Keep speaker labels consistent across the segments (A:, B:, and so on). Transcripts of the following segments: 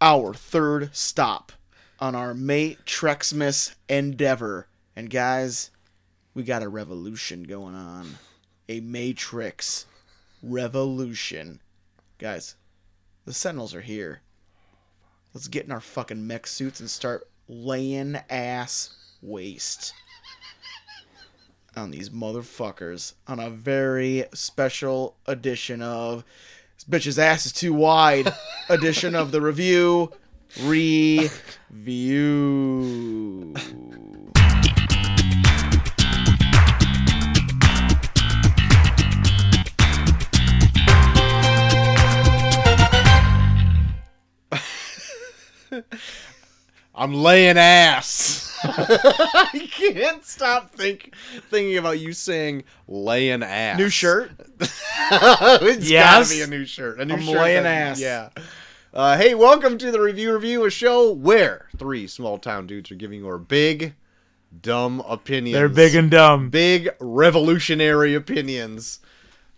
A: our third stop on our May Trexmas endeavor. And guys, we got a revolution going on. A Matrix revolution. Guys, the Sentinels are here. Let's get in our fucking mech suits and start laying ass waste on these motherfuckers on a very special edition of this bitch's ass is too wide edition of the review review
B: I'm laying ass.
A: i can't stop think, thinking about you saying
B: laying ass.
A: new shirt
B: it's
C: Yes.
B: gotta be a new shirt. A new
A: I'm
B: shirt.
A: laying
B: that-
A: ass.
B: Yeah. Uh, hey, welcome to the review review, a show where three small town dudes are giving your big, dumb opinions.
C: They're big and dumb.
B: big revolutionary opinions.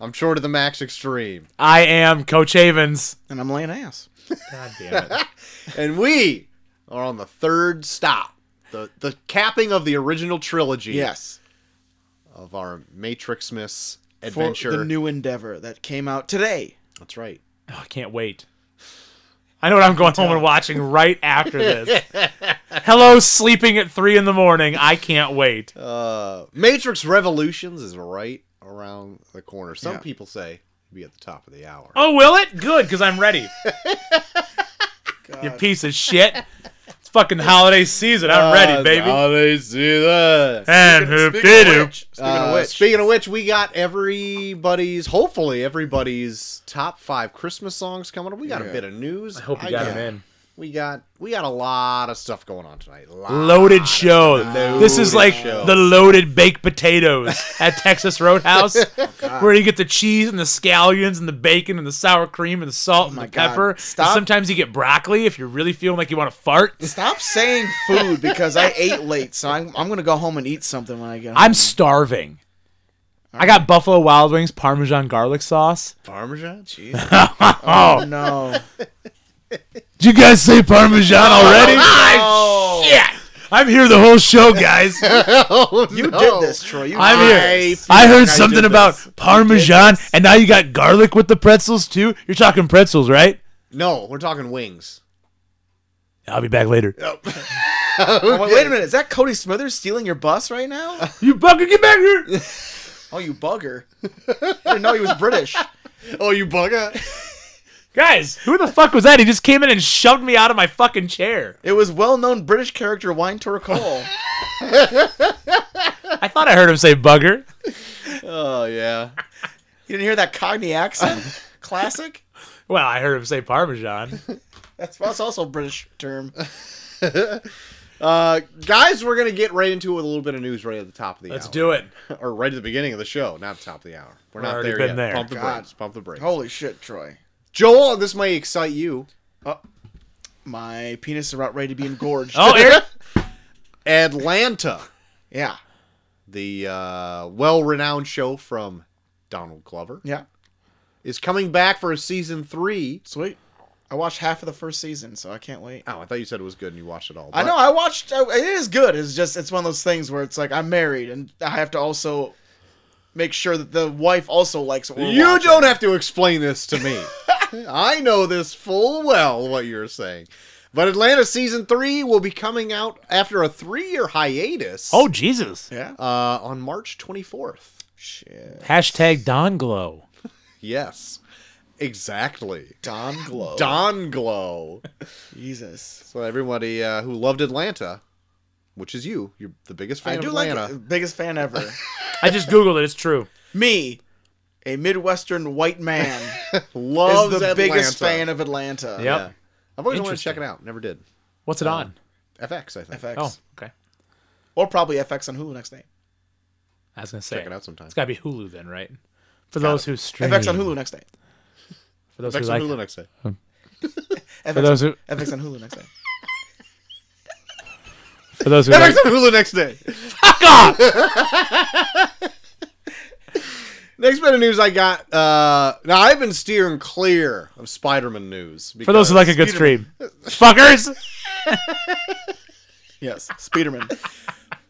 B: I'm sure to the max extreme,
C: I am Coach Havens.
A: and i'm laying ass
C: God damn it.
B: and we are on the third stop. The, the capping of the original trilogy
A: yes
B: of our Matrixmas
A: for
B: adventure.
A: the new endeavor that came out today
B: That's right.
C: Oh, I can't wait. I know what I'm going home and watching right after this. Hello, sleeping at three in the morning. I can't wait.
B: Uh, Matrix Revolutions is right around the corner. Some
A: Yeah.
B: people say it'll be at the top of the hour.
C: Oh, will it? Good, because I'm ready. You
A: God.
C: piece of shit. It's fucking holiday season. I'm ready, baby.
B: Uh, oh, they see that.
C: and who did
A: of
C: it?
A: which, speaking of
B: Uh,
A: which,
B: speaking of which, we got everybody's, hopefully everybody's top five Christmas songs coming up. We got
A: Yeah.
B: a bit of news. I
C: hope you got 'em in.
B: We got we got a lot of stuff going on tonight. Lot.
C: Loaded show. this is
B: Loaded
C: like
B: show.
C: the loaded baked potatoes at Texas Roadhouse,
A: Oh,
C: where you get the cheese and the scallions and the bacon and the sour cream and the salt and
A: Oh, my
C: the
A: God.
C: pepper. And
A: Stop.
C: Sometimes you get broccoli if you're really feeling like you want to fart.
A: Stop saying food because I ate late, so I'm, I'm gonna go home and eat something when I get home.
C: I'm starving. I got Buffalo Wild Wings Parmesan garlic sauce.
B: Parmesan. cheese.
A: oh no!
C: Did you guys say Parmesan already?
A: Oh,
C: yeah. I'm here the whole show, guys.
B: oh,
A: You
B: no.
A: did this, Troy. You
C: I'm
A: did
C: here.
A: this.
C: I heard
B: like I
C: something
B: did
C: about
B: this.
C: Parmesan, and now you got garlic with the pretzels too. You're talking pretzels, right?
B: No, we're talking wings.
C: I'll be back later.
A: Oh, wait, wait a minute. Is that Cody Smithers stealing your bus right now?
C: You fucking get back here.
A: Oh, you bugger! I didn't know he was British.
B: Oh, you bugger!
C: Guys, who the fuck was that? He just came in and shoved me out of my fucking chair.
A: It was well-known British character Wine Cole.
C: I thought I heard him say bugger.
B: oh yeah.
A: You didn't hear that Cockney accent? Classic.
C: Well, I heard him say Parmesan.
A: That's, that's also a British term.
B: Uh, guys, we're gonna get right into it with a little bit of news right at the top of the
C: Let's
B: hour.
C: do it.
B: or right at the beginning of the show, not the top of the hour. We're,
C: We're
B: not
C: already
B: there
C: been
B: yet.
C: there.
B: Pump the
A: God.
B: brakes. Pump the brakes.
A: Holy shit, Troy!
B: Joel, this might excite you.
A: My penis is about ready to be engorged.
C: Oh, Eric.
B: Atlanta,
A: yeah,
B: the uh, well-renowned show from Donald Glover,
A: yeah,
B: is coming back for a season three.
A: sweet. I watched half of the first season, so I can't wait.
B: Oh, I thought you said it was good and you watched it all.
A: I
B: but
A: know. I watched. I- It is good. It's just it's one of those things where it's like I'm married and I have to also make sure that the wife also likes what we're
B: You
A: watching.
B: don't have to explain this to me. I know this full well what you're saying. But Atlanta season three will be coming out after a three-year hiatus.
C: Oh, Jesus.
A: Yeah.
B: uh, on March 24th.
A: Shit.
C: Hashtag Don Glow.
B: Yes, exactly.
A: Don Glow.
B: Don Glow.
A: Jesus.
B: So everybody uh, who loved Atlanta, which is you, you're the biggest fan
A: I do
B: of
A: like
B: Atlanta.
A: it. Biggest fan ever.
C: I just Googled it. It's true.
A: Me, a Midwestern white man, is
B: Loves
A: the
B: Atlanta.
A: biggest fan of Atlanta.
C: Yep.
B: Oh, Yeah. Uh, I've always wanted to
C: Interesting.
B: check it out. Never did.
C: What's it on?
B: FX, I think.
A: FX.
C: Oh, okay.
A: Or probably FX on Hulu next night.
C: I was gonna say
B: Check it out sometime.
C: It's gotta be Hulu then, right? For those who stream.
A: FX on Hulu next night.
C: For those
B: FX
C: who like.
B: on Hulu next day.
A: FX,
C: For those who.
A: FX on Hulu next night.
C: For those who.
B: FX
C: like,
B: on Hulu next day.
C: Fuck off!
B: Next bit of news I got. Uh, now I've been steering clear of Spider-Man news
C: For those who like a good stream, fuckers.
A: Yes, Spiderman.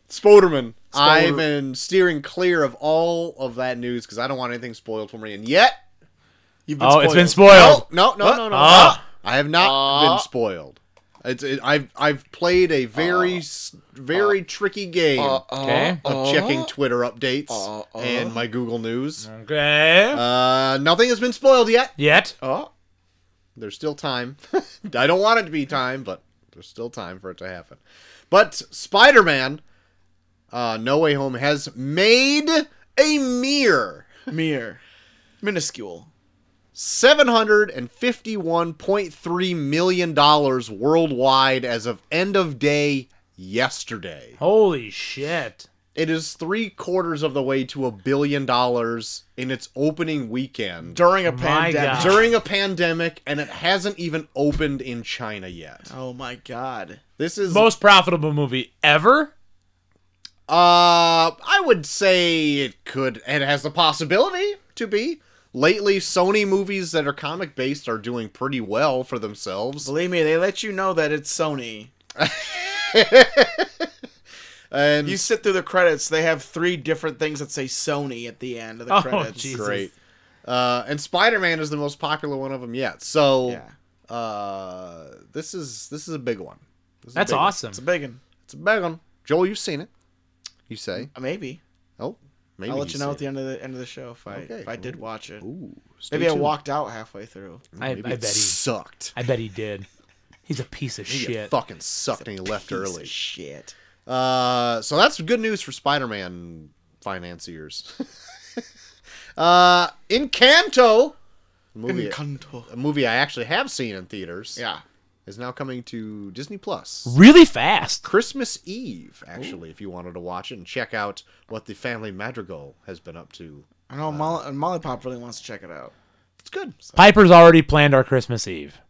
B: Spoderman. I've been steering clear of all of that news because I don't want anything spoiled for me. And yet,
A: You've been
C: Oh,
A: spoiled.
C: it's been spoiled.
B: no, no, no,
A: What?
B: no, no.
C: Ah.
B: I have not
A: Ah.
B: been spoiled. It's, it, I've I've played a very
A: Ah.
B: s very tricky game
A: Uh,
C: Okay.
B: of checking Twitter updates
A: Ah, ah.
B: and my Google News.
C: Oh. Okay.
B: Uh, nothing has been spoiled yet.
C: Yet.
A: Oh,
B: There's still time. I don't want it to be time, but there's still time for it to happen. But Spider Man uh, No Way Home has made a mere
A: mere, minuscule.
B: 751.3 million dollars worldwide as of end of day yesterday.
C: Holy shit.
B: It is three quarters of the way to a billion dollars in its opening weekend
A: during a
C: My
A: pandemic.
C: God.
B: during a pandemic, and it hasn't even opened in China yet.
A: Oh my god.
B: This is
C: Most profitable movie ever?
B: Uh, I would say it could, and it has the possibility to be. Lately, Sony movies that are comic based are doing pretty well for themselves.
A: Believe me, they let you know that it's Sony.
B: And
A: You sit through the credits, they have three different things that say Sony at the end of the
C: Oh,
A: credits.
C: Jesus.
B: great. Uh, and Spider Man is the most popular one of them yet. So,
A: Yeah.
B: uh, this is this is a big one. This is a
C: That's
B: big one.
C: awesome.
A: It's a big one.
B: It's a big one. Joel, you've seen it. You say?
A: Uh, Maybe.
B: Oh, maybe
A: I'll let you know at the
B: seen
A: end of the end of the show if I
B: Okay.
A: if I did watch it.
B: it. Ooh, stay
A: Maybe I
B: tuned.
A: walked out halfway through.
C: I, I
B: Maybe it
C: bet he.
B: sucked.
C: I bet he did. He's a piece of
B: Maybe it
C: shit.
B: fucking sucked, and he left
A: Piece of
B: early.
A: shit.
B: Uh, so that's good news for Spider-Man financiers. uh, Encanto, a movie,
A: Encanto.
B: a movie I actually have seen in theaters,
A: Yeah.
B: is now coming to Disney Plus.
C: Really fast.
B: Christmas Eve, actually, if you wanted to watch it and check out what the family Madrigal has been up to.
A: I know Molly, and Molly Pop really wants to check it out.
B: It's good.
C: Piper's already planned our Christmas Eve.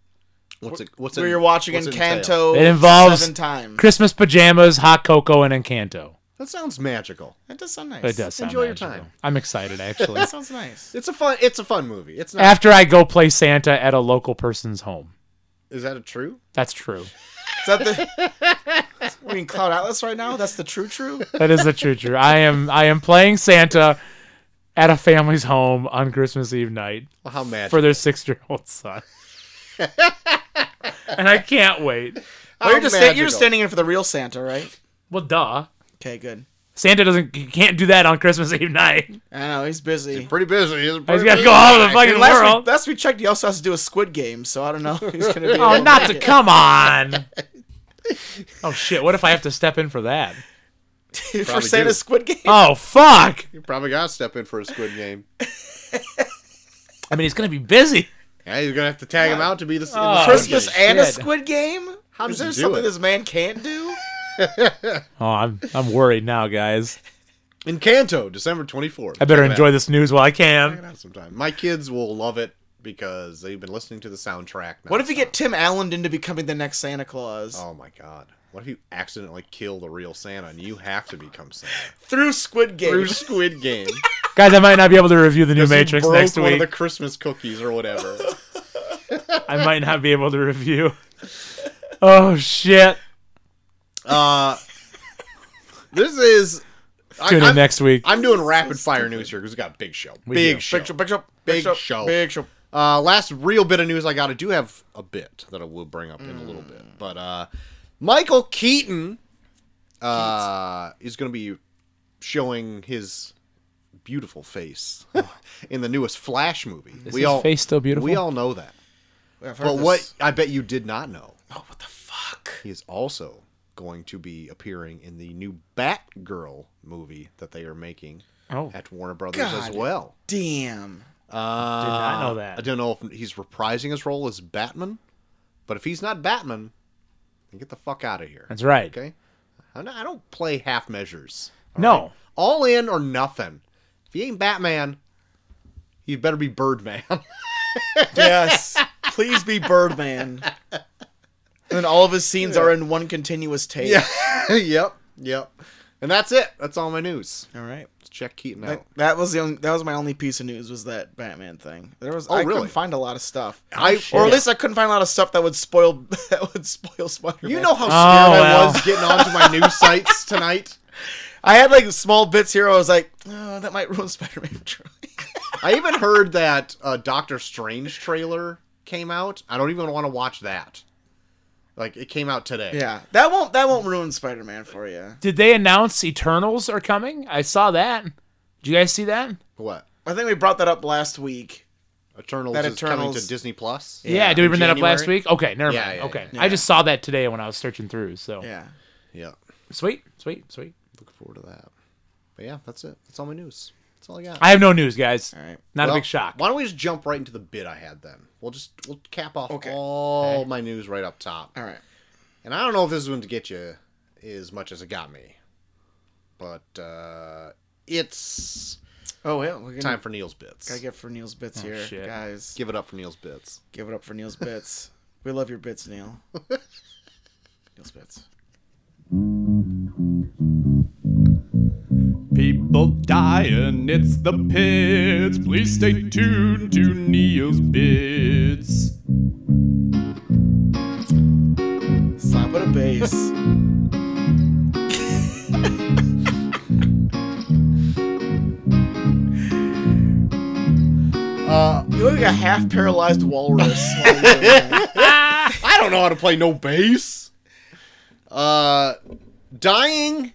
B: What's it? What's
A: So
B: it?
A: you're watching
B: what's entail?
A: Encanto
C: It involves
A: seven times.
C: Christmas pajamas, hot cocoa, and Encanto.
B: That sounds magical.
A: That does sound nice.
C: It does sound
B: Enjoy your
C: magical.
B: time.
C: I'm excited actually.
A: That sounds nice.
B: It's a fun. It's a fun movie. It's not.
C: After I go play Santa at a local person's home.
B: is that a true?
C: That's true.
A: Is that the? we in Cloud Atlas right now. That's the true true.
C: That is the true true. I am I am playing Santa at a family's home on Christmas Eve night
B: Well, how magical?
C: for their six year old son. and I can't wait.
A: Well, you're just sta- you're just
B: magical.
A: standing in for the real Santa, right?
C: Well duh.
A: Okay, good.
C: Santa doesn't he can't do that on Christmas Eve night.
A: I know he's busy.
B: pretty busy. He's, a
C: He's
B: pretty
C: gotta
B: busy
C: go out of
B: guy.
C: the fucking
A: last,
C: world.
A: We, last we checked, he also has to do a Squid Game, so I don't know. if He's gonna be.
C: Oh,
A: able
C: not
A: make
C: to
A: it.
C: come on. Oh shit! What if I have to step in for that?
A: for
B: Probably
A: Santa's
B: do.
A: Squid Game.
C: Oh fuck!
B: You probably gotta step in for a squid game.
C: I mean, he's gonna be busy.
B: Yeah, you're gonna have to tag him out to be the, in the
C: Oh,
B: squid
A: Christmas
B: game.
A: and a
C: shit.
A: Squid Game. How is
B: does
A: there
B: he do
A: something
B: it?
A: this man can't do?
C: Oh, I'm I'm worried now, guys.
B: in Canto, December 24th.
C: I better
B: Check it
C: enjoy
B: out.
C: this news while I
B: Check
C: can.
B: it out sometime. My kids will love it because they've been listening to the soundtrack. Now.
A: What if you get Tim Allen into becoming the next Santa Claus
B: Oh my god! What if you accidentally kill the real Santa and you have to become Santa
A: through Squid Game?
B: through Squid Game?
C: Guys, I might not be able to review the new
B: 'Cause he
C: Matrix
B: broke
C: next
B: one of
C: week.
B: the Christmas cookies or whatever.
C: I might not be able to review. Oh shit!
B: uh, this is. I,
C: Tune in
B: am
C: next week.
B: I'm doing rapid fire news here because we got a big show.
C: do.
B: Big show.
A: Big show, big show,
B: Big
A: big show,
B: show.
A: big show.
B: Uh, last real bit of news I got. I do have a bit that I will bring up in a little
A: Mm.
B: bit, but uh, Michael Keaton uh, is going to be showing his beautiful face in the newest Flash movie.
C: Is his face still beautiful?
B: We all know that,
A: I've heard
B: but
A: this.
B: what I bet you did not know,
A: Oh, what the fuck?
B: he is also going to be appearing in the new Batgirl movie that they are making
C: oh,
B: at Warner Brothers as
A: God.
B: well.
A: Damn.
B: Uh,
C: not know that.
B: I don't know if he's reprising his role as Batman, but if he's not Batman, then get the fuck out of here.
C: that's right.
B: Okay? I'm not- I don't play half measures. all
C: No.
B: right? All in or nothing. If he ain't Batman, he better be Birdman.
A: Yes. Please be Birdman. And then all of his scenes are in one continuous take.
B: yep. Yep. And that's it. That's all my news.
A: All right.
B: Let's check Keaton
A: That,
B: out.
A: that was the only, that was my only piece of news was that Batman thing. There was
B: Oh,
A: I
B: really?
A: couldn't find a lot of stuff. Or
B: I
A: at
B: yeah.
A: least I couldn't find a lot of stuff that would spoil that would spoil Spider-Man.
B: you know Oh, how scared I
C: well.
B: was getting onto my news sites tonight.
A: I had like small bits here. I was like, oh, that might ruin Spider-Man for Troy.
B: I even heard that uh, Doctor Strange trailer came out. I don't even want to watch that. Like it came out today.
A: yeah, that won't that won't ruin Spider-Man for you.
C: Did they announce Eternals are coming? I saw that. Did you guys see that?
B: What?
A: I think we brought that up last week.
B: Eternals
A: That
B: is coming to
A: Eternals-
B: Disney Plus.
C: Yeah, did we
B: in
C: bring that up last
B: January?
C: week? Okay, never
B: Yeah,
C: mind.
B: yeah,
C: okay.
A: yeah.
C: I just saw that today when I was searching through, so.
A: Yeah.
B: Yeah.
C: Sweet, sweet, sweet.
B: Looking forward to that. But yeah, that's it. That's all my news. That's all I got.
C: I have no news, guys.
A: All right.
C: Not
B: Well,
C: a big shock.
B: Why don't we just jump right into the bid I had then? We'll just we'll cap off
A: Okay.
B: all my news right up top.
A: All right.
B: And I don't know if this is going to get you as much as it got me, but uh, it's
A: Oh yeah, we're gonna
B: time for Neil's bits.
A: gotta get for Neil's bits here,
C: shit.
A: guys.
B: Give it up for Neil's bits.
A: Give it up for Neil's bits. we love your bits, Neil. Neil's bits.
D: People dying, it's the pits. Please stay tuned to Neil's Bits.
A: Slap with a bass.
B: Uh,
A: You look like a half paralyzed walrus. while you're doing that.
C: Ah!
B: I don't know how to play no bass. Uh, dying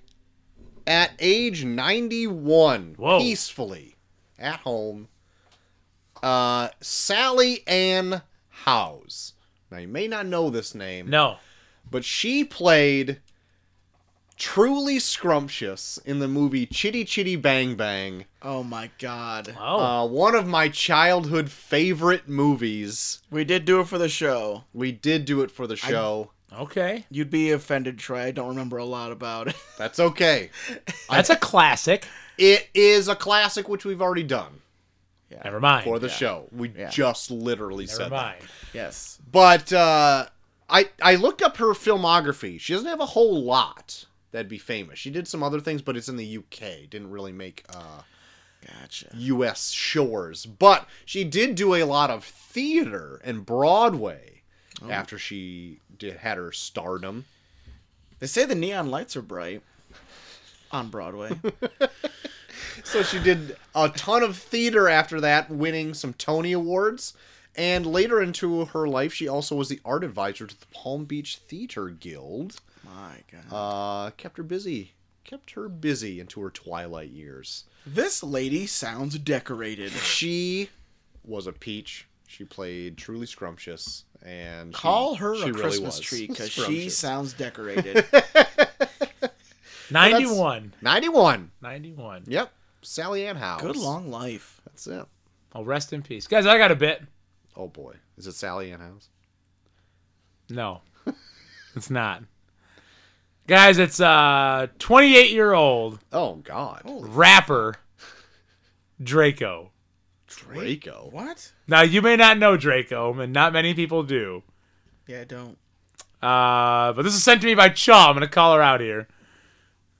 B: at age 91
C: Whoa.
B: peacefully at home. Uh, Sally Ann Howes. Now you may not know this name,
C: No.
B: but she played truly scrumptious in the movie Chitty Chitty Bang Bang.
A: oh my god.
C: Oh.
B: Uh, one of my childhood favorite movies.
A: We did do it for the show.
B: We did do it for the show.
C: okay.
A: You'd be offended, Troy. I don't remember a lot about it.
B: That's okay.
C: That's a classic.
B: It is a classic, which we've already done
C: Never mind.
B: for the show. We
A: Yeah.
B: just literally
C: Never
B: said
C: mind.
A: yes.
B: that. But uh, I I looked up her filmography. She doesn't have a whole lot that'd be famous. She did some other things, but it's in the UK. Didn't really make uh,
A: Gotcha.
B: U.S. shores. But she did do a lot of theater and Broadway after she did had her stardom.
A: They say the neon lights are bright on Broadway.
B: So she did a ton of theater after that, winning some Tony Awards. And later into her life, she also was the art advisor to the Palm Beach Theater Guild.
A: my god.
B: Uh, kept her busy. Kept her busy into her twilight years.
A: this lady sounds decorated.
B: She was a peach. She played truly scrumptious, and she-
A: Call her
B: she
A: a
B: really
A: Christmas
B: was
A: tree because she
B: scrumptious.
A: sounds decorated.
C: 91.
B: 91.
C: 91.
B: Yep, Sally Ann House.
A: Good long life.
B: That's it.
C: Oh, rest in peace. Guys, I got a bit.
B: Oh boy, is it Sally Ann House?
C: No. it's not. Guys, it's uh 28 year old
B: Oh God,
C: rapper Draco.
B: Draco.
A: What?
C: Now you may not know Draco, and not many people do.
A: Yeah, I don't.
C: Uh, but this is sent to me by Chaw. I'm gonna call her out here.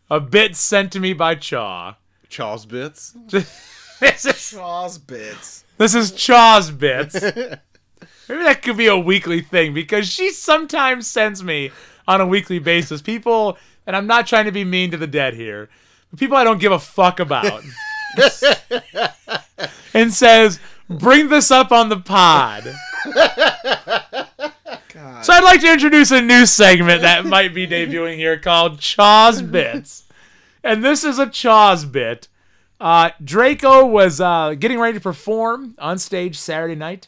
C: A bit sent to me by Chaw.
B: Charles Bits.
C: This is
A: Shaw's bits.
C: this is Chaw's bits. Maybe that could be a weekly thing because she sometimes sends me on a weekly basis people, and I'm not trying to be mean to the dead here, but people I don't give a fuck about. and says, bring this up on the pod.
A: God.
C: So I'd like to introduce a new segment that might be debuting here called Chaw's Bits. And this is a Chaw's bit. Uh, Draco was uh, getting ready to perform on stage Saturday night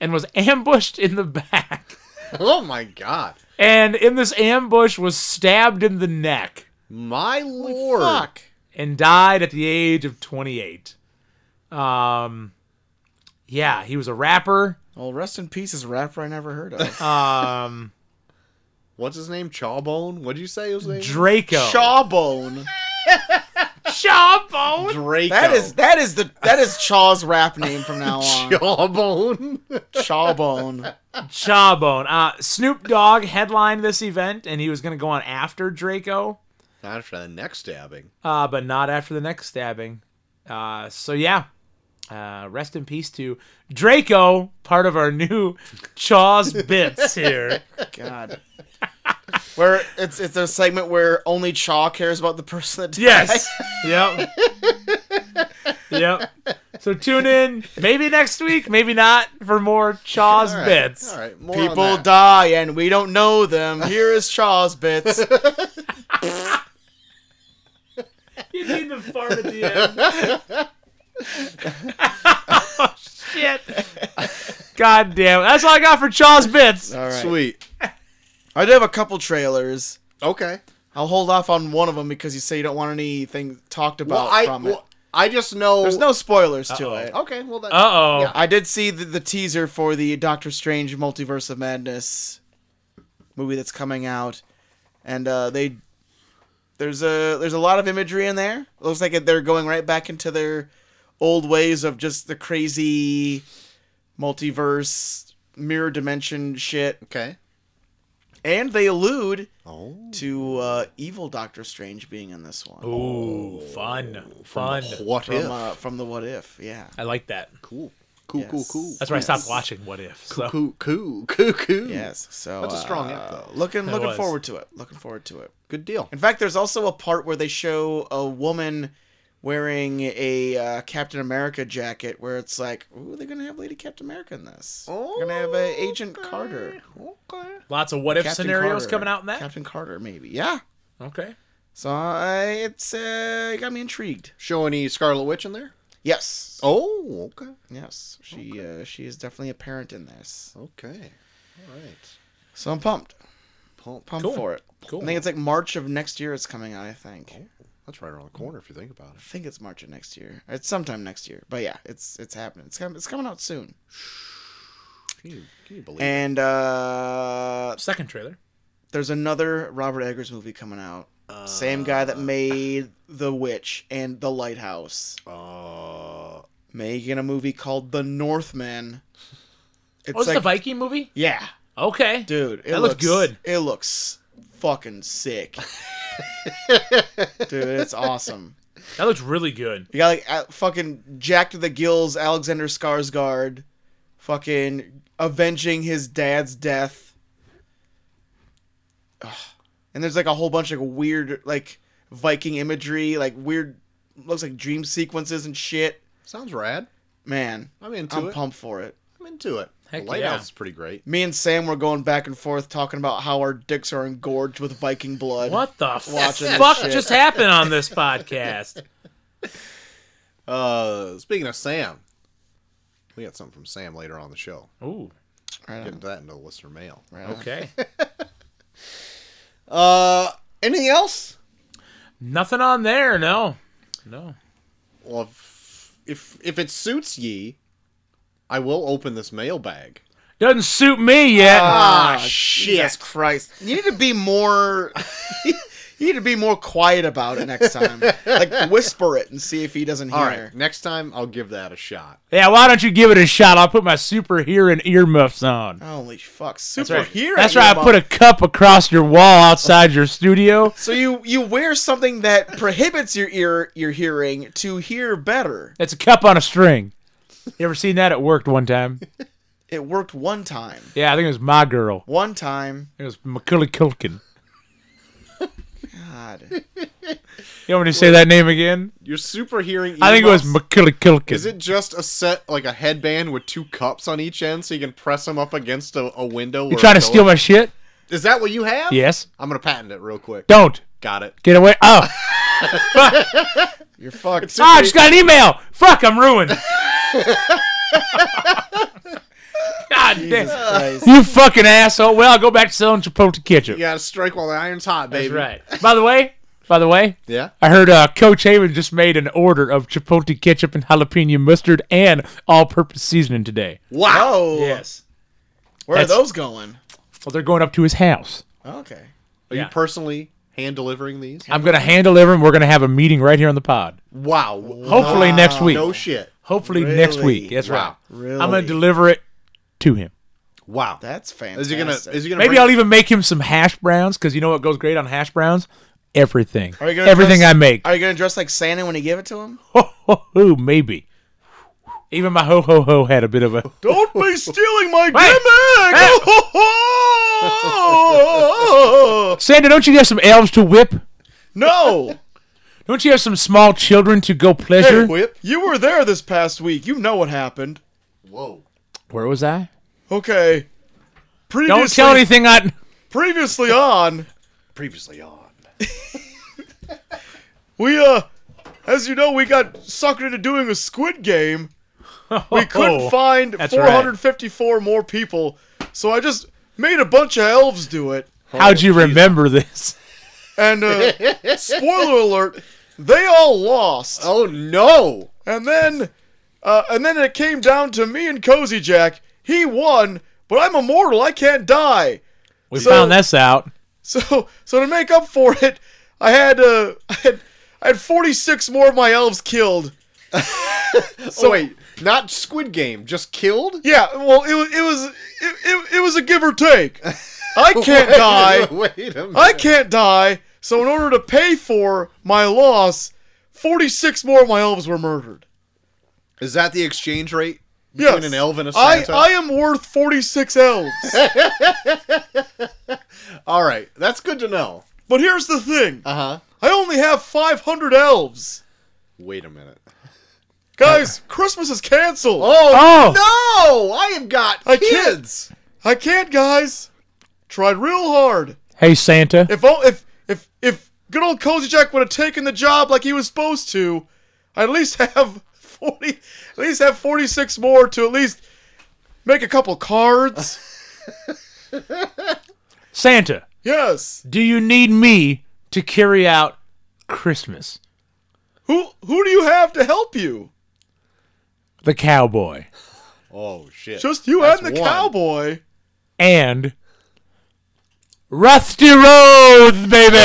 C: and was ambushed in the back.
B: Oh my God,
C: And in this ambush was stabbed in the neck
B: my lord.
A: Fuck.
C: and died at the age of 28. Um, yeah, he was a rapper.
A: Well, rest in peace is a rapper I never heard of.
C: Um,
B: What's his name? Chawbone. What'd you say his name?
C: Draco.
A: Shawbone.
C: Shawbone.
B: Draco.
A: That is that is the that is Shaw's rap name from now on.
B: Jawbone.
A: Shawbone.
C: Jawbone. Uh, Snoop Dogg headlined this event, and he was going to go on after Draco.
B: Not after the next stabbing.
C: uh, but not after the next stabbing. Uh, so yeah, uh, rest in peace to Draco, part of our new Chaws bits here.
A: God. Where it's it's a segment where only Chaw cares about the person that died.
C: Yes. yep. Yep. So tune in maybe next week, maybe not, for more Chaws
B: All right,
C: bits.
B: All right. More People.
A: People die and we don't know them. Here is Chaw's bits.
C: You need the fart at the end. oh, shit. God damn it. That's all I got for Chaw's bits.
A: All right.
B: Sweet.
A: I do have a couple trailers.
B: Okay.
A: I'll hold off on one of them because you say you don't want anything talked
B: Well,
A: about
B: I
A: from it.
B: well, I just know.
A: There's no spoilers
C: Uh-oh.
A: to it.
B: Okay. Well, that,
C: Uh oh.
B: Yeah.
A: I did see the, the teaser for the Doctor Strange Multiverse of Madness movie that's coming out, and uh, they there's a there's a lot of imagery in there. looks like they're going right back into their old ways of just the crazy multiverse mirror dimension shit,
B: okay.
A: and they allude
B: Oh.
A: to uh, evil Doctor Strange being in this one
C: Ooh, fun. Fun.
B: What
A: from
B: if?
A: uh, from the What If, yeah.
C: I like that.
B: cool. Cool. Cool.
A: Yes.
B: Cool.
C: That's where I
A: Yes.
C: stopped watching What If. So.
B: Cool. Cool. Cool. Cool.
A: Yes, so
B: That's a strong
A: uh,
B: app, though.
A: Looking, looking
C: was.
A: forward to it. Looking forward to it.
B: Good deal.
A: In fact, there's also a part where they show a woman wearing a uh, Captain America jacket, where it's like, "Ooh, they're gonna have Lady Captain America in this. they're gonna have a Agent Carter.
B: Okay.
C: Lots of what if
A: Captain
C: scenarios
A: Carter.
C: coming out in that.
A: Captain Carter, maybe. Yeah.
C: okay.
A: So I it's uh, it got me intrigued.
B: Show any Scarlet Witch in there?
A: Yes.
B: Oh. Okay.
A: Yes. She uh, she is definitely a parent in this.
B: Okay. All right.
A: So I'm pumped.
B: Pump.
A: Pumped
C: Cool.
A: for it.
C: Cool.
A: I think it's like March of next year. It's coming out. I think.
B: That's right around the corner if you think about
A: I think it's March of next year. It's sometime next year. But yeah, it's it's happening. It's coming. It's coming out soon.
B: it. Can you, can you believe it?
A: And uh,
C: Second trailer.
A: there's another Robert Eggers movie coming out. Same guy
C: Uh.
A: that made The Witch and The Lighthouse,
B: Uh,
A: making a movie called The Northman. It's
C: Oh, it's the Viking movie?
A: yeah,
C: Okay.
A: dude, it
C: That looks good.
A: It looks fucking sick, dude. It's awesome.
C: That looks really good.
A: You got like uh, fucking Jack to the gills, Alexander Skarsgård, fucking avenging his dad's death. Ugh. And there's like a whole bunch of weird like Viking imagery, like weird looks like dream sequences and shit.
B: sounds rad.
A: Man,
B: I'm into
A: I'm
B: it.
A: pumped for it.
B: I'm into it.
C: Heck
B: the lighthouse
C: yeah.
B: is pretty great.
A: Me and Sam were going back and forth talking about how our dicks are engorged with Viking blood.
C: What the
A: Watching this
C: fuck
A: shit.
C: just happened on this podcast?
B: Uh, speaking of Sam, we got something from Sam later on the show.
C: Ooh.
A: Right
B: Get
A: on,
B: into that into the listener mail.
A: right on.
C: Okay.
B: Uh, anything else?
C: Nothing on there. No. No.
B: Well, if, if if it suits ye, I will open this mailbag.
C: Doesn't suit me yet.
A: Ah,
B: shit.
A: Jesus Christ! You need to be more. you need to be more quiet about it next time. Like whisper it and see if he doesn't hear.
B: All right, next time I'll give that a shot.
C: yeah, why don't you give it a shot? I'll put my superhero and earmuffs on.
A: Holy fuck!
C: right.
A: Superhero.
C: That's right. I put a cup across your wall outside your studio.
A: So you you wear something that prohibits your ear your hearing to hear better.
C: It's a cup on a string. You ever seen that? It worked one time.
A: It worked one time.
C: Yeah, I think it was my girl.
A: One time.
C: It was Macaulay Culkin.
A: God.
C: You want me to say that name again?
B: Your super hearing.
C: I think it was
B: earmuffs,
C: Macaulay Culkin.
B: Is it just a set like a headband with two cups on each end, so you can press them up against a, a window?
C: You trying to steal my shit?
B: Is that what you have?
C: Yes.
B: I'm gonna patent it real quick.
C: Don't
B: Got it.
C: get away. Oh,
A: You're fucked.
C: ah, I just got an email. Fuck, I'm ruined. God
A: Jesus
C: damn.
A: Christ.
C: You fucking asshole. Well, I'll go back to selling Chipotle Ketchup.
B: You gotta strike while the iron's hot, baby.
C: That's right. By the way, by the way,
B: Yeah.
C: I heard uh, Coach Haven just made an order of Chipotle Ketchup and jalapeno mustard and all-purpose seasoning today.
B: Wow.
A: Oh. Where
C: That's-
A: are those going?
C: Well, they're going up to his house.
A: Okay.
B: Are
C: Yeah.
B: you personally hand delivering these?
C: I'm gonna hand deliver, and we're gonna have a meeting right here on the pod.
B: Wow.
C: Hopefully next week.
B: No shit.
C: Hopefully next week.
A: Really?
C: That's right.
B: Wow.
A: Really?
C: I'm gonna deliver it to him.
B: Wow.
A: That's
B: is
A: fantastic.
B: he gonna? Is he gonna?
C: Maybe
B: bring-
C: I'll even make him some hash browns because you know what goes great on hash browns? everything.
A: Are you gonna
C: everything
A: dress-
C: I make.
A: Are you gonna dress like Santa when you give it to him?
C: Ho, ho, ho, maybe. Even my ho ho ho had a bit of a.
A: Don't be stealing my
C: Hey!
A: gimmick!
C: Santa, don't you have some elves to whip?
A: no,
C: Don't you have some small children to go pleasure?
B: Whip.
A: you were there this past week. You know what happened.
B: Whoa.
C: Where was I?
A: Okay. Previously,
C: Don't tell anything. I.
A: Previously on,
B: Previously on.
A: we uh, as you know, we got suckered into doing a Squid Game. We couldn't find
C: Oh, that's
A: 454 more people, so I just made a bunch of elves do it.
C: How'd you remember this?
A: And uh, spoiler alert, they all lost.
B: Oh no.
A: And then, uh, and then it came down to me and Cozy Jack. He won, but I'm immortal. I can't die.
C: We
A: So-
C: found this out.
A: So, so to make up for it, I had uh, I had, I had 46 more of my elves killed.
B: So Oh, wait, not Squid Game, just killed?
A: Yeah, well, it was it was it, it, it was a give or take. I can't
B: Wait,
A: die.
B: Wait a minute.
A: I can't die. So in order to pay for my loss, 46 more of my elves were murdered.
B: Is that the exchange rate
A: Yes.
B: between an elf and a
A: I,
B: Santa?
A: I am worth 46 elves.
B: All right, that's good to know.
A: but here's the thing.
B: Uh huh.
A: I only have 500 elves.
B: Wait a minute.
A: Guys, Christmas is canceled.
C: Oh,
B: no! I have got
A: I can't.
B: kids.
A: I can't, guys. Tried real hard.
C: hey Santa.
A: If oh, if if if good old Cozy Jack would have taken the job like he was supposed to, I'd at least have 40 at least have 46 more to at least make a couple cards.
C: Santa,
A: yes.
C: do you need me to carry out Christmas?
A: Who who do you have to help you?
C: The cowboy
B: Oh shit!
A: Just you
B: That's
A: and the
B: one.
A: cowboy.
C: and Rusty Roads, baby.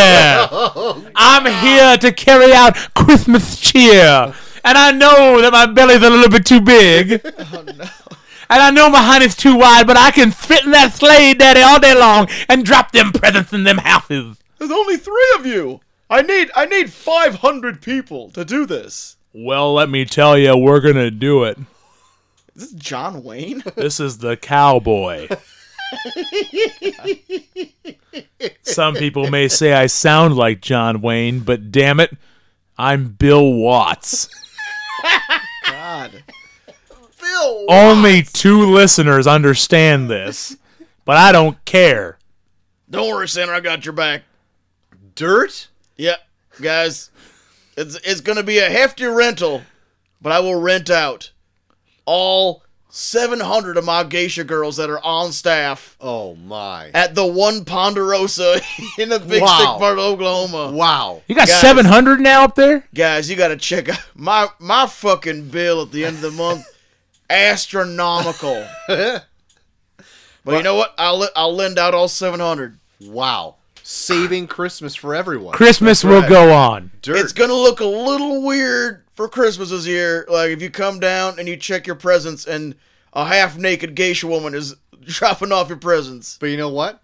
C: I'm here to carry out Christmas cheer, and I know that my belly's a little bit too big. And I know my honey's too wide, but I can fit in that sleigh, Daddy, all day long and drop them presents in them houses.
A: There's only 3 of you. I need I need 500 people to do this.
C: Well, let me tell you, we're going to do it.
A: Is this John Wayne?
C: This is the cowboy. Some people may say I sound like John Wayne, but damn it, I'm Bill Watts.
A: God.
B: Phil.
C: Only two listeners understand this, but I don't care.
A: Don't worry, Santa, I got your back.
B: Dirt.
A: Yep, guys, it's it's gonna be a hefty rental, but I will rent out all 700 of my geisha girls that are on staff
B: Oh my!
A: at the one Ponderosa in the Big
B: Wow.
A: Stick part of Oklahoma.
B: Wow.
C: You got
A: Guys.
C: 700 now up there?
A: Guys, you gotta check out my my fucking bill at the end of the month, astronomical. but you know what? I'll le- I'll lend out all 700.
B: Wow. Saving Christmas for everyone.
C: Christmas will
B: right.
C: go on.
B: Dirt.
A: It's gonna look a little weird for Christmas this year. Like if you come down and you check your presents, and a half-naked geisha woman is dropping off your presents.
B: but you know what?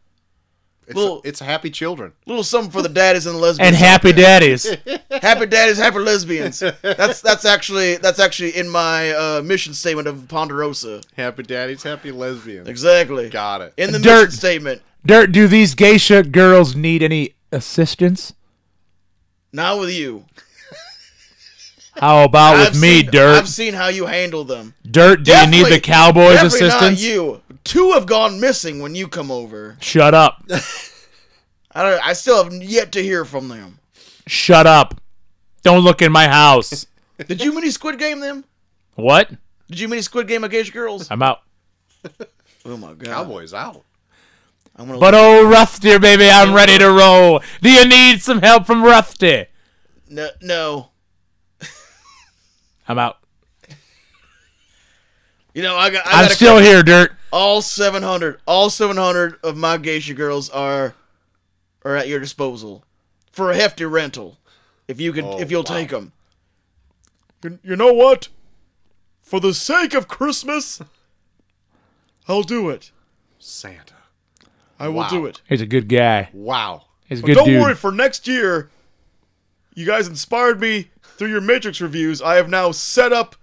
B: It's,
A: Little-
B: it's happy children.
A: little something for the daddies and the lesbians.
C: And happy daddies.
A: happy daddies, happy lesbians. That's that's actually that's actually in my uh, mission statement of Ponderosa.
B: Happy daddies, happy lesbians.
A: Exactly.
B: Got it.
A: In the
C: Dirt.
A: mission statement.
C: Dirt, do these geisha girls need any assistance?
A: Not with you.
C: How about
A: I've
C: with me,
A: seen-
C: Dirt?
A: I've seen how you handle them.
C: Dirt, do you need
A: Definitely-
C: the cowboy's
A: Definitely
C: assistance?
A: Not you. Two have gone missing when you come over.
C: Shut up.
A: I don't, I still have yet to hear from them.
C: Shut up. Don't look in my house.
A: Did you mini Squid Game them?
C: What?
A: Did you mean Squid Game Against Girls?
C: I'm out.
A: Oh my god!
B: Cowboys out.
A: I'm gonna
C: But oh, Rusty, baby, I'm ready to roll. Do you need some help from Rusty?
A: no, no.
C: I'm out.
A: You know I got. I
C: I'm
A: gotta
C: still here, Dirt.
A: all 700. All 700 of my geisha girls are are at your disposal for a hefty rental, if you can,
B: Oh,
A: if you'll
B: wow.
A: take 'em. take them. You, you know what? For the sake of Christmas, I'll do it.
B: Santa.
A: I
B: will do
A: it.
C: He's a good guy.
B: Wow.
C: He's a
D: But
C: good
D: don't
C: dude.
D: worry, for next year, you guys inspired me through your Matrix reviews. I have now set up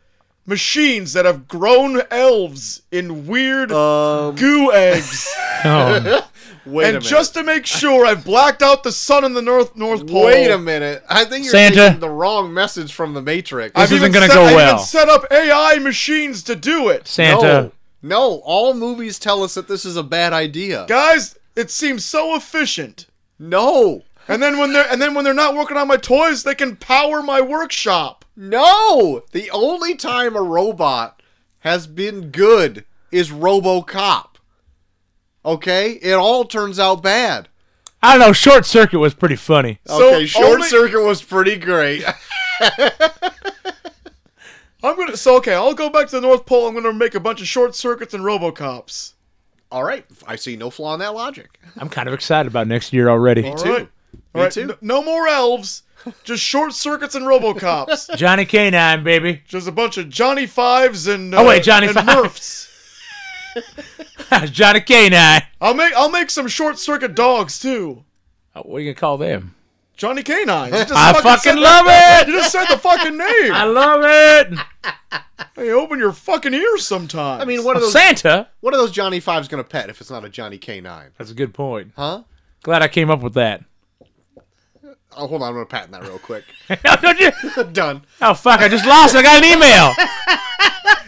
D: machines that have grown elves in weird goo eggs.
C: Oh.
B: Wait Um, a
D: and
B: minute.
D: just to make sure, I've blacked out the sun in the North North Pole.
B: Wait a minute. I think you're
C: Santa.
B: taking the wrong message from the Matrix.
D: I've
C: This isn't
D: even
C: gonna
D: set-
C: go
D: I even
C: well.
D: set up AI machines to do it.
C: Santa.
B: No, no, all movies tell us that this is a bad idea.
D: Guys, it seems so efficient.
B: No,
D: And then when they're and then when they're not working on my toys, they can power my workshop.
B: no. The only time a robot has been good is RoboCop. Okay, it all turns out bad.
C: I don't know. Short Circuit was pretty funny.
D: So
B: okay, Short
D: only-
B: Circuit was pretty great.
D: I'm gonna so okay. I'll go back to the North Pole. I'm gonna make a bunch of short circuits and RoboCops.
B: all right, I see no flaw in that logic.
C: I'm kind of excited about next year already.
D: All right,
B: too.
D: All right.
B: too.
D: n- no more elves. Just short circuits and RoboCops.
C: Johnny Canine, baby.
D: just a bunch of Johnny Fives and uh,
C: Oh, wait, Johnny
D: and
C: Fives.
D: Murphs.
C: Johnny Canine.
D: I'll make I'll make some short circuit dogs too.
C: Oh, what are you going to call them?
D: Johnny Canines. You just
C: I
D: said
C: fucking
D: that-
C: love it.
D: You just said the fucking name.
C: I love it.
D: hey, open your fucking ears sometimes.
B: I mean, what are those?
C: Santa.
B: What are those Johnny Fives gonna pet if it's not a Johnny K nine?
C: That's a good point.
B: Huh?
C: Glad I came up with that.
B: Oh, hold on, I'm gonna patent that real quick.
C: No, don't you-
B: Done.
C: Oh, fuck. I just lost it. I got an email.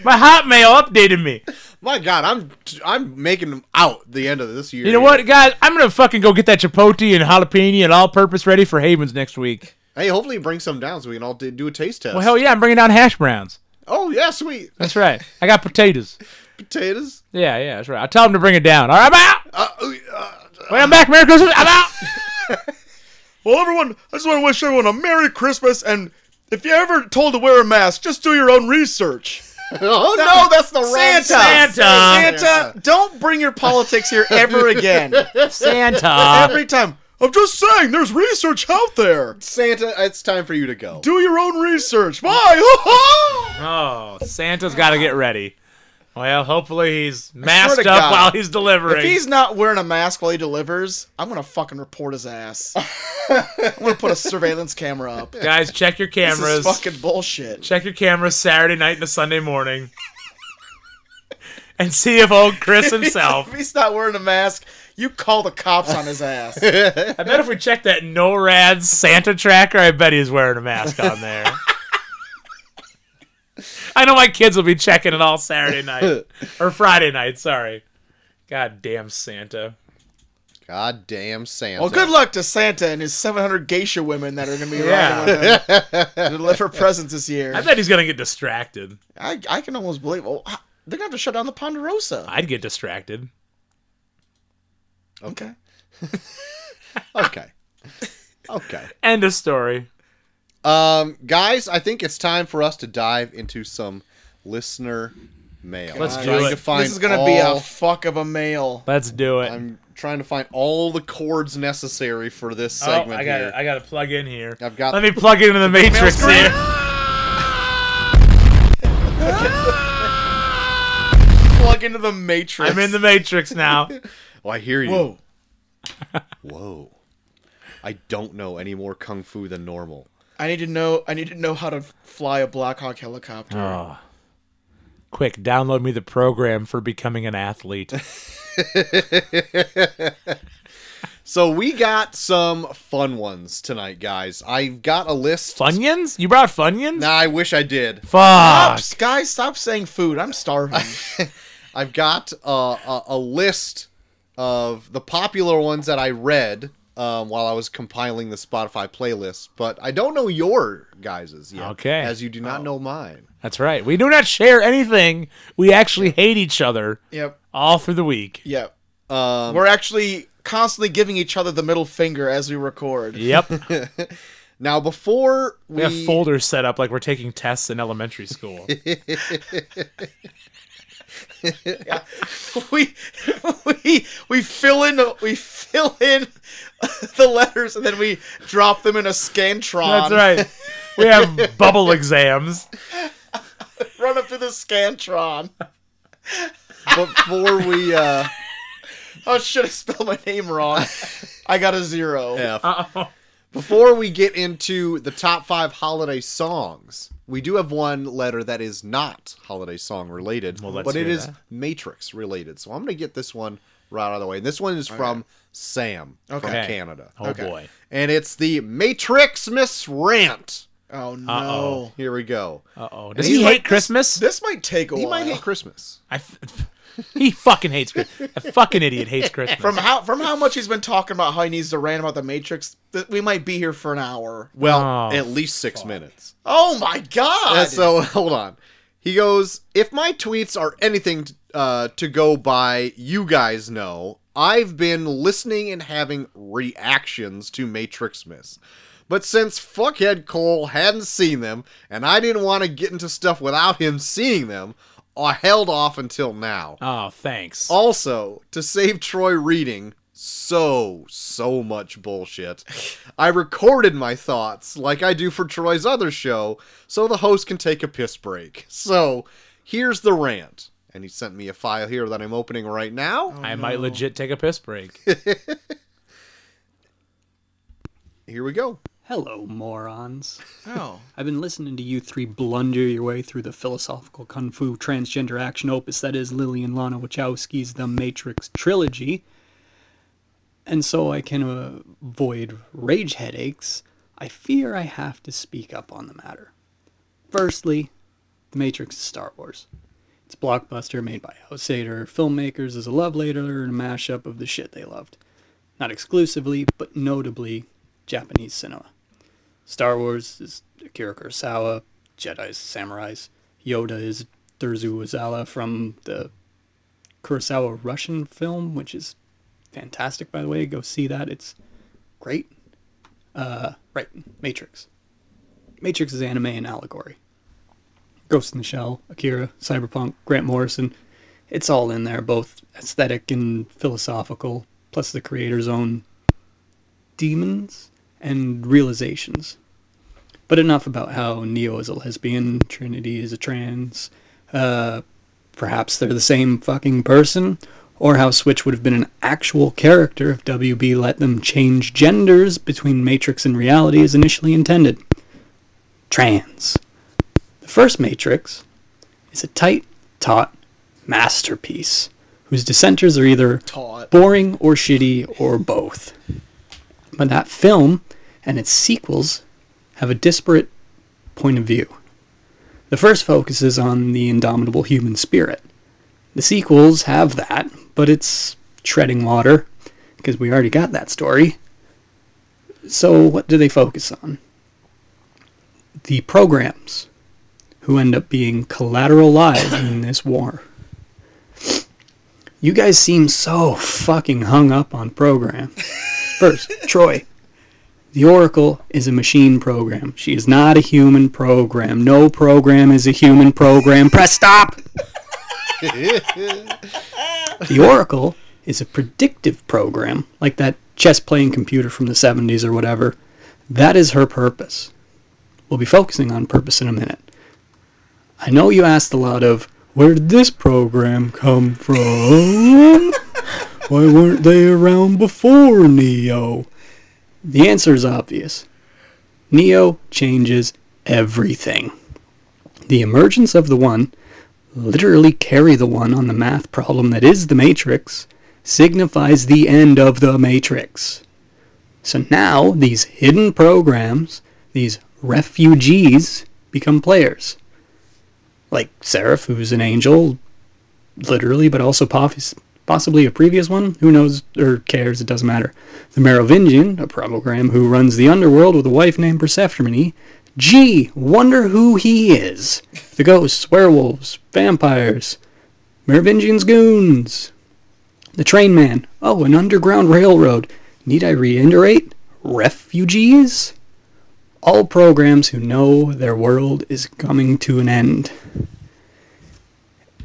C: My Hotmail updated me.
B: My God, I'm I'm making them out the end of this year.
C: You know what, guys? I'm going to fucking go get that chipotle and jalapeno and all purpose ready for Havens next week.
B: Hey, hopefully you bring some down so we can all d- do a taste test.
C: Well, hell yeah. I'm bringing down hash browns.
B: oh yeah, sweet
C: That's right. I got potatoes.
B: potatoes.
C: Yeah, yeah, that's right. I tell them to bring it down. All right, I'm out.
B: Uh, ooh, uh,
C: When I'm back, Merry Christmas. I'm out.
D: Well, everyone, I just want to wish everyone a Merry Christmas. And if you're ever told to wear a mask, just do your own research.
B: oh no, that's the wrong
C: Santa.
D: Santa, don't bring your politics here ever again.
C: Santa.
D: Every time. I'm just saying, there's research out there.
B: Santa, it's time for you to go.
D: Do your own research. Bye.
C: Oh, Santa's got to get ready. Well, hopefully he's masked
D: to
C: up
D: God.
C: while he's delivering.
D: if he's not wearing a mask while he delivers, I'm gonna fucking report his ass. I'm gonna put a surveillance camera up.
C: Guys, check your
D: This is
C: cameras.
D: fucking bullshit.
C: Check your cameras Saturday night and Sunday morning. and see if old Chris himself.
D: If he's not wearing a mask, you call the cops on his ass.
C: I bet if we check that NORAD Santa tracker, I bet he's wearing a mask on there. I know my kids will be checking it all Saturday night. Or Friday night, sorry. God damn Santa.
B: God damn Santa.
D: Well, good luck to Santa and his 700 geisha women that are going to be
C: Yeah.
D: riding with him to deliver presents this year.
C: I bet he's gonna get distracted.
D: I, I can almost believe. Oh, h- they're going to have to shut down the Ponderosa.
C: I'd get distracted.
D: Okay.
B: Okay. Okay.
C: End of story.
B: Um, guys, I think it's time for us to dive into some listener mail.
C: Let's
B: I'm
C: do
B: trying
C: it.
B: To find
D: this is going to be a
B: all-
D: fuck of a mail.
C: Let's do it.
B: I'm trying to find all the chords necessary for this
C: Oh,
B: segment
C: I got
B: here.
C: I got to plug in here.
B: I've got-
C: Let me plug into the matrix
D: screen.
C: here.
D: Plug into the Matrix.
C: I'm in the matrix now.
B: Oh, I hear you.
D: Whoa.
B: Whoa. I don't know any more kung fu than normal.
D: I need to know. I need to know how to fly a Black Hawk helicopter.
C: Quick, download me the program for becoming an athlete.
B: So we got some fun ones tonight, guys. I've got a list.
C: Funyuns? You brought Funyuns?
B: Nah, I wish I did.
C: Fuck.
D: Stop, guys! Stop saying food. I'm starving.
B: I've got uh, a, a list of the popular ones that I read um, while I was compiling the Spotify playlist, but I don't know your guys's yet.
C: Okay. Oh.
B: As you do not know mine.
C: That's right. We do not share anything. We actually hate each other
D: yep.
C: all through the week.
D: Yep.
B: Um,
D: We're actually constantly giving each other the middle finger as we record.
C: Yep.
B: now, before we,
C: We have folders set up like we're taking tests in elementary school.
D: we we we fill in we fill in the letters and then we drop them in a scantron.
C: That's right. We have bubble exams.
D: Run up to the scantron.
B: before we, uh,
D: Oh shit! I spelled my name wrong. I
A: I got a zero.
B: F.
C: Uh-oh.
B: Before we get into the top five holiday songs, we do have one letter that is not holiday song related,
C: Well, let's
B: but it
C: hear
B: is
C: that.
B: Matrix related. So I'm going to get this one right out of the way. And this one is from Sam from
A: Okay.
B: Canada.
C: Oh
A: Okay.
C: boy.
B: And it's the Matrix Miss Rant.
A: Oh no.
C: Uh-oh.
B: Here we go.
C: Uh oh. Does
B: he's
C: he hate
B: like
C: Christmas?
A: This might take a
B: He
A: while.
B: might hate Christmas.
C: I f- he fucking hates Christmas. A fucking idiot hates Christmas.
A: from how from how much he's been talking about how he needs to rant about the Matrix, th- we might be here for an hour.
B: Well,
C: Oh,
B: at least six minutes.
A: Oh my god!
B: Uh, so hold on. He goes, if my tweets are anything uh, to go by, you guys know I've been listening and having reactions to Matrix Miss. But since fuckhead Cole hadn't seen them, and I didn't want to get into stuff without him seeing them, I held off until now.
C: oh, thanks.
B: Also, to save Troy reading so, so much bullshit, I recorded my thoughts like I do for Troy's other show so the host can take a piss break. So, here's the rant. And he sent me a file here that I'm opening right now.
C: I might legit take a piss break.
B: Here we go.
E: Hello, morons.
A: oh,
E: I've been listening to you three blunder your way through the philosophical kung fu transgender action opus that is Lily and Lana Wachowski's The Matrix trilogy. And so I can uh, avoid rage headaches. I fear I have to speak up on the matter. Firstly, The Matrix is Star Wars. It's a blockbuster made by outsider filmmakers as a love letter and a mashup of the shit they loved. Not exclusively, but notably, Japanese cinema. Star Wars is Akira Kurosawa, Jedi's samurais. Yoda is Thurzu Azala from the Kurosawa Russian film, which is fantastic, by the way. Go see that. It's great. Uh, right, Matrix. Matrix is anime and allegory. Ghost in the Shell, Akira, Cyberpunk, Grant Morrison. It's all in there, both aesthetic and philosophical, plus the creator's own demons and realizations. But enough about how Neo is a lesbian, Trinity is a trans. Uh, perhaps they're the same fucking person, or how Switch would have been an actual character if WB let them change genders between Matrix and reality as initially intended. Trans. The first Matrix is a tight, taut masterpiece whose dissenters are either
A: Taut.
E: boring or shitty or both. But that film and its sequels have a disparate point of view. The first focuses on the indomitable human spirit. The sequels have that, but it's treading water because we already got that story. So, what do they focus on? The programs who end up being collateral lives in this war. You guys seem so fucking hung up on program. First, Troy. The Oracle is a machine program. She is not a human program. No program is a human program. Press stop! the Oracle is a predictive program, like that chess playing computer from the 70s or whatever. That is her purpose. We'll be focusing on purpose in a minute. I know you asked a lot of, where did this program come from? Why weren't they around before Neo? The answer is obvious Neo changes everything. The emergence of the One, literally carry the One on the math problem that is the Matrix, signifies the end of the Matrix. So now these hidden programs, these refugees, become players. Like Seraph, who's an angel, literally, but also poss- possibly a previous one. Who knows or cares? It doesn't matter. The Merovingian, a program who runs the underworld with a wife named Persephone. Gee, wonder who he is. The ghosts, werewolves, vampires, Merovingian's goons. The train man. Oh, an underground railroad. Need I reiterate? Refugees? All programs who know their world is coming to an end.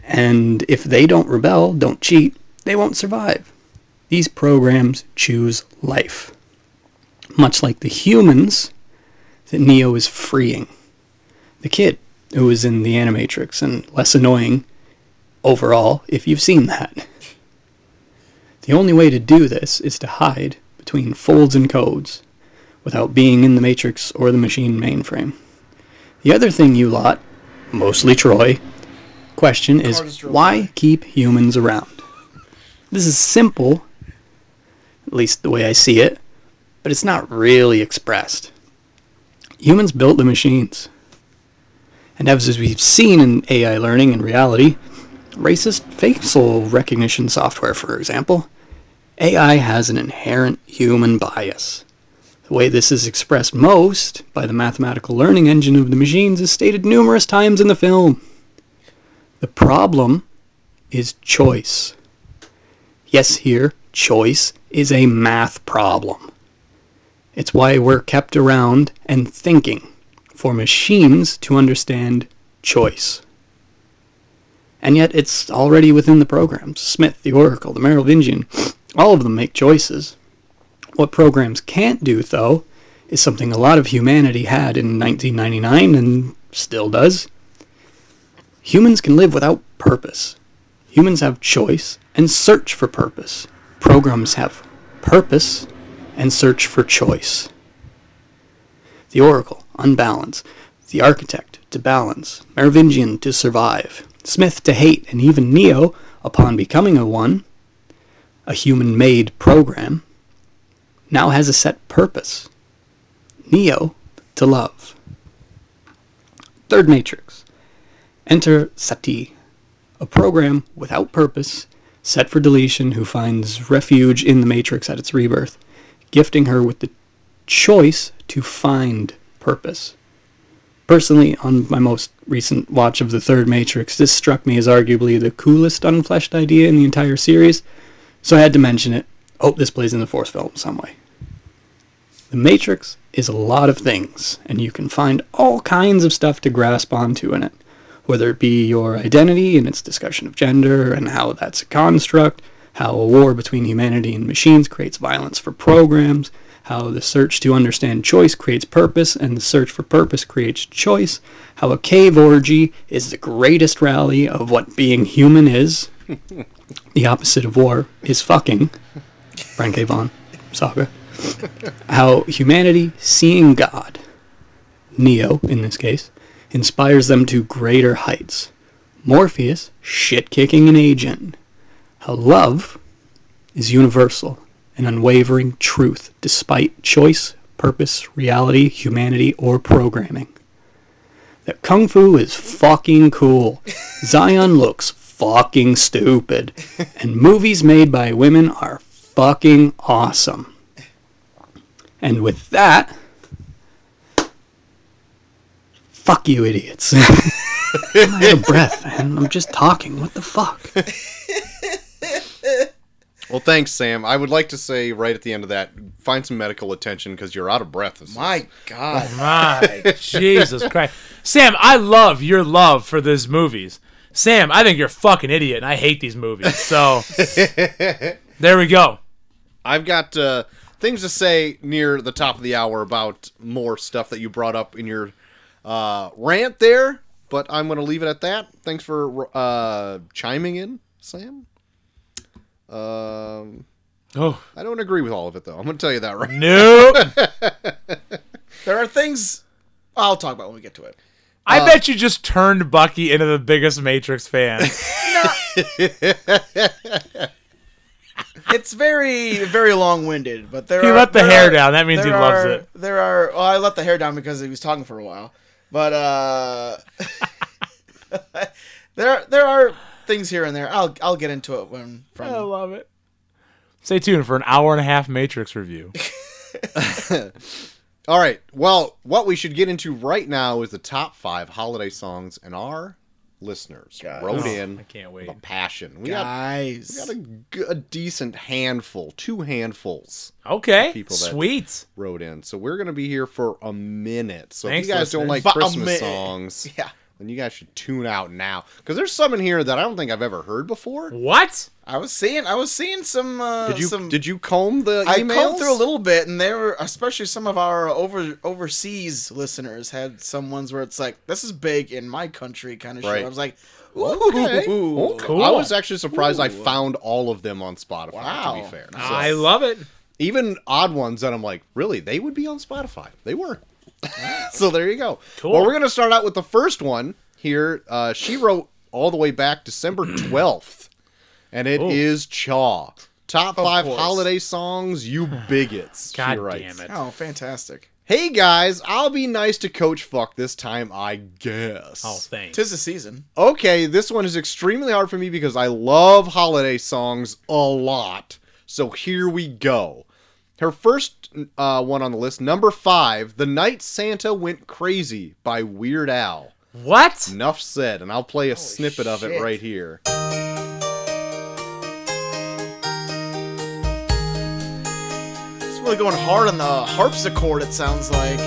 E: And if they don't rebel, don't cheat, they won't survive. These programs choose life. Much like the humans that Neo is freeing. The kid who was in the Animatrix and less annoying overall, if you've seen that. The only way to do this is to hide between folds and codes without being in the matrix or the machine mainframe. The other thing you lot, mostly Troy, question is why keep humans around? This is simple, at least the way I see it, but it's not really expressed. Humans built the machines. And as we've seen in AI learning and reality, racist facial recognition software, for example, AI has an inherent human bias. The way this is expressed most by the mathematical learning engine of the machines is stated numerous times in the film. The problem is choice. Yes, here, choice is a math problem. It's why we're kept around and thinking for machines to understand choice. And yet it's already within the programs. Smith, the Oracle, the Merovingian, all of them make choices. What programs can't do, though, is something a lot of humanity had in 1999 and still does. Humans can live without purpose. Humans have choice and search for purpose. Programs have purpose and search for choice. The Oracle, unbalance. The Architect, to balance. Merovingian, to survive. Smith, to hate, and even Neo, upon becoming a one, a human made program, now has a set purpose. Neo, to love. Third Matrix. Enter Sati, a program without purpose, set for deletion, who finds refuge in the Matrix at its rebirth, gifting her with the choice to find purpose. Personally, on my most recent watch of The Third Matrix, this struck me as arguably the coolest unfleshed idea in the entire series, so I had to mention it. Hope this plays in the fourth film some way. The Matrix is a lot of things, and you can find all kinds of stuff to grasp onto in it, whether it be your identity and its discussion of gender and how that's a construct, how a war between humanity and machines creates violence for programs, how the search to understand choice creates purpose, and the search for purpose creates choice, how a cave orgy is the greatest rally of what being human is. the opposite of war is fucking. Brian K. Vaughan, saga. How humanity seeing God, Neo in this case, inspires them to greater heights. Morpheus shit kicking an agent. How love is universal an unwavering truth despite choice, purpose, reality, humanity, or programming. That Kung Fu is fucking cool. Zion looks fucking stupid. And movies made by women are fucking awesome. And with that, fuck you idiots. I'm out of breath, and I'm just talking. What the fuck?
B: Well, thanks, Sam. I would like to say right at the end of that, find some medical attention because you're out of breath. This-
A: My God.
C: My Jesus Christ. Sam, I love your love for these movies. Sam, I think you're a fucking idiot and I hate these movies. So there we go.
B: I've got uh, things to say near the top of the hour about more stuff that you brought up in your uh, rant there, but I'm going to leave it at that. Thanks for uh, chiming in, Sam. Um,
C: Oh
B: I don't agree with all of it, though. I'm going to tell you that right.
C: no.
A: There are things I'll talk about when we get to it. Uh.
C: I bet you just turned Bucky into the biggest Matrix fan.
A: It's very, very long-winded, but there.
C: He
A: are,
C: let the
A: there
C: hair
A: are-
C: down. That means he
A: there
C: loves
A: are-
C: it.
A: There are. Well, I let the hair down because he was talking for a while, but uh, there, there are things here and there. I'll, I'll get into it when from.
C: I love it. Stay tuned for an hour and a half Matrix review.
B: All right. Well, what we should get into right now is the top five holiday songs, and our listeners
A: Guys.
B: wrote
A: Oh,
B: in
C: I can't
B: with
C: wait.
B: a passion. We got
A: Guys,
B: got a, g- a decent handful, two handfuls
C: Okay.
B: People that-
C: Sweet.
B: wrote in. So we're gonna be here for a minute. So
C: Thanks,
B: if you guys don't like
C: listeners.
A: But a
B: Christmas
A: minute.
B: songs,
A: Yeah.
B: then you guys should tune out now because there's some in here that I don't think I've ever heard before.
C: What?
A: I was seeing, I was seeing some. Uh,
B: Did you
A: Some,
B: did you comb the
A: I
B: emails?
A: combed through a little bit, and there were especially some of our over overseas listeners had some ones where it's like this is big in my country kind of
B: Right.
A: shit. I was like,
B: Okay.
A: ooh,
B: Okay.
C: Cool.
B: I was actually surprised I found all of them on Spotify. To
A: Wow.
B: be fair, So-
C: I love it.
B: Even odd ones that I'm like, really, they would be on Spotify. They were. so there you go.
C: Cool.
B: Well, we're gonna start out with the first one here. Uh, she wrote all the way back December twelfth, and
C: Oh.
B: it is Chaw. Top five
A: course.
B: holiday songs, you bigots. she
C: God
B: writes.
C: damn it.
A: Oh, fantastic.
B: Hey guys, I'll be nice to Coach Fuck this time, I guess.
C: Oh, thanks.
A: Tis the season.
B: Okay, this one is extremely hard for me because I love holiday songs a lot. So here we go. Her first uh, one on the list, number five, The Night Santa Went Crazy by Weird Al.
C: What?
B: Enough said, and I'll play a snippet of it
A: shit.
B: right here.
A: It's really going hard on the harpsichord, it sounds like.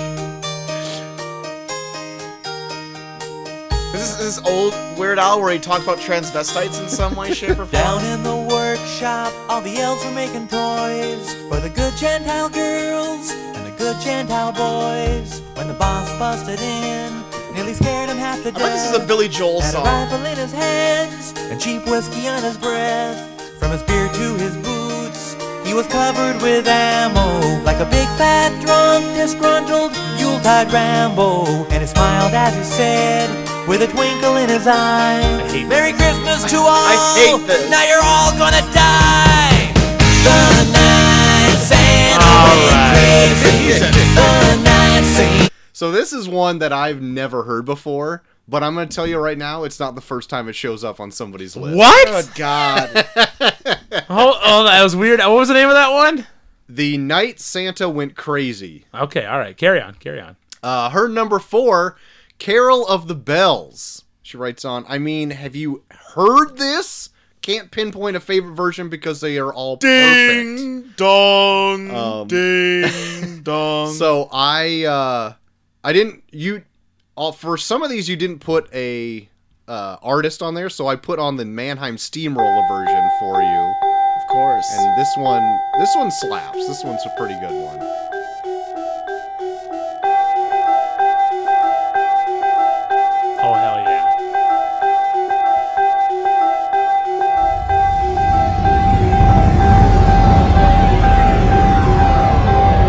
A: This is this is old Weird Al where he talked about transvestites in some way, shape, or
F: Down
A: form.
F: in the workshop, all the elves were making toys for the good Gentile girls and the good Gentile boys. When the boss busted in, nearly scared him half to
A: I bet this
F: death.
A: is a Billy Joel
F: Had a
A: song.
F: rifle in his hands and cheap whiskey on his breath. From his beard to his boots, he was covered with ammo. Like a big fat drunk, disgruntled Yuletide Rambo. And he smiled as he said, with a twinkle in his eye, Merry Christmas to all!
A: hate this.
F: Now you're all gonna die! The night Santa went crazy. The night Santa
B: So this is one that I've never heard before, but I'm going to tell you right now, it's not the first time it shows up on somebody's list.
A: Good
C: What?
A: God.
C: Oh, oh, that was weird. What was the name of that one?
B: The Night Santa Went Crazy
C: Okay, all right. Carry on. Carry on.
B: Uh, her number four, Carol of the Bells. She writes on, I mean, have you heard this? Can't pinpoint a favorite version because they are all perfect.
A: dong.
B: Um,
A: ding dong.
B: So I uh I didn't you all for some of these you didn't put a uh artist on there, so I put on the Mannheim Steamroller version for you.
A: of course.
B: And this one this one slaps. This one's a pretty good one.
C: Oh, hell yeah.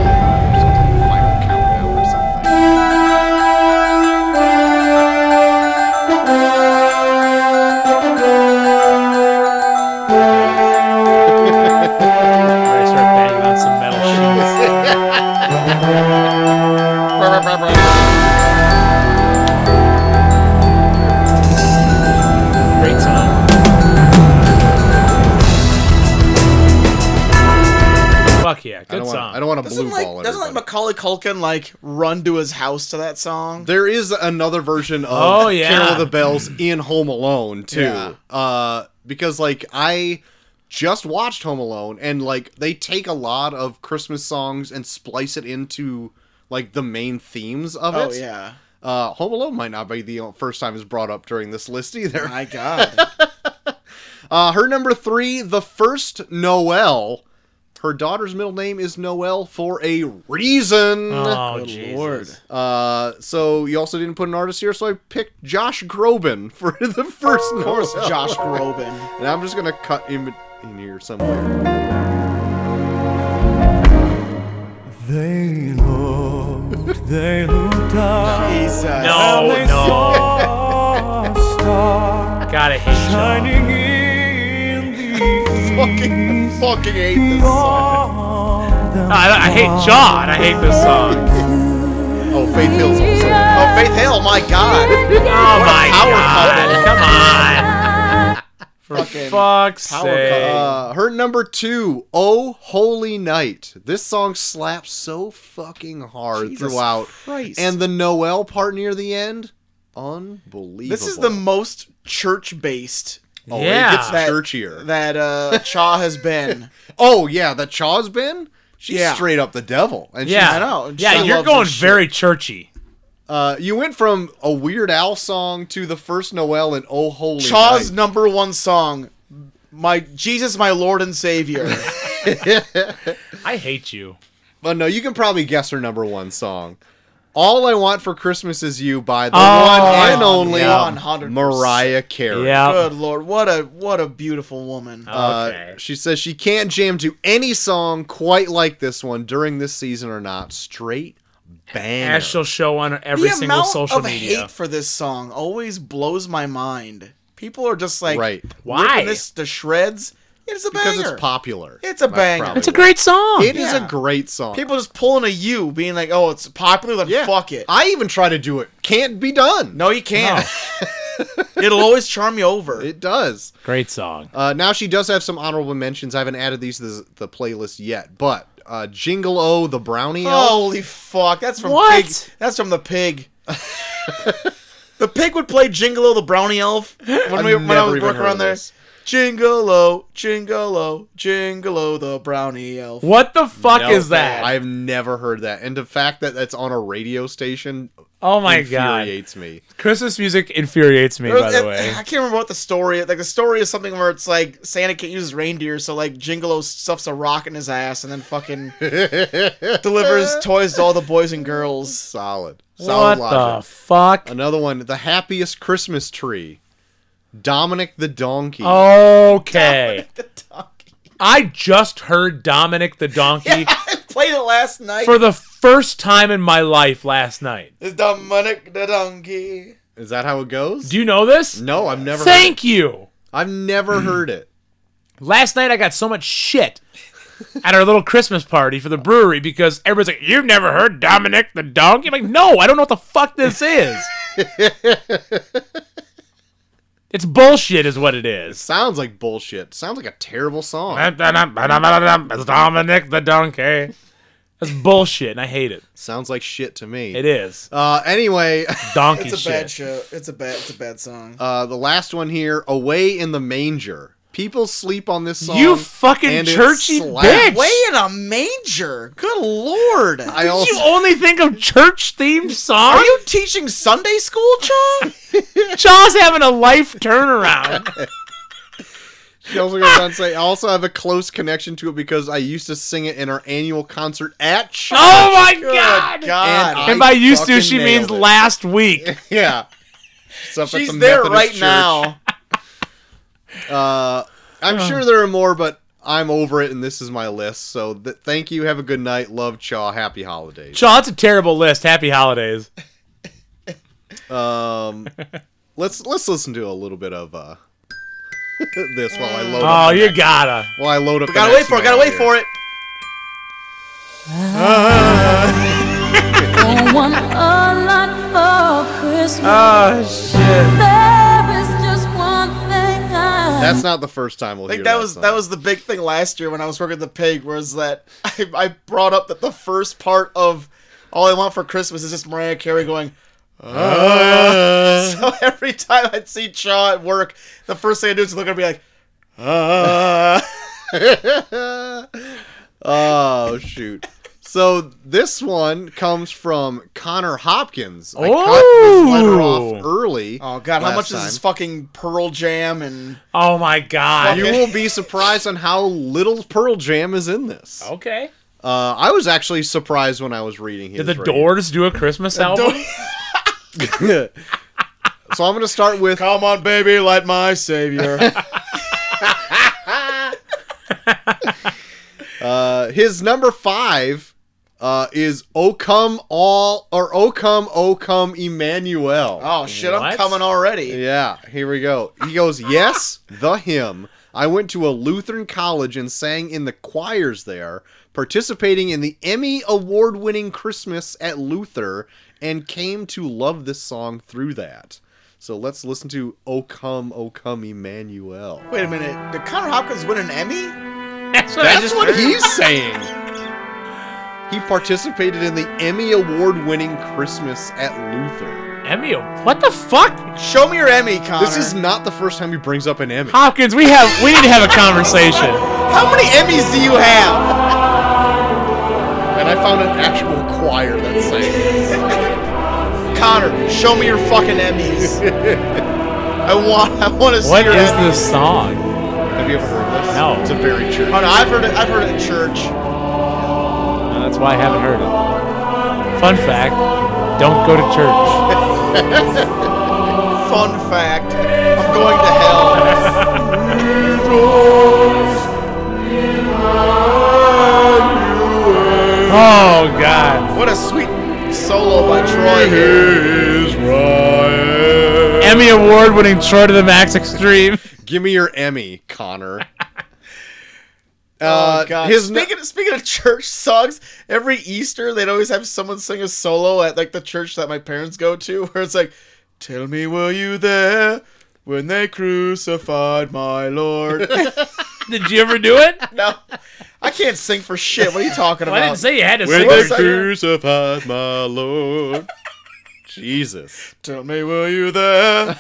B: Final countdown or something.
C: I'm gonna start banging on some metal sheets. Great song. Fuck yeah.
B: I
C: Good
B: don't
C: song.
B: want I don't want to blue
A: doesn't
B: ball
A: like
B: it.
A: doesn't like Macaulay Culkin like run to his house to that song?
B: There is another version of
C: Oh, yeah.
B: Carol of the Bells in Home Alone too.
A: Yeah.
B: Uh because like I just watched Home Alone and like they take a lot of Christmas songs and splice it into like the main themes of
A: Oh
B: it.
A: yeah.
B: Uh Home Alone might not be the first time it's brought up during this list either.
A: My God.
B: Uh her number 3, The First Noel. Her daughter's middle name is Noel for a reason.
C: Oh,
A: Good
C: Jesus.
A: Lord.
B: Uh, so you also didn't put an artist here, so I picked Josh Groban for the first
A: Of course,
B: Norse.
A: Oh, Josh Groban.
B: And I'm just gonna cut him in here somewhere.
F: They looked, they looked up.
A: Jesus.
C: No, no.
F: they saw a star
C: Gotta hate Shaw.
F: shining in the
B: fucking, fucking hate
F: east.
B: this song.
F: Beyond the
C: I, I hate Shaw and I hate this song.
B: Oh, Faith Hill's also.
A: Oh, Faith Hill, my God.
C: Oh my god. Come on. For
A: Fucking
C: fuck's
A: power couple.
C: sake.
B: Uh, her number two, Oh Holy Night. This song slaps so fucking hard
A: Jesus
B: throughout.
A: Christ.
B: And the Noel part near the end, unbelievable.
A: This is the most church-based
B: oh,
C: Yeah.
B: it gets
A: That-
B: churchier.
A: that uh, Chaw has been.
B: oh yeah, the Chaw's been. She's
A: Yeah.
B: straight up the devil, and she's
C: Yeah.
A: I know.
C: Yeah,
A: Shaw
C: you're
A: loves
C: going
A: this shit.
C: very churchy.
B: Uh, you went from a Weird Al song to the first Noel and Oh Holy
A: Chaw's
B: Night.
A: number one song, "My Jesus, My Lord and Savior."
C: I hate you.
B: But no, you can probably guess her number one song. All I Want for Christmas Is You by the
C: Oh,
B: one
C: I-
B: and only
A: yeah. 100%.
B: Mariah Carey.
C: Yeah.
A: Good lord, what a what a beautiful woman.
B: Uh,
C: Okay.
B: She says she can't jam to any song quite like this one during this season or not. Straight banger.
C: As she'll show on every
A: the
C: single
A: amount
C: social
A: of
C: media.
A: hate for this song always blows my mind. People are just like
B: Right.
C: Why?
A: ripping this to shreds. It's a
B: Because
A: banger.
B: it's popular.
A: It's a
B: That's
A: banger.
B: probably
C: It's a
B: why.
C: great song.
B: It is
A: Yeah.
B: a great song.
A: People just pulling a U, being like, "Oh, it's popular, then
B: Yeah.
A: fuck it."
B: I even try to do it. Can't be done.
A: no, you can't. It'll always charm you over.
B: It does.
C: great song.
B: Uh, now she does have some honorable mentions. I haven't added these to the, the playlist yet, but uh, Jingle O, the Brownie Elf.
A: Holy fuck! That's from
C: What?
A: Pig. That's from the Pig. the Pig would play Jingolo the Brownie Elf when we when I
B: never
A: was
B: even
A: working
B: heard
A: around
B: of
A: there.
B: this.
A: Jingolo, Jingolo, Jingolo the Brownie Elf.
C: What the fuck
B: No,
C: is that?
B: I've never heard that. And the fact that that's on a radio station
C: oh my god.
B: infuriates me.
C: Christmas music infuriates me,
A: There
C: by
A: was-
C: the
A: I-
C: way.
A: I can't remember what the story. Like the story is something where it's like Santa can't use his reindeer, so like Jingolo stuffs a rock in his ass and then fucking delivers toys to all the boys and girls.
B: Solid.
C: What
B: Solid
C: the
B: logic.
C: fuck?
B: Another one, The Happiest Christmas Tree. Dominic the Donkey.
C: Oh. Okay.
A: The donkey.
C: I just heard Dominic the Donkey
A: I played it last night.
C: for the first time in my life last night.
A: It's Dominic the donkey.
B: Is that how it goes?
C: Do you know this?
B: no, I've never heard it.
C: Thank you.
B: I've never heard it.
C: Last night I got so much shit at our little Christmas party for the brewery because everybody's like, "You've never heard Dominic the Donkey?" I'm like, "No, I don't know what the fuck this is." it's bullshit, is what it is.
B: Sounds like bullshit. Sounds like a terrible song.
C: It's Dominic the Donkey. That's bullshit, and I hate it.
B: Sounds like shit to me.
C: It is
B: Uh, anyway,
C: donkey
A: It's a
C: shit.
A: bad show. It's a bad. It's a bad song.
B: uh, the last one here, "Away in the Manger." People sleep on this song.
C: You fucking
B: and it
C: churchy
B: slaps.
C: bitch.
A: Way in a manger. Good lord.
B: I
C: Did
B: also,
C: you only think of church themed songs?
A: Are you teaching Sunday school, John?
C: Jaw's having a life turnaround.
B: she also goes on to say, I also have a close connection to it because I used to sing it in our annual concert at church.
C: oh my
A: Good
C: god!
A: God.
B: And
C: And by
B: I
C: used to,
B: fucking
C: she
B: nailed
C: means
B: it.
C: last week.
B: Yeah. It's up at
A: She's
B: the
A: there
B: Methodist
A: right
B: church.
A: now.
B: Uh, I'm
C: Oh.
B: sure there are more, but I'm over it, and this is my list. So th- thank you. Have a good night. Love, Chaw. Happy holidays.
C: Shaw, that's a terrible list. Happy holidays.
B: Um, let's let's listen to a little bit of uh this while I load.
C: Oh,
B: up the
C: you
B: next-
C: gotta.
B: While I load up. the
A: Gotta wait
B: next
A: for it.
B: one
A: Gotta wait
B: here.
A: for it.
G: I want a lot for Christmas.
C: Oh shit.
G: There is just one thing I
B: That's not the first time we'll
A: Like
B: hear
A: that was
B: song.
A: that was the big thing last year when I was working at the pig was that I, I brought up that the first part of all I want for Christmas is just Mariah Carey going. "Ah." so every time I'd see Chaw at work, the first thing I do is look at her and be like,
B: oh shoot. So this one comes from Connor Hopkins. I
C: Oh.
B: cut his letter off early.
A: "Oh God, how
B: last
A: much is this
B: time.
A: fucking Pearl Jam?" And
C: Oh my god.
B: You will be surprised on how little Pearl Jam is in this.
C: okay.
B: Uh, I was actually surprised when I was reading his.
C: Did the
B: rating.
C: Doors do a Christmas album?
B: So I'm going to start with
A: "Come on, baby, light my savior."
B: uh, his number five uh, is "O Come All" or "O Come, O Come Emmanuel."
A: oh shit,
C: What?
A: I'm coming already.
B: Yeah, here we go. He goes, Yes, the hymn. I went to a Lutheran college and sang in the choirs there, participating in the Emmy award winning Christmas at Luther, and came to love this song through that. So let's listen to O Come, O Come Emmanuel.
A: Wait a minute, did Connor Hopkins win an Emmy?
C: That's what I
B: That's
C: just
B: what
C: heard.
B: he's saying. He participated in the Emmy award winning Christmas at Luther.
C: Emmy. What the fuck?
A: Show me your Emmy, Connor.
B: This is not the first time he brings up an Emmy.
C: Hopkins, we have we need to have a conversation.
A: how many Emmys do you have?
B: And I found an actual choir that sang.
A: Connor, show me your fucking Emmys. I want, I want to see
C: What
A: your
C: is
A: Emmys.
C: this song?
B: Have you ever heard this?
C: No.
B: It's a very church.
A: Oh no, I've heard it. I've heard it at church.
C: No, that's why I haven't heard it. Fun fact. Don't go to church.
A: Fun fact I'm going to hell.
C: Oh God.
A: What a sweet solo by Troy Uh, here.
C: Emmy award winning Troy to the Max Extreme.
B: Give me your Emmy, Connor.
A: Uh,
B: God.
A: His speaking, speaking of church songs, every Easter they'd always have someone sing a solo at like the church that my parents go to, where it's like, "Tell me, were you there when they crucified my Lord?"
C: Did you ever do it?
A: no, I can't sing for shit. What are you talking
C: Well, I
A: about?
C: didn't say you had to
B: When
C: sing.
A: Where'd
B: they
A: Of course I-
B: crucified my Lord. Jesus.
A: Tell me, were you there?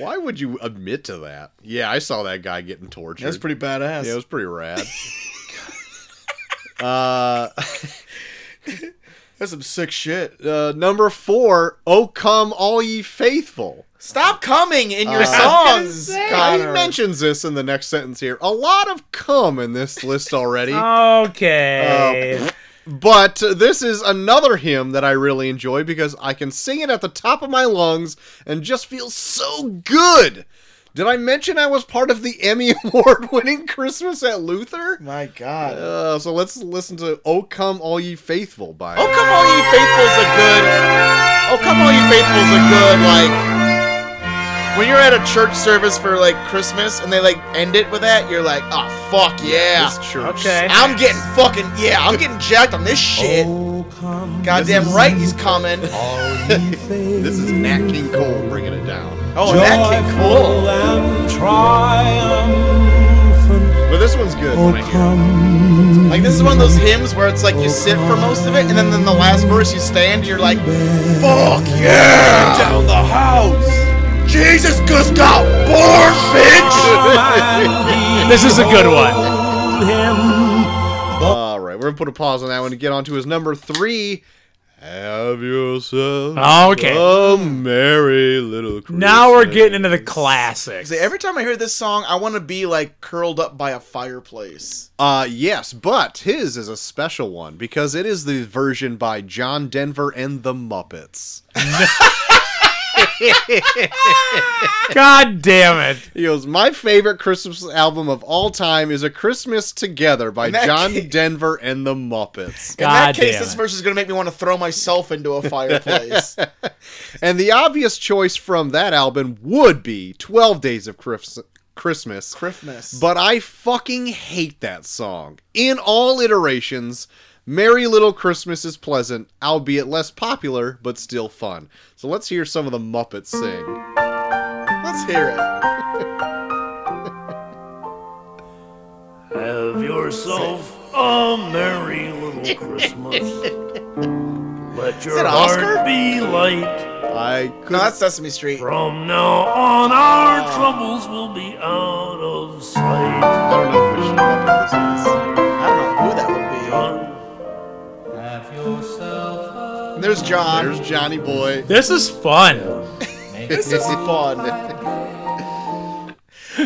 B: Why would you admit to that? Yeah, I saw that guy getting tortured.
A: That's pretty badass.
B: Yeah, it was pretty rad. uh,
A: That's some sick shit.
B: uh, number four, "O Come All Ye Faithful."
A: Stop coming in your songs,
B: He
A: Connor.
B: mentions this in the next sentence here. A lot of "come" in this list already.
C: Uh. Okay.
B: But uh, this is another hymn that I really enjoy because I can sing it at the top of my lungs and just feel so good. Did I mention I was part of the Emmy Award winning Christmas at Luther?
A: My God.
B: Uh, so let's listen to "O Come All Ye Faithful" by
A: Oh come all ye faithfuls a good Oh come all ye faithfuls a good like when you're at a church service for like Christmas and they like end it with that, you're like, oh fuck yeah.
B: this church.
C: Okay.
A: I'm getting fucking yeah, I'm getting jacked on this shit. Goddamn right he's coming.
B: This is Nat King Cole bringing it down.
A: Oh and that kid cool.
B: But this one's good when I hear
A: Like this is one of those hymns where it's like you sit for most of it and then in the last verse you stand, you're like, fuck yeah! Down the house! Jesus just got born, bitch!
C: Ah, This is a good one.
B: it. All right, we're going to put a pause on that one to get on to his number three. Have yourself
C: Okay.
B: a merry little Christmas.
C: Now we're getting into the classics.
A: See, every time I hear this song, I want to be like curled up by a fireplace.
B: Uh, yes, but his is a special one because it is the version by John Denver and the Muppets.
C: God damn it.
B: He goes, My favorite Christmas album of all time is A Christmas Together by
A: In that
B: John
A: case-
B: Denver and the Muppets.
A: In that
C: God
A: case,
C: damn
A: this
C: it.
A: verse is going to make me want to throw myself into a fireplace.
B: And the obvious choice from that album would be 12 Days of Chris- Christmas.
A: Christmas.
B: But I fucking hate that song. In all iterations, Merry Little Christmas is pleasant, albeit less popular, but still fun. So let's hear some of the Muppets sing.
A: Let's hear it.
H: Have yourself a merry little Christmas. Let your
A: it
H: heart
A: Oscar?
H: be light.
B: I could
A: No, that's Sesame Street.
H: From now on, our troubles will be out of sight.
B: I don't know which Muppet
A: I don't know who that would be. There's John.
B: this is. There's Johnny Boy.
C: This is fun.
A: this is fun.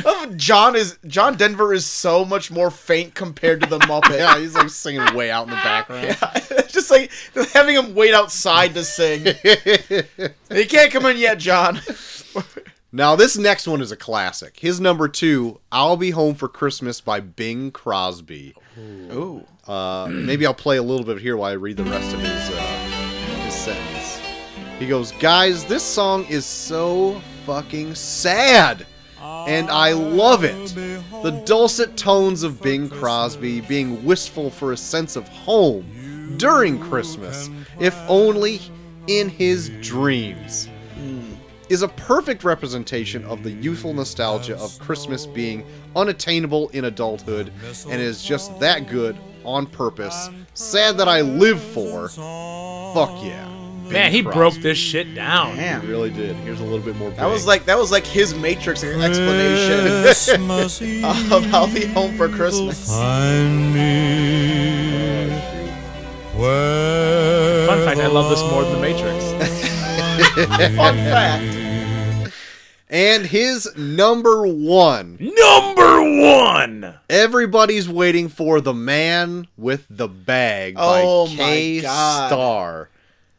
A: Um, John is John Denver is so much more faint compared to the Muppet.
B: Yeah, he's like singing way out in the background.
A: Just like having him wait outside to sing. he can't come in yet, John.
B: Now, this next one is a classic. His number two, I'll Be Home for Christmas by Bing Crosby.
A: Ooh.
B: Uh, maybe I'll play a little bit here while I read the rest of his, uh, his sentence. He goes, Guys, this song is so fucking sad. And I love it. The dulcet tones of Bing Crosby being wistful for a sense of home during Christmas, if only in his dreams is a perfect representation of the youthful nostalgia of Christmas being unattainable in adulthood and is just that good on purpose. Sad that I live for. Fuck yeah.
C: Man, he
B: Bing
C: broke
B: Crosby.
C: this shit down.
B: He
A: Damn.
B: really did. Here's a little bit more.
A: That was
B: Bing.
A: like that was like his Matrix explanation of I'll be home for Christmas.
C: Fun fact, I love this more than The Matrix.
A: Fun fact.
B: And his number one
C: Number one.
A: man.
B: Everybody's waiting for The Man with the Bag
A: Oh
B: by
A: my
B: K
A: God.
B: Star.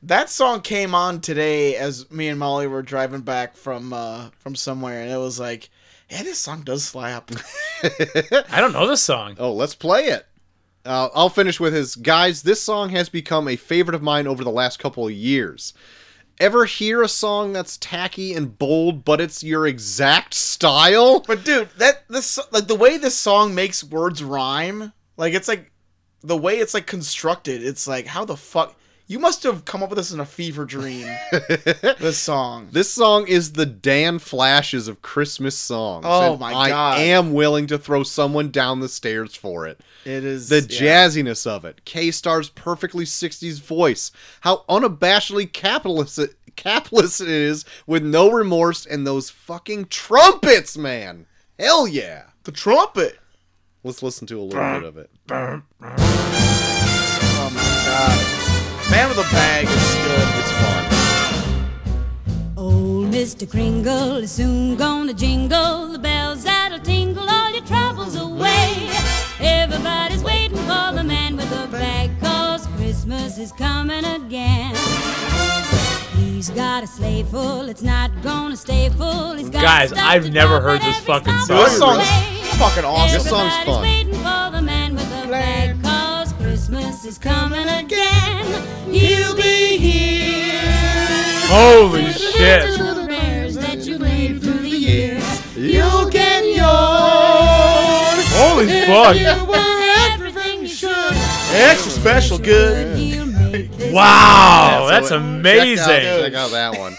A: That song came on today as me and Molly were driving back from uh from somewhere and it was like, Yeah, this song does slap.
C: I don't know this song.
B: Oh, let's play it. Uh, I'll finish with his guys. This song has become a favorite of mine over the last couple of years. Ever hear a song that's tacky and bold, but it's your exact style?
A: But dude, that this like the way this song makes words rhyme, like it's like the way it's like constructed, it's like how the fuck you must have come up with this in a fever dream. this song.
B: This song is the Dan Flashes of Christmas songs.
A: Oh
B: and
A: my
B: I
A: God.
B: am willing to throw someone down the stairs for it.
A: It is
B: The
A: yeah.
B: jazziness of it, K Star's perfectly 60s voice, how unabashedly capitalist it, capitalist it is with no remorse, and those fucking trumpets, man. Hell yeah.
A: the trumpet.
B: Let's listen to a little bit of it.
A: Oh my god. Man with a bag is good.
B: It's fun.
G: Old Mr. Kringle is soon gonna jingle the bells that'll tingle all your troubles away. Everybody's waiting for the man with the bag, cause Christmas is coming again. He's got a sleigh full, it's not gonna stay full. He's got
C: Guys,
G: stuff
C: I've
G: to
C: never
G: drop
C: heard
G: at
C: this
G: every
C: fucking
G: stop
C: song.
A: This
G: on the
A: song's
G: way.
A: fucking awesome.
B: This song's
G: Everybody's
B: fun.
G: waiting for the man with the bag, cause Christmas is coming again. He'll be here.
C: Holy shit.
B: You'll get yours.
C: Holy fuck.
A: Extra special good.
C: Wow,
B: Yeah, so
C: that's
B: it- Check out,
C: amazing.
B: check out that one.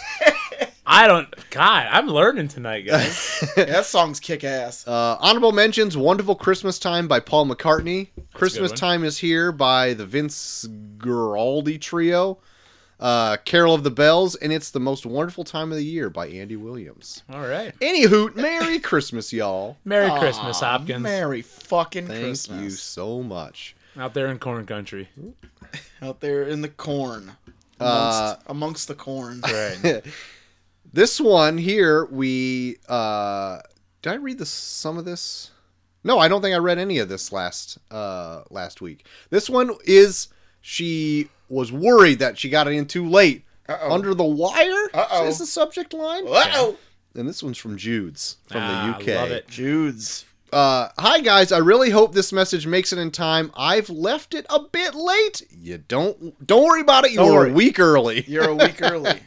C: I don't. God, I'm learning tonight, guys.
A: Yeah, that song's kick ass.
B: Uh, honorable mentions: "Wonderful Christmas Time" by Paul McCartney, "Christmas
C: one.
B: Time Is Here" by the Vince Guaraldi Trio, uh, "Carol of the Bells," and "It's the Most Wonderful Time of the Year" by Andy Williams.
C: All right.
B: Any hoot, Merry Christmas, y'all!
C: Merry Christmas, Hopkins.
A: Merry fucking
B: Thank
A: Christmas.
B: you so much.
C: Out there in corn country.
A: Out there in the corn. Amongst,
B: Uh,
A: amongst the corn.
B: This one here, we uh, did I read the some of this? No, I don't think I read any of this last uh, last week. This one is she was worried that she got it in too late.
A: Uh-oh.
B: Under the wire
A: Uh-oh.
B: is the subject line.
A: Uh-oh.
B: And this one's from Jude's from the
C: Ah,
B: UK.
C: love it.
A: Jude's.
B: Uh, hi guys, I really hope this message makes it in time. I've left it a bit late. You don't don't worry about it. You
A: Don't
B: were
A: worry.
B: a week early.
A: You're a week early.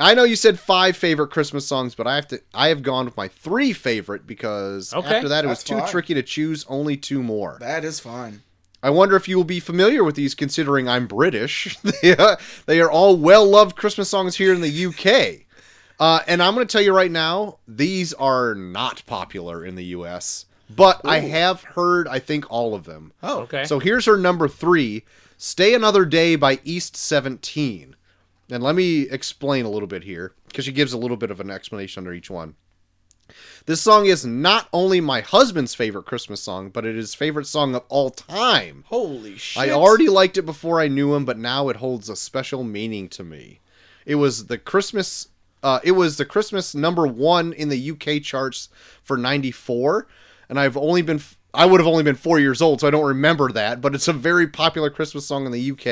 B: I know you said five favorite Christmas songs, but I have to. I have gone with my three favorite because
C: Okay,
B: after that it was
A: that's
B: too
A: fine.
B: tricky to choose only two more.
A: That is fine.
B: I wonder if you will be familiar with these, considering I'm British. they, are, they are all well-loved Christmas songs here in the UK, uh, and I'm going to tell you right now, these are not popular in the US. But I have heard, I think, all of them.
A: Oh,
C: Okay.
B: So here's her number three Stay Another Day by East 17. And let me explain a little bit here because she gives a little bit of an explanation under each one. This song is not only my husband's favorite Christmas song, but it is his favorite song of all time.
A: Holy shit.
B: I already liked it before I knew him, but now it holds a special meaning to me. It was the Christmas. Uh, it was the Christmas number one in the UK charts for '94, and I've only been. I would have only been four years old, so I don't remember that. But it's a very popular Christmas song in the UK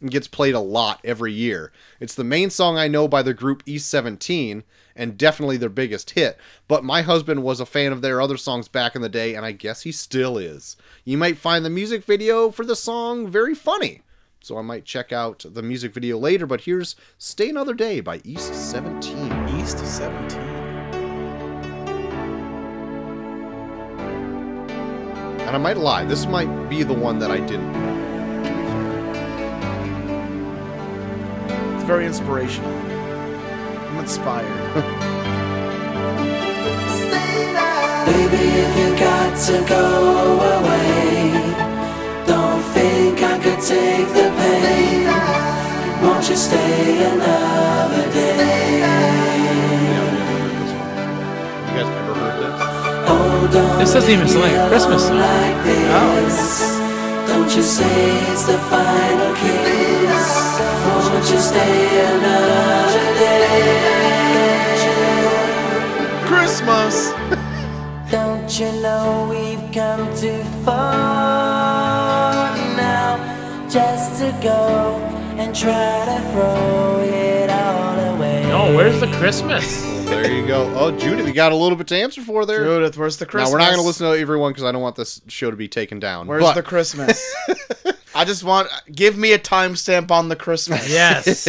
B: and gets played a lot every year. It's the main song I know by the group E17 and definitely their biggest hit. But my husband was a fan of their other songs back in the day, and I guess he still is. You might find the music video for the song very funny, so I might check out the music video later. But here's Stay Another Day by East 17.
A: East 17.
B: And I might lie, this might be the one that I didn't.
A: It's very inspirational. I'm inspired.
F: Baby, if you got to go away, don't think I could take the pain. Won't you stay another day?
B: Yeah, I never heard this one. You guys ever heard this?
F: Oh, don't
C: This doesn't even
F: leave me
C: sound like a Christmas
F: alone
C: song.
F: Like this. Don't you say it's the final kiss? Won't you stay another day?
A: Christmas!
F: Don't you know we've come too far now just to go and try to throw it all away?
C: No, where's the Christmas?
B: There you go. Oh, Judith, you got a little bit to answer for there.
A: Judith, where's the Christmas?
B: Now we're not going to listen to everyone because I don't want this show to be taken down.
A: Where's
B: but
A: the Christmas? I just want give me a timestamp on the Christmas.
C: yes.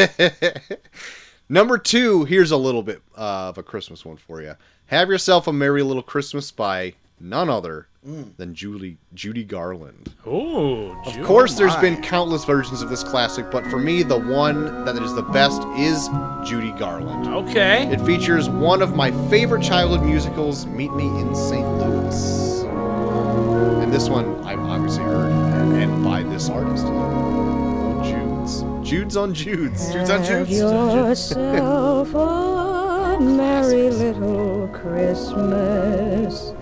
B: number two? Here's a little bit uh, of a Christmas one for you. Have yourself a merry little Christmas by none other
A: Mm.
B: than Julie Judy Garland.
C: Ooh,
B: Of
C: Ju-
B: course, there's
A: my.
B: been countless versions of this classic, but for me, the one that is the best is Judy Garland.
C: Okay.
B: It features one of my favorite childhood musicals, Meet Me in St. Louis. And this one I've obviously heard, and by this artist, Jude's. Jude's on Jude's. Jude's on Jude's.
I: yourself a merry little Christmas.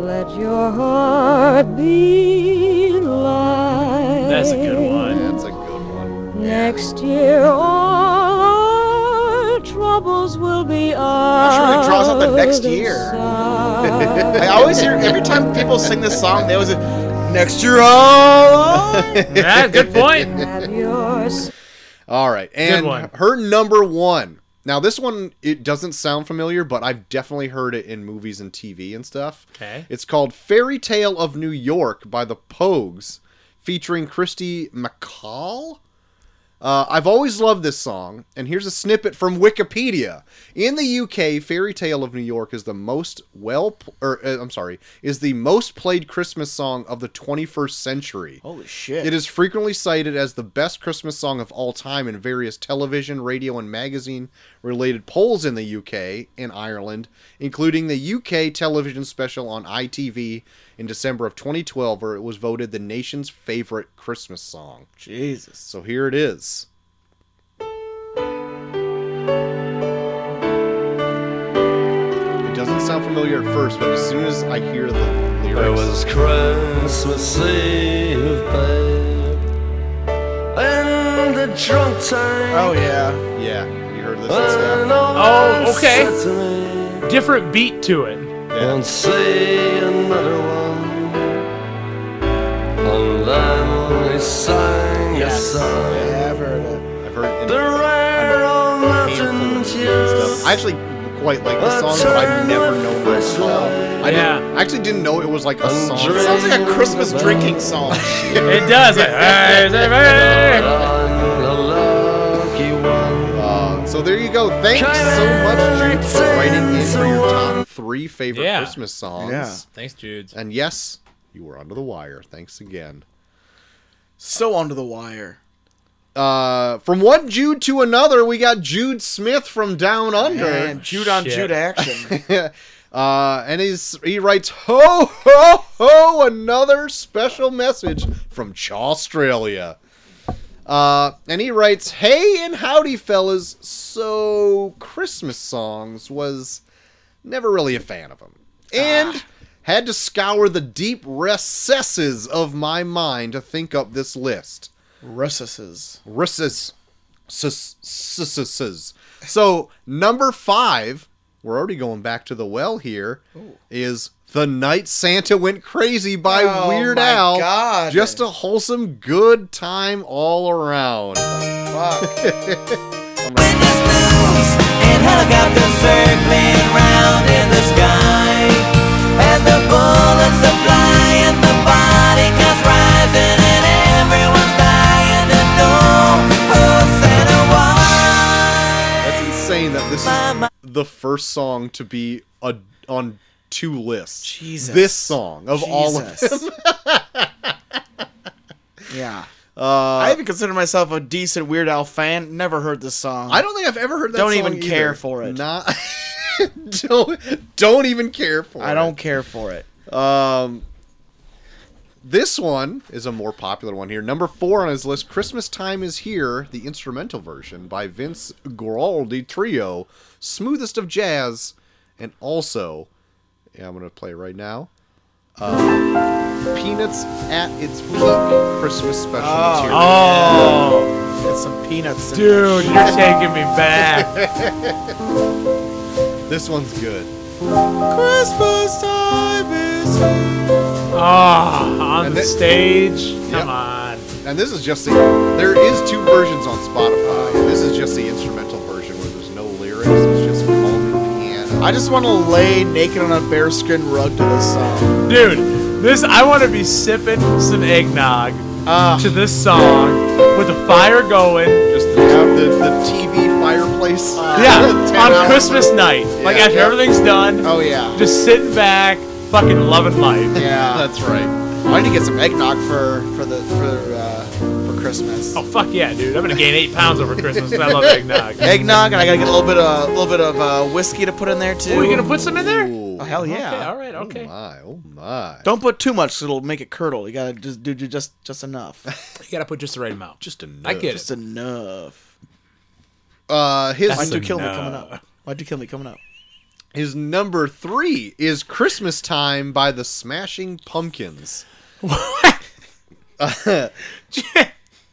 I: Let your heart be light.
C: That's a good one.
B: That's a good one.
I: Next year, all our troubles will be out.
A: sure they draws out the next year.
I: inside.
A: I always hear every time people sing this song, they always say, next year oh
C: Yeah, good point.
I: Have yours.
B: All right, and
C: one.
B: her number one. Now, this one it doesn't sound familiar, but I've definitely heard it in movies and TV and stuff.
C: Okay.
B: It's called "Fairy Tale of New York" by the Pogues, featuring Christy McCall. Uh, I've always loved this song, and here's a snippet from Wikipedia. In the UK, "Fairy Tale of New York" is the most well, or uh, I'm sorry, is the most played Christmas song of the 21st century.
A: Holy shit.
B: It is frequently cited as the best Christmas song of all time in various television, radio, and magazine related polls in the UK and Ireland, including the UK television special on ITV in December of 2012, where it was voted the nation's favorite Christmas song.
A: Jesus.
B: So here it is. It doesn't sound familiar at first, but as soon as I hear the lyrics,
H: It was Christmas Eve, babe. And the drunk tank.
A: Oh yeah.
B: yeah, you heard this and stuff.
C: Oh, okay.
H: To me,
C: Different beat to it.
H: and say another one. And then they sang a song.
A: Yeah, I've heard it.
B: I've heard it in
H: The rare old mountain dews.
B: I actually quite like this song, but I've never known it was well. I,
C: Yeah.
B: didn't, I actually didn't know it was like a song.
H: Andre-
A: It sounds like a Christmas drinking song.
C: It does. Like, "Hey, hey, hey."
H: I'm the lucky one.
B: Uh, so there you go. Thanks so much, Jude, for writing in for your top three favorite
C: Yeah.
B: Christmas songs.
A: Yeah.
C: Thanks, Jude.
B: And yes, you were under the wire. Thanks again.
A: So under the wire.
B: Uh, from one Jude to another, we got Jude Smith from Down Under.
A: And Jude on
C: Shit.
A: Jude action.
B: Uh, and he's, he writes, ho, ho, ho, another special message from Chaustralia. Uh, and he writes, hey and howdy, fellas. So, Christmas songs was never really a fan of them. And had to scour the deep recesses of my mind to think up this list.
A: Recesses.
B: Risses. Sis- sis- sis- sis. So number five, we're already going back to the well here, is the night Santa went crazy by
A: Oh
B: Weird
A: my
B: Al.
A: God.
B: Just a wholesome good time all around.
A: Fuck.
F: Witness news and helicopters circling round in the sky. And the bullets are flying, the body counts rising, and everyone's dying to know who's Santa why.
B: That's insane that this is the first song to be a, on two lists.
A: Jesus.
B: This song of all of them.
A: Jesus. yeah. I even consider myself a decent Weird Al fan. Never heard this song.
B: I don't think I've ever heard that
A: Don't
B: song
A: even care
B: either.
A: for it.
B: Not. don't don't even care for it.
A: I don't care for it.
B: Um, this one is a more popular one here. Number four on his list, "Christmas Time Is Here," the instrumental version by Vince Guaraldi Trio, smoothest of jazz, and also, yeah, I'm gonna play right now. Uh, Peanuts at its peak, Christmas special material.
C: Oh,
A: Get some peanuts. in
C: dude,
A: there.
C: you're taking me back.
B: This one's good.
A: Christmas time is here.
C: Ah, on
B: And
C: the
B: that-
C: stage. Come
B: Yep.
C: on.
B: And this is just the there is two versions on Spotify. This is just the instrumental version where there's no lyrics. It's just calm piano.
A: I just want to lay naked on a bearskin rug to this song.
C: Dude, this I want to be sipping some eggnog
A: Ah.
C: to this song with the fire going.
B: just have the, the TV fireplace.
C: Yeah,
B: 10
C: on
B: hours.
C: Christmas night. like
B: Yeah,
C: after
B: yeah.
C: everything's done,
A: Oh yeah,
C: just sitting back, fucking loving life.
A: yeah.
B: That's right.
A: I need to get some eggnog for for the for uh, for Christmas.
C: Oh fuck yeah, dude! I'm gonna gain eight pounds over Christmas. 'cause I love eggnog.
A: Eggnog, and I gotta get a little bit of a little bit of uh, whiskey to put in there too.
C: Oh, you gonna put some in there?
B: Ooh.
A: Oh, hell yeah.
C: Okay, all right, okay.
B: Oh my, oh my.
A: Don't put too much; 'cause it'll make it curdle. You gotta just do do just just enough,
C: You gotta put just the right amount.
B: Just enough.
C: I get
A: just
C: it.
A: enough.
B: Uh,
A: Why'd
B: his
A: you kill me coming
C: enough.
A: up? Why'd you kill me coming up?
B: his number three is Christmas Time by the Smashing Pumpkins.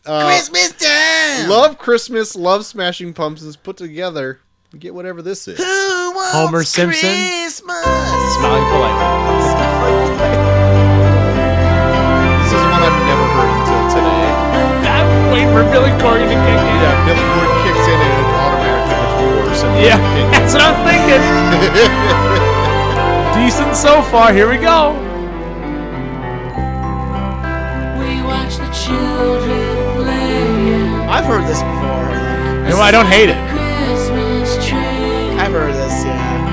B: Uh,
A: Christmas time.
B: Love Christmas, love Smashing Pumpkins put together. Get whatever this is.
A: Who wants
C: Homer Simpson?
A: Christmas.
C: Smiling politely.
B: This is one I've never heard until today.
C: I'm waiting for Billy Corgan to kick in.
B: Yeah, Billy Gordon kicks in and it automatically gets worse. And
C: Yeah,
B: worse.
C: that's what I'm thinking. Decent so far. Here we go.
I: We watch the children playing
A: I've heard this before.
C: And I don't hate it.
I: Christmas tree.
A: I've heard this. Yeah.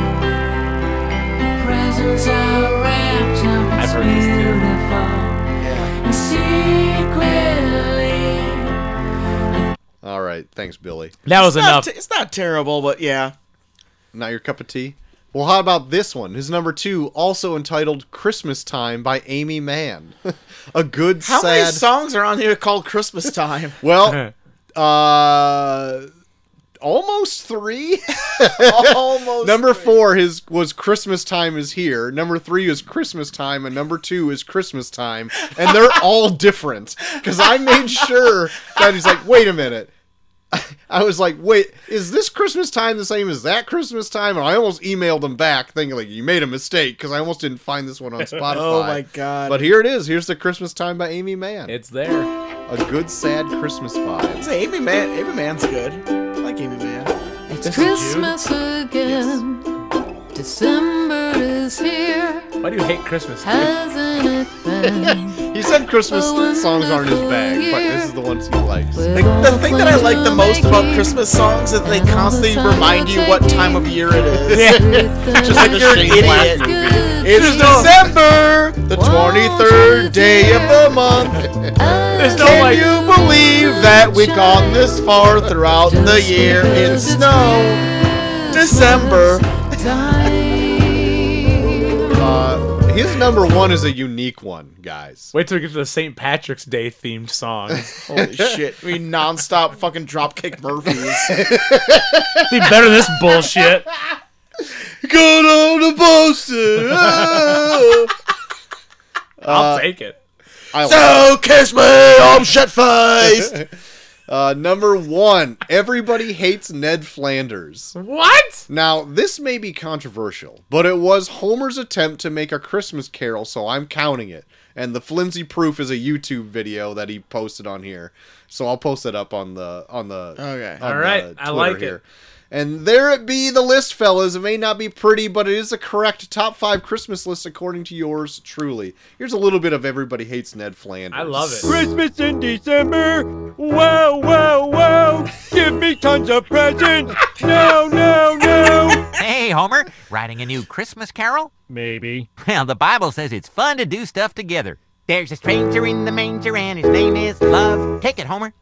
I: Presents are wrapped up.
C: I've
I: It's
C: heard this too.
I: beautiful.
A: Yeah.
I: And secretly,
B: All right, thanks, Billy.
C: That was
A: It's not,
C: enough.
A: te- it's not terrible, but yeah.
B: Not your cup of tea. Well, how about this one? His number two, also entitled "Christmas Time" by Amy Mann. A good,
A: How
B: sad.
A: many songs are on here called Christmas time?
B: well, uh, almost three.
A: Almost.
B: number four, his was "Christmas Time is here." Number three is "Christmas Time," and number two is "Christmas Time," and they're all different. Because I made sure that he's like, "Wait a minute." I was like, wait, is this Christmas time the same as that Christmas time? And I almost emailed him back thinking, like, you made a mistake because I almost didn't find this one on Spotify.
A: Oh my god.
B: But here it is. Here's the Christmas time by Amy Mann.
C: It's there.
B: a good, sad Christmas vibe.
A: Say, Amy Man. Amy Man's good. I like Amy Man.
C: This is June.
J: Christmas again. December is here,
C: Why do you hate Christmas?
J: hasn't it been?
B: He said Christmas songs aren't his bag, but this is the ones he likes.
A: Like, the thing that I like the most about Christmas songs is they constantly remind you what time of year it is.
J: Just
A: like you're an idiot. It's
C: Just don't-
A: December, the 23rd day of the month.
C: There's no
A: Can
C: like.
A: you believe that we've gone this far throughout the year in snow? December.
B: Uh, his number one is a unique one, guys.
C: Wait till we get to the St. Patrick's Day themed song. It'd
A: Holy shit. We nonstop fucking dropkick Murphys.
C: be better than this bullshit.
B: Good old Boston. oh.
C: I'll take it.
B: I like
A: so kiss me, I'm shit faced.
B: Uh, number one, everybody hates Ned Flanders.
C: What?
B: Now, this may be controversial, but it was Homer's attempt to make a Christmas carol, so I'm counting it. And the flimsy proof is a YouTube video that he posted on here, so I'll post it up on the on the.
A: Okay.
B: on
C: All right,
B: the
C: I
B: Twitter
C: like it.
B: And there it be, the list, fellas. It may not be pretty, but it is the correct top five Christmas list according to yours truly. Here's a little bit of everybody hates Ned Flanders.
C: I love it.
F: Christmas in December. Wow, wow, wow. Give me tons of presents. No, no, no.
H: Hey, Homer, writing a new Christmas carol?
K: Maybe.
H: Well, the Bible says it's fun to do stuff together. There's a stranger in the manger, and his name is Love. Take it, Homer.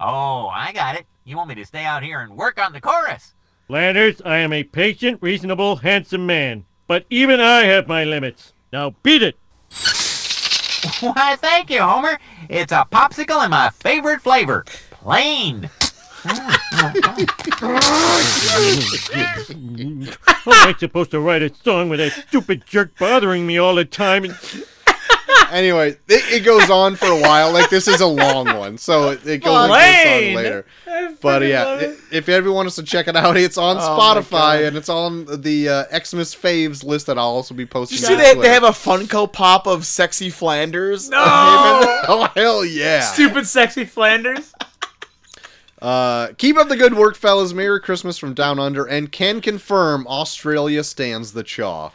H: oh, I got it. You want me to stay out here and work on the chorus?
F: Landers, I am a patient, reasonable, handsome man. But even I have my limits. Now beat it.
H: Why, thank you, Homer. It's a popsicle in my favorite flavor plain.
F: How am I supposed to write a song with that stupid jerk bothering me all the time? And...
B: anyway, it, it goes on for a while. Like this is a long one, so it, it goes like this on
C: Lane!
B: later. But yeah, i- if everyone wants to check it out, it's on Spotify and it's on the uh, Xmas faves list that I'll also be posting.
A: You see,
B: on
A: they,
B: Twitter.
A: they have a Funko Pop of Sexy Flanders.
C: No!
B: oh hell yeah!
C: Stupid sexy Flanders.
B: Uh, keep up the good work, fellas. Merry Christmas from Down Under, and can confirm Australia stands the chaw.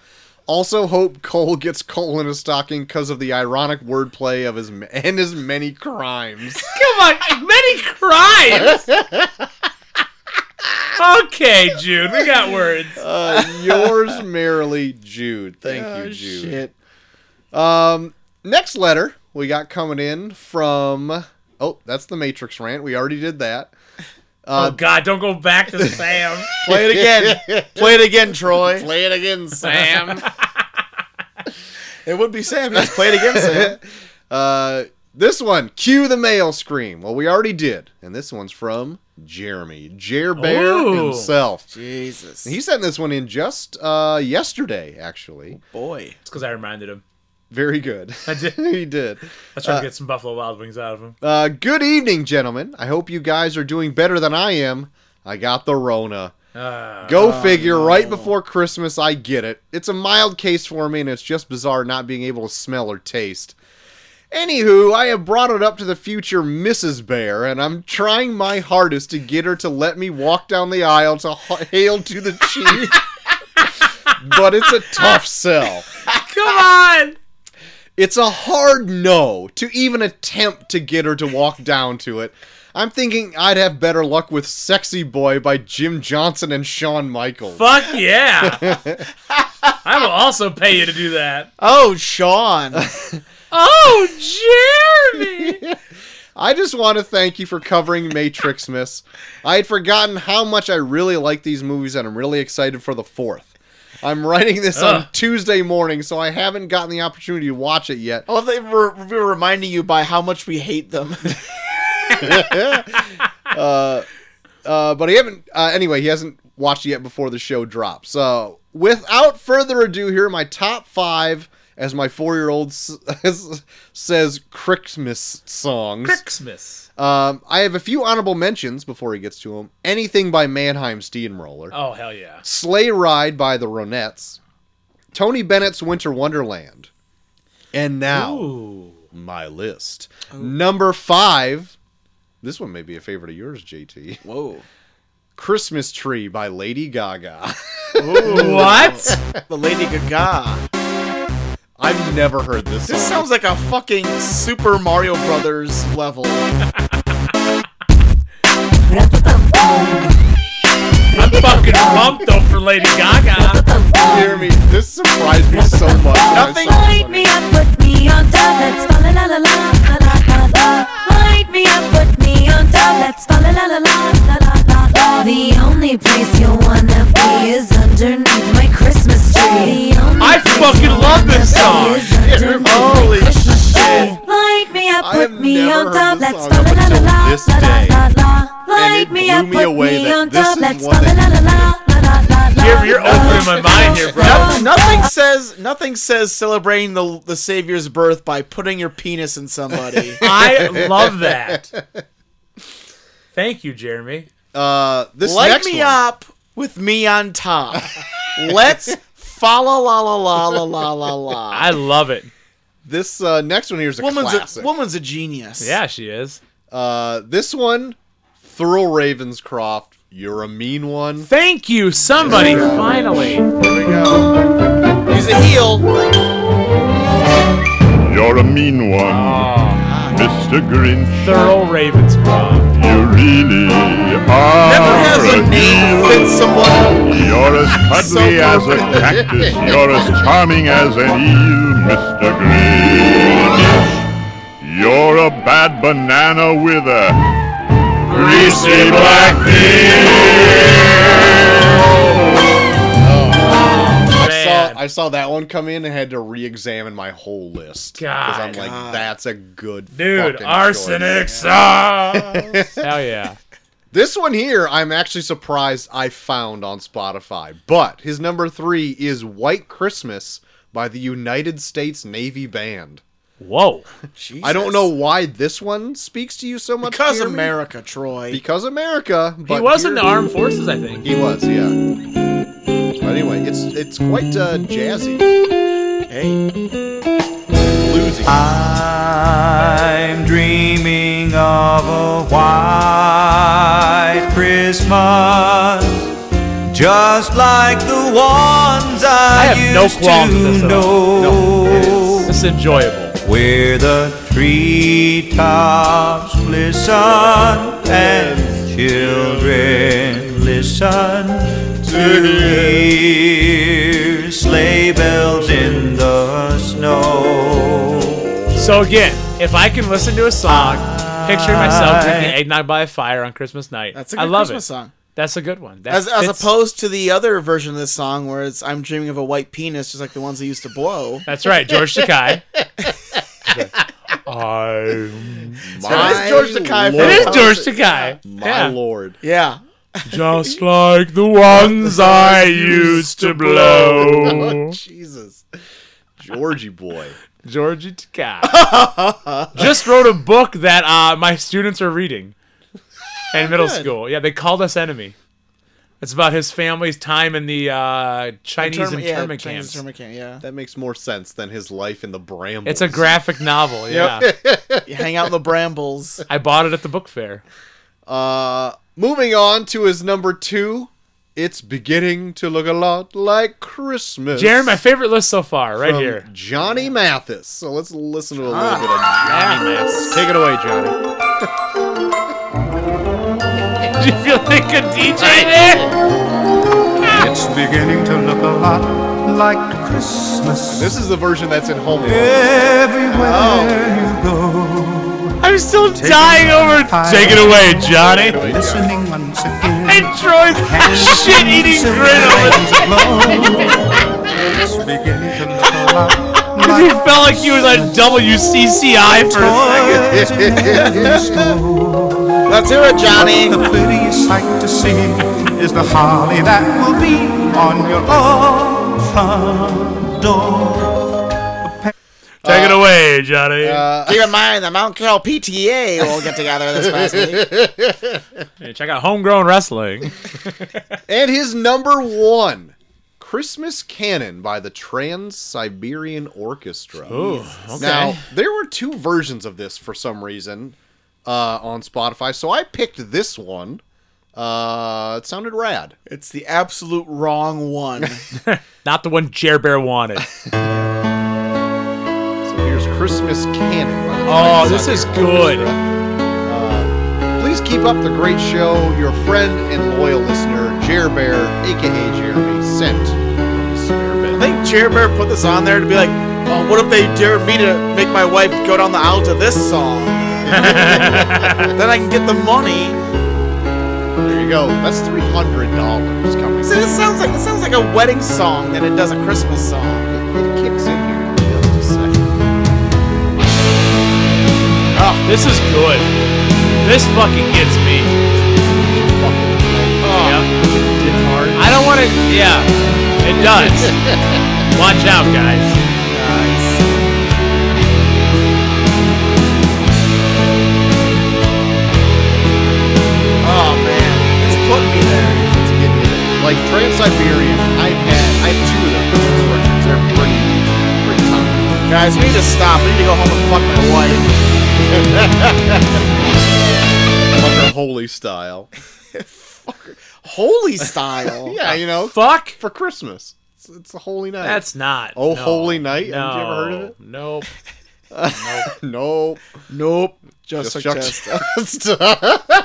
B: Also, hope Cole gets coal in his stocking because of the ironic wordplay of his m- and his many crimes.
C: Come on, many crimes. okay, Jude, we got words.
B: Uh, yours merrily, Jude. Thank you, Jude.
A: Oh, Shit.
B: Um, next letter we got coming in from. Oh, that's the Matrix rant. We already did that.
C: oh God, don't go back to Sam.
A: Play it again. Play it again, Troy.
B: Play it again, Sam.
A: It would be Sam. Yes, play it again, Sam.
B: uh, this one, cue the male scream. Well, we already did, and this one's from Jeremy Jer Bear
C: Ooh.
B: himself.
A: Jesus.
B: He sent this one in just uh, yesterday, actually.
A: boy.
C: It's because I reminded him.
B: Very good.
C: I did.
B: he did.
C: I tried to get some Buffalo Wild Wings out of him.
B: Uh, good evening, gentlemen. I hope you guys are doing better than I am. I got the Rona.
C: Uh,
B: Go figure, right before Christmas, I get it. It's a mild case for me, and it's just bizarre not being able to smell or taste. Anywho, I have brought it up to the future Mrs. Bear, and I'm trying my hardest to get her to let me walk down the aisle to ha- hail to the chief. but it's a tough sell.
C: come on.
B: It's a hard no to even attempt to get her to walk down to it. I'm thinking I'd have better luck with Sexy Boy by Jim Johnson and Shawn Michaels.
C: Fuck yeah. I will also pay you to do that.
A: Oh, Sean.
C: Oh, Jeremy.
B: I just want to thank you for covering Matrix Miss. I had forgotten how much I really like these movies and I'm really excited for the fourth. I'm writing this on
C: Ugh.
B: Tuesday morning, so I haven't gotten the opportunity to watch it yet.
A: I love that we're, we're reminding you by how much we hate them.
B: Uh, but he haven't. Uh, anyway, he hasn't watched it yet before the show drops. So, without further ado, here are my top five, as my four-year-old s- says, Christmas songs.
C: Christmas.
B: Um, I have a few honorable mentions before he gets to them. Anything by Mannheim Steamroller.
C: Oh, hell yeah.
B: Sleigh Ride by the Ronettes, Tony Bennett's Winter Wonderland, and now
C: Ooh.
B: my list. Number five. This one may be a favorite of yours, JT.
A: Whoa.
B: Christmas Tree by Lady Gaga.
C: What?
A: The Lady Gaga.
B: I've never heard this
A: This
B: song.
A: sounds like a fucking Super Mario Brothers level.
C: I'm fucking pumped though for Lady Gaga.
B: hear me. This surprised me so much. when I
A: Nothing-
B: saw this
I: Light
B: one.
I: me up, put me on top, let's fall la la la la la la la. Light me up, put me on top, let's fall la la la la la la la la.
L: The only place you'll wanna be is underneath my Christmas tree. The only
C: I fucking love this song.
A: Holy shit.
I: Light me up,
B: I have
I: put me
B: never
I: on
B: heard
I: top,
B: this
I: let's
B: song
I: fall la
B: up
I: la la
B: until
I: la
B: this
I: la
B: day.
I: la la.
B: it
I: Light me up,
B: blew me
I: put
B: away
I: me
B: that
I: on
B: this
I: top,
B: is
I: let's
B: one
I: fall la
B: that
I: la la la la la la.
C: You're, you're opening my mind here, bro.
A: No- nothing says nothing says celebrating the the Savior's birth by putting your penis in somebody.
C: I love that. Thank you, Jeremy.
B: Uh, this
A: Light
B: next
A: me
B: one.
A: up with me on top. Let's fa la la la la la la la la.
C: I love it.
B: This uh, next one here is a
A: Woman's a,
B: classic.
A: woman's a genius.
C: Yeah, she is.
B: Uh, this one, Thurl Ravenscroft. You're a mean one.
C: Thank you, somebody. Finally.
A: He's a heel.
D: You're a mean one,
C: Oh,
D: Mr. Grinch.
C: Thurl Ravenscroft.
D: You really are.
A: Never has
D: a
A: a name that fits someone.
D: ah, You're as cuddly as a cactus. You're as charming as an eel, Mr. Grinch. You're a bad banana with a greasy black beard.
B: I
C: Man.
B: saw, I saw that one come in and had to re-examine my whole list
C: God.
B: I'm like, that's a good
C: Dude,
B: fucking
C: arsenic
B: choice.
C: sucks. Hell yeah.
B: This one here, I'm actually surprised I found on Spotify. But his number three is White Christmas by the United States Navy Band.
C: Whoa.
B: I don't know why this one speaks to you so much.
A: Because
B: Jeremy.
A: America, Troy.
B: Because America. But
M: He was
B: here-
M: in the armed forces, I think.
B: He was, yeah. But anyway, it's it's quite uh, jazzy,
A: hey, Ah,
B: bluesy.
F: I'm dreaming of a white Christmas, just like the ones I,
C: I have no
F: used
C: qualms
F: to
C: with this at all.
F: know.
C: It's enjoyable.
F: Where the treetops glisten and children listen to hear sleigh bells in the snow.
C: So again, if I can listen to a song, picture myself drinking eggnog by a fire on Christmas night.
A: that's a
C: I
A: good
C: love
A: Christmas
C: it.
A: song.
C: That's a good one. That
A: As, as
C: fits-
A: opposed to the other version of this song where it's I'm dreaming of a white penis, just like the ones they used to blow.
C: That's right, George Takai. I'm
A: That is George Takei from-
C: It is
A: Lord.
C: George Takai.
B: My
C: yeah.
B: lord.
A: Yeah.
C: Just like the ones I used to blow.
B: Oh, Jesus. Georgie boy.
C: Georgie Takai. Just wrote a book that uh, my students are reading in middle school. Yeah, they called us enemy. It's about his family's time in the uh, Chinese
A: Intern- yeah,
C: internment
A: Chinese
C: camps.
A: internment camp, yeah.
B: That makes more sense than his life in the bramble.
C: It's a graphic novel. Yeah,
A: You hang out in the brambles.
C: I bought it at the book fair.
B: Uh, moving on to his number two. It's beginning to look a lot like Christmas.
C: Jared, my favorite list so far, right
B: from
C: here.
B: Johnny Mathis. So let's listen to a little bit of Johnny Mathis. Ah. Take it away, Johnny.
C: Did you feel like a DJ there?
H: It's beginning to look a lot like Christmas.
B: This is the version that's in Home Alone.
H: Everywhere
C: I'm still dying over. Take it away, Johnny.
H: you go, listening once again.
C: And Troy's shit-eating grin over there.
H: It's beginning to look a lot like
C: He felt like he was on WCCI for a second.
A: Let's hear it, Johnny.
H: The prettiest sight to see is the holly that will be on your own front door.
C: Take
A: Uh,
C: it away, Johnny.
A: Keep in mind the Mount Carroll PTA will get together this past week.
C: Hey, check out Homegrown Wrestling.
B: And his number one, Christmas Canon by the Trans Siberian Orchestra. Now, there were two versions of this for some reason uh, on Spotify, so I picked this one. Uh, it sounded rad.
A: It's the absolute wrong one.
C: Not the one Jer Bear wanted.
B: So here's Christmas Canon. By the
C: Oh,
B: Trans
C: this is
B: Siberian
C: good.
B: Orchestra. Uh, please keep up the great show. Your friend and loyal listener, Jer Bear, aka Jeremy Sent.
A: I think Chair Bear put this on there to be like, oh, what if they dare me to make my wife go down the aisle to this song? then I can get the money.
B: There you go. That's three hundred dollars coming.
A: See, this sounds like this sounds like a wedding song than it does a Christmas song.
B: It kicks in here in just a second.
C: Oh, this is good. This fucking gets me. Yeah. I don't want to. Yeah, it does. Watch out, guys.
A: Oh man, it's put me there.
B: It's getting in. Like Trans Siberian, I've had I have two of their Christmas records. They're pretty pretty top.
A: Guys, we need to stop. We need to go home and fuck my wife.
B: Like their holy style.
A: Holy style.
B: Yeah, you know,
C: Fuck.
B: for Christmas. It's, it's a holy night.
C: That's not.
B: Oh,
C: no.
B: Holy Night?
C: No.
B: Haven't you ever heard of it?
C: Nope.
B: no.
A: Nope. Just,
B: Just
A: just
B: Chuck
A: suggest.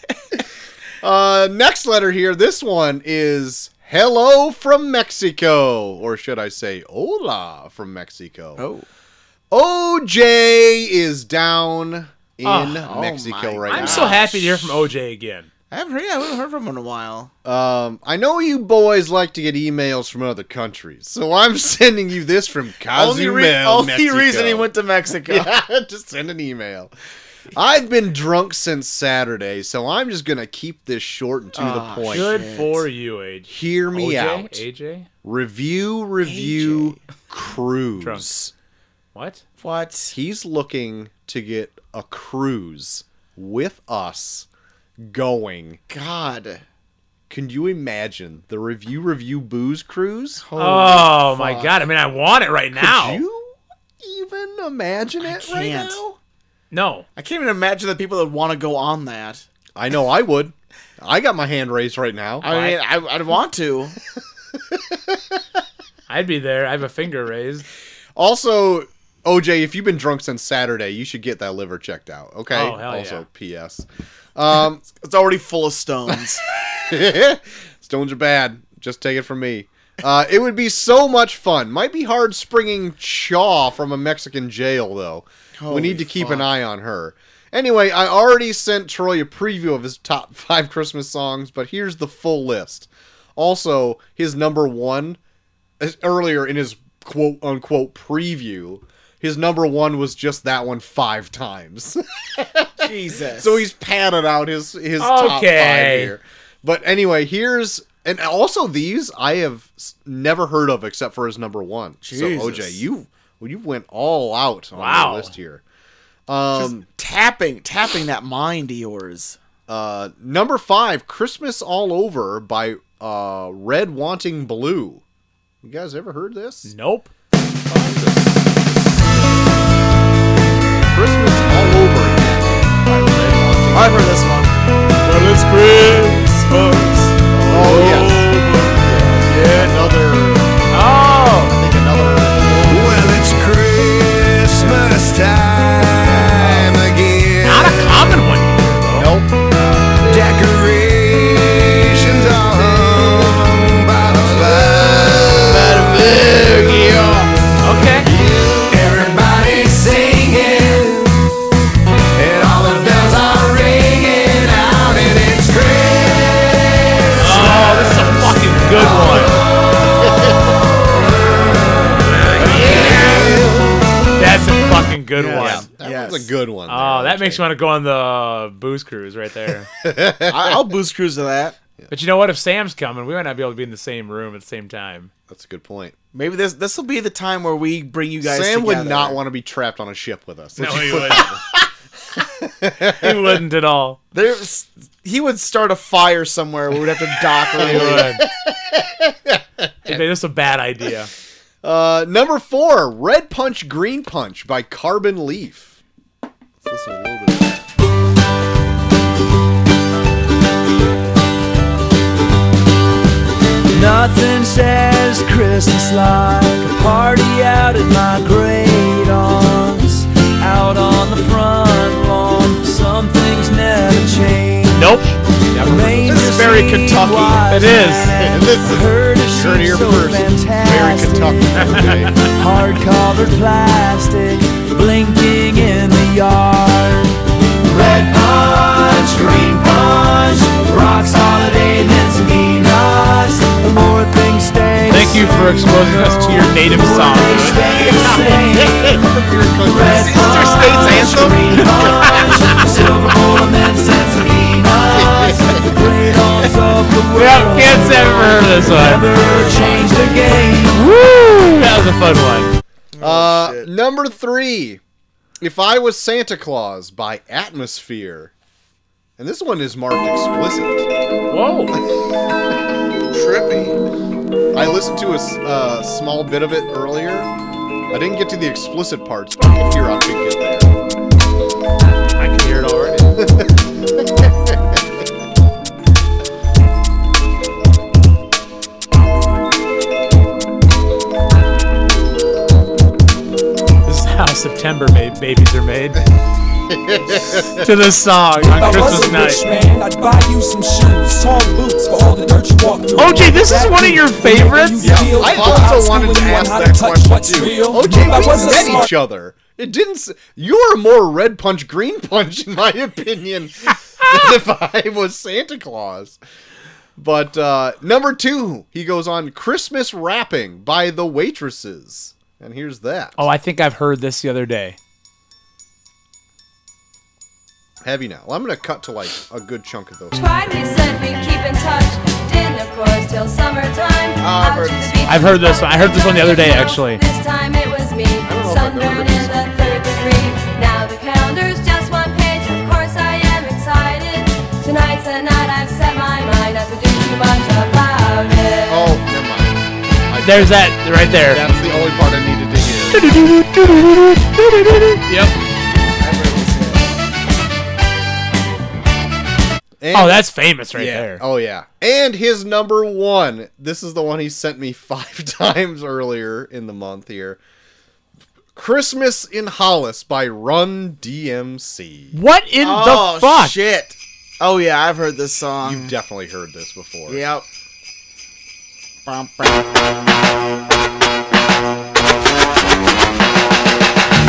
B: Uh, next letter here. This one is hello from Mexico, or should I say hola from Mexico?
A: Oh.
B: OJ is down in
A: Oh,
B: Mexico
A: my
B: right now.
C: I'm so happy to hear from OJ again.
A: I haven't heard, I haven't heard from him in a while.
B: Um, I know you boys like to get emails from other countries, so I'm sending you this from
A: Only,
B: Cozumel,
A: re- only
B: Mexico.
A: reason he went to Mexico.
B: Yeah, just send an email. I've been drunk since Saturday, so I'm just gonna keep this short and to
A: Aw,
B: the point.
C: Good for you, AJ.
B: Hear me
C: OJ?
B: out.
C: AJ?
B: Review, review, cruise.
C: Trunks. What?
A: What?
B: He's looking to get a cruise with us going.
A: God.
B: Can you imagine the review, review, booze cruise?
A: Holy
C: Oh my
A: fuck.
C: god! I mean, I want it right now.
B: Could you even imagine it right
A: can't.
B: now?
C: No,
A: I can't even imagine the people that want to go on that.
B: I know I would. I got my hand raised right now.
A: I mean, I, I'd want to.
C: I'd be there. I have a finger raised.
B: Also, OJ, if you've been drunk since Saturday, you should get that liver checked out. Okay.
C: Oh, hell
B: also,
C: yeah.
B: P.S. Um,
A: It's already full of stones.
B: stones are bad. Just take it from me. Uh, it would be so much fun. Might be hard springing Chaw from a Mexican jail, though. we
A: Holy
B: need to keep an
A: fuck.
B: eye on her. Anyway, I already sent Troy a preview of his top five Christmas songs, but here's the full list. Also, his number one as- earlier in his quote unquote preview, his number one was just that one five times.
A: Jesus.
B: So he's padded out his his top five
C: Okay.
B: here. But anyway, here's and also these I have s- never heard of except for his number one.
A: Jesus.
B: So OJ, you well, you went all out on
C: Wow.
B: the list here. Um,
A: tapping, tapping that mind of yours.
B: uh, number five, "Christmas All Over" by uh, Red Wanting Blue. You guys ever heard this?
C: Nope.
B: Christmas All Over again by Red Wanting.
A: I've heard this one.
D: Well, it's Christmas.
B: Oh yes, yeah, another.
C: Oh,
B: I think another.
F: Well, it's Christmas time
B: Oh.
F: again.
C: not a common one. Either, though.
B: Nope.
F: Decorations are hung by the
C: Okay.
F: Everybody's singing, and all the bells are ringing out, and it's Christmas.
C: Oh, this is a fucking good one. That's a fucking good one.
B: That
A: Yes.
B: was a good one.
C: Oh,
B: there,
C: that makes me want to go on the booze cruise right there.
A: I, I'll boost cruise to that.
C: but you know what? If Sam's coming, we might not be able to be in the same room at the same time.
B: That's a good point.
A: Maybe this this will be the time where we bring you guys.
B: Sam would
A: together.
B: not want to be trapped on a ship with us.
C: No, he wouldn't. he wouldn't at all.
A: There's he would start a fire somewhere. where We'd have to dock
C: He
A: early.
C: would. Okay, this is a bad idea.
B: Uh, number four, Red Punch, Green Punch by Carbon Leaf. Let's listen to a little bit of that.
F: Nothing says Christmas like a party out at my great aunt's, out on the front lawn. Some things never change.
C: Nope.
F: This is very Kentucky.
C: It is.
B: And this is you're here first. Very Kentucky. Okay.
F: Hard colored plastic blinking in the yard. Red punch, green punch, rocks, holiday, then some peanuts. The more things stay.
C: Thank you for exposing us to your native song.
F: Sister States Anthem? Silver bullet and some peanuts. Bring on up the
C: Yep,
F: world.
C: kids ever heard of this one.
F: Never change the game.
C: Woo! That was a fun one.
B: uh, number three, If I Was Santa Claus by Atmosphere. And this one is marked explicit.
C: Whoa.
B: Trippy. I listened to a s- uh, small bit of it earlier. I didn't get to the explicit parts, but you can hear how big it there.
C: I can hear it already. This is how September ma- babies are made. to this song on Christmas night.
F: man, I'd buy you some shoes, tall boots for all the dirt you walk through.
C: OJ, this is one of your favorites?
B: Yeah, I also wanted to ask that question too.
F: Oh,
B: OJ, we met each other. It didn't. s- You're more red punch, green punch, in my opinion, than if I was Santa Claus. But uh, number two, he goes on Christmas rapping by the waitresses, and here's that
C: Oh, I think I've heard this the other day.
B: heavy now. I'm gonna cut to like a good chunk of those.
I: Pride me, said we keep in touch. Dinner forest till summertime.
A: Ah, I've
I: Out
A: heard
I: to the
A: this.
I: beach
C: I've heard this.
I: and
C: I heard this one the other day, actually.
I: This time it was me.
B: know if I've ever
I: Sunburn
B: heard
I: in the third degree. Now the calendar's just one page. Of course I am excited. Tonight's the night I've set my mind not to do too much about it.
B: Oh, never mind. I-
C: There's that right there.
B: That's the only part I needed to hear.
C: Yep.
B: And-
C: Oh, that's famous right
B: yeah.
C: there.
B: Oh yeah. And his number one. This is the one he sent me five times earlier in the month here. Christmas in Hollis by Run DMC.
C: What in
A: Oh
C: the fuck?
A: shit! Oh yeah, I've heard this song.
B: You've definitely heard this before.
A: Yep.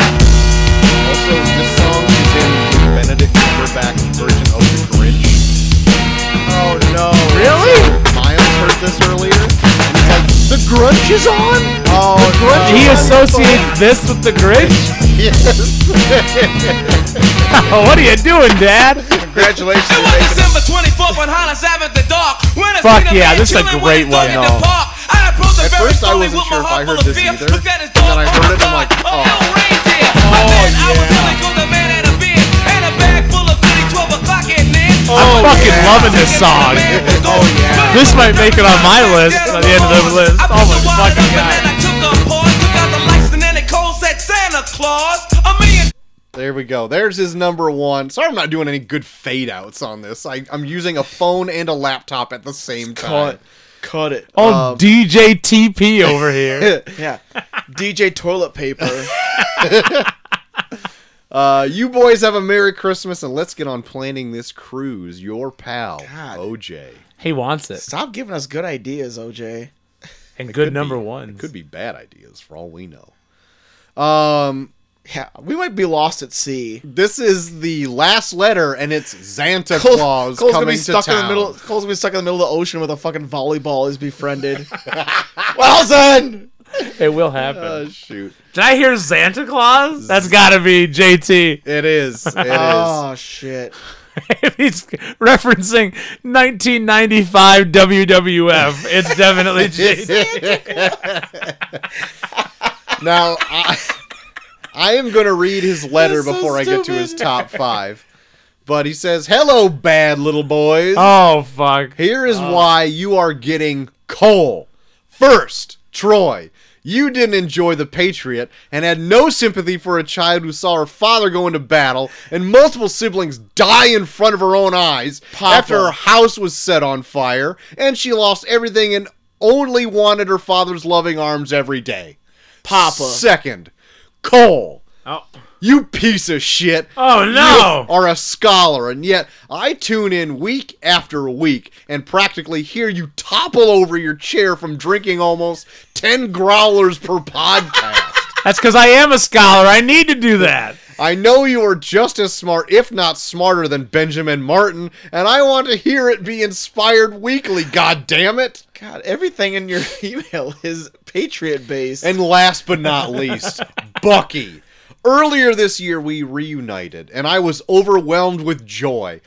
B: Also, this song is in the Benedict Cumberbatch version of The Grinch.
A: Oh no.
B: Really? Miles heard this earlier. And he's like, The Grunch is on?
A: Oh no.
C: He associates this with the Grinch?
B: Yes.
C: Oh, what are you doing, Dad?
B: Congratulations.
F: It
B: you're
F: was
B: making
F: December 24th on Hollis Avenue at the dark. When a
C: Fuck
F: seen
C: yeah,
F: man
C: this is a
F: chilling
C: great
F: with his
C: one,
F: dog in the
C: though.
F: park. I approached him
B: At
F: very
B: first, I
F: slowly
B: wasn't
F: with my
B: sure if I
F: heart full
B: heard
F: of
B: this
F: fear.
B: either.
F: Looked at his
B: And then
F: dog
B: I
F: on
B: heard
F: the
B: it, I'm
F: dog.
B: like,
F: A
B: oh.
F: little reindeer. I said I was really cool, the man had a beard and a bag full of goodies, 12 o'clock at night.
C: I'm fucking loving this song.
F: Oh yeah.
C: This might make it on my list by the end of the list. Oh my fucking god.
F: Santa Claus, a million
B: There we go. There's his number one. Sorry, I'm not doing any good fade outs on this. I, I'm using a phone and a laptop at the same time.
A: Cut. Cut it.
C: Oh,
B: Um,
C: DJ TP over here.
A: Yeah. DJ Toilet Paper.
B: Uh, you boys have a Merry Christmas and let's get on planning this cruise. Your pal,
A: God.
B: OJ.
C: he wants it.
A: Stop giving us good ideas, OJ.
C: And good
B: Could
C: number
B: be-
C: one.
B: Could be bad ideas for all we know. Um,
A: Yeah, we might be lost at sea.
B: this is the last letter, and it's Santa
A: Cole-
B: Claus
A: Cole's
B: coming
A: gonna be stuck
B: to
A: in
B: town.
A: the middle. Cole's gonna be stuck in the middle of the ocean with a fucking volleyball he's befriended. well then,
C: It will happen.
B: Oh, shoot!
C: Did I hear Santa Claus? That's gotta be JT.
B: It is. It is.
A: oh shit.
C: if he's referencing 1995 WWF, it's definitely JT.
B: now I, I am going to read his letter
A: That's so
B: before I get to his
A: stupid.
B: top five. But he says, "Hello, bad little boys.
C: Oh fuck.
B: Here is why you are getting coal. First, Troy." You didn't enjoy the Patriot and had no sympathy for a child who saw her father go into battle and multiple siblings die in front of her own eyes after her house was set on fire and she lost everything and only wanted her father's loving arms every day.
A: Papa.
B: Second, Cole.
C: Oh.
B: You piece of shit.
C: Oh no.
B: You are a scholar, and yet I tune in week after week and practically hear you topple over your chair from drinking almost 10 growlers per podcast.
C: That's because I am a scholar. I need to do that.
B: I know you are just as smart, if not smarter, than Benjamin Martin, and I want to hear it be inspired weekly, God damn it!
A: God, everything in your email is patriot based.
B: And last but not least, Bucky. Earlier this year, we reunited, and I was overwhelmed with joy.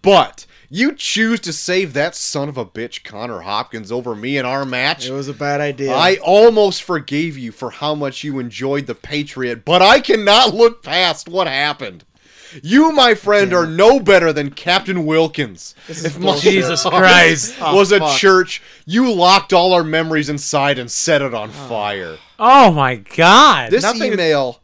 B: But you choose to save that son of a bitch, Connor Hopkins, over me in our match.
A: it was a bad idea.
B: I almost forgave you for how much you enjoyed The Patriot, but I cannot look past what happened. You, my friend, are no better than Captain Wilkins. If my
C: Jesus Christ.
B: was a
A: fuck.
B: church, you locked all our memories inside and set it on fire.
C: Oh my god.
B: This
A: Nothing-
B: email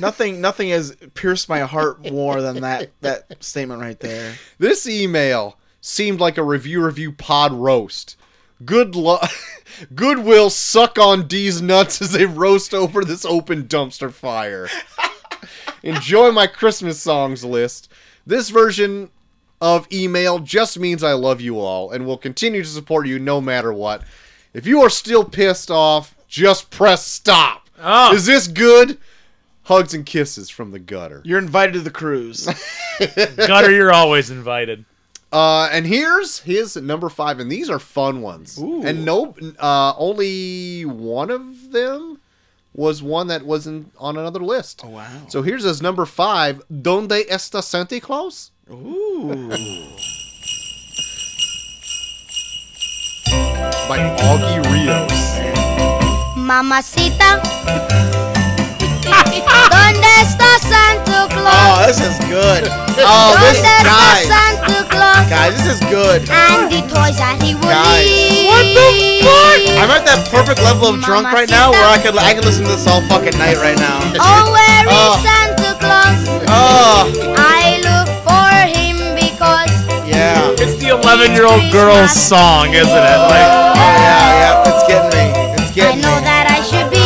A: nothing nothing has pierced my heart more than that that statement right there.
B: This email seemed like a review review pod roast. Good luck. Goodwill suck on D's nuts as they roast over this open dumpster fire. Enjoy my Christmas songs list. This version of email just means I love you all and will continue to support you no matter what. If you are still pissed off, just press stop.
C: Oh.
B: Is this good? Hugs and kisses from the gutter.
A: You're invited to the cruise.
C: Gutter, you're always invited.
B: Uh, and here's his number five, and these are fun ones. And no, uh, only one of them was one that wasn't on another list. Oh
A: wow.
B: So here's his number five. Donde está Santa Claus?
A: Ooh.
B: by Augie Rios.
M: Mamacita. ¿Dónde está Santa Claus?
A: Oh, this is good. Oh, this
M: ¿Dónde está
A: guys,
M: Santa Claus?
A: guys, this is good.
M: And the toys that he would
A: Guys.
M: leave.
A: What the fuck? I'm at that perfect level of drunk right now where I could I could listen to this all fucking night right now.
M: Oh, where is
B: Ah.
A: Oh.
M: Santa Claus?
A: Oh,
M: I look for him because
A: yeah.
C: It's the 11 year old girl's song, isn't it? Like,
A: Oh yeah, yeah. It's getting me. It's
M: I
A: getting
M: know
A: me.
M: that I should be.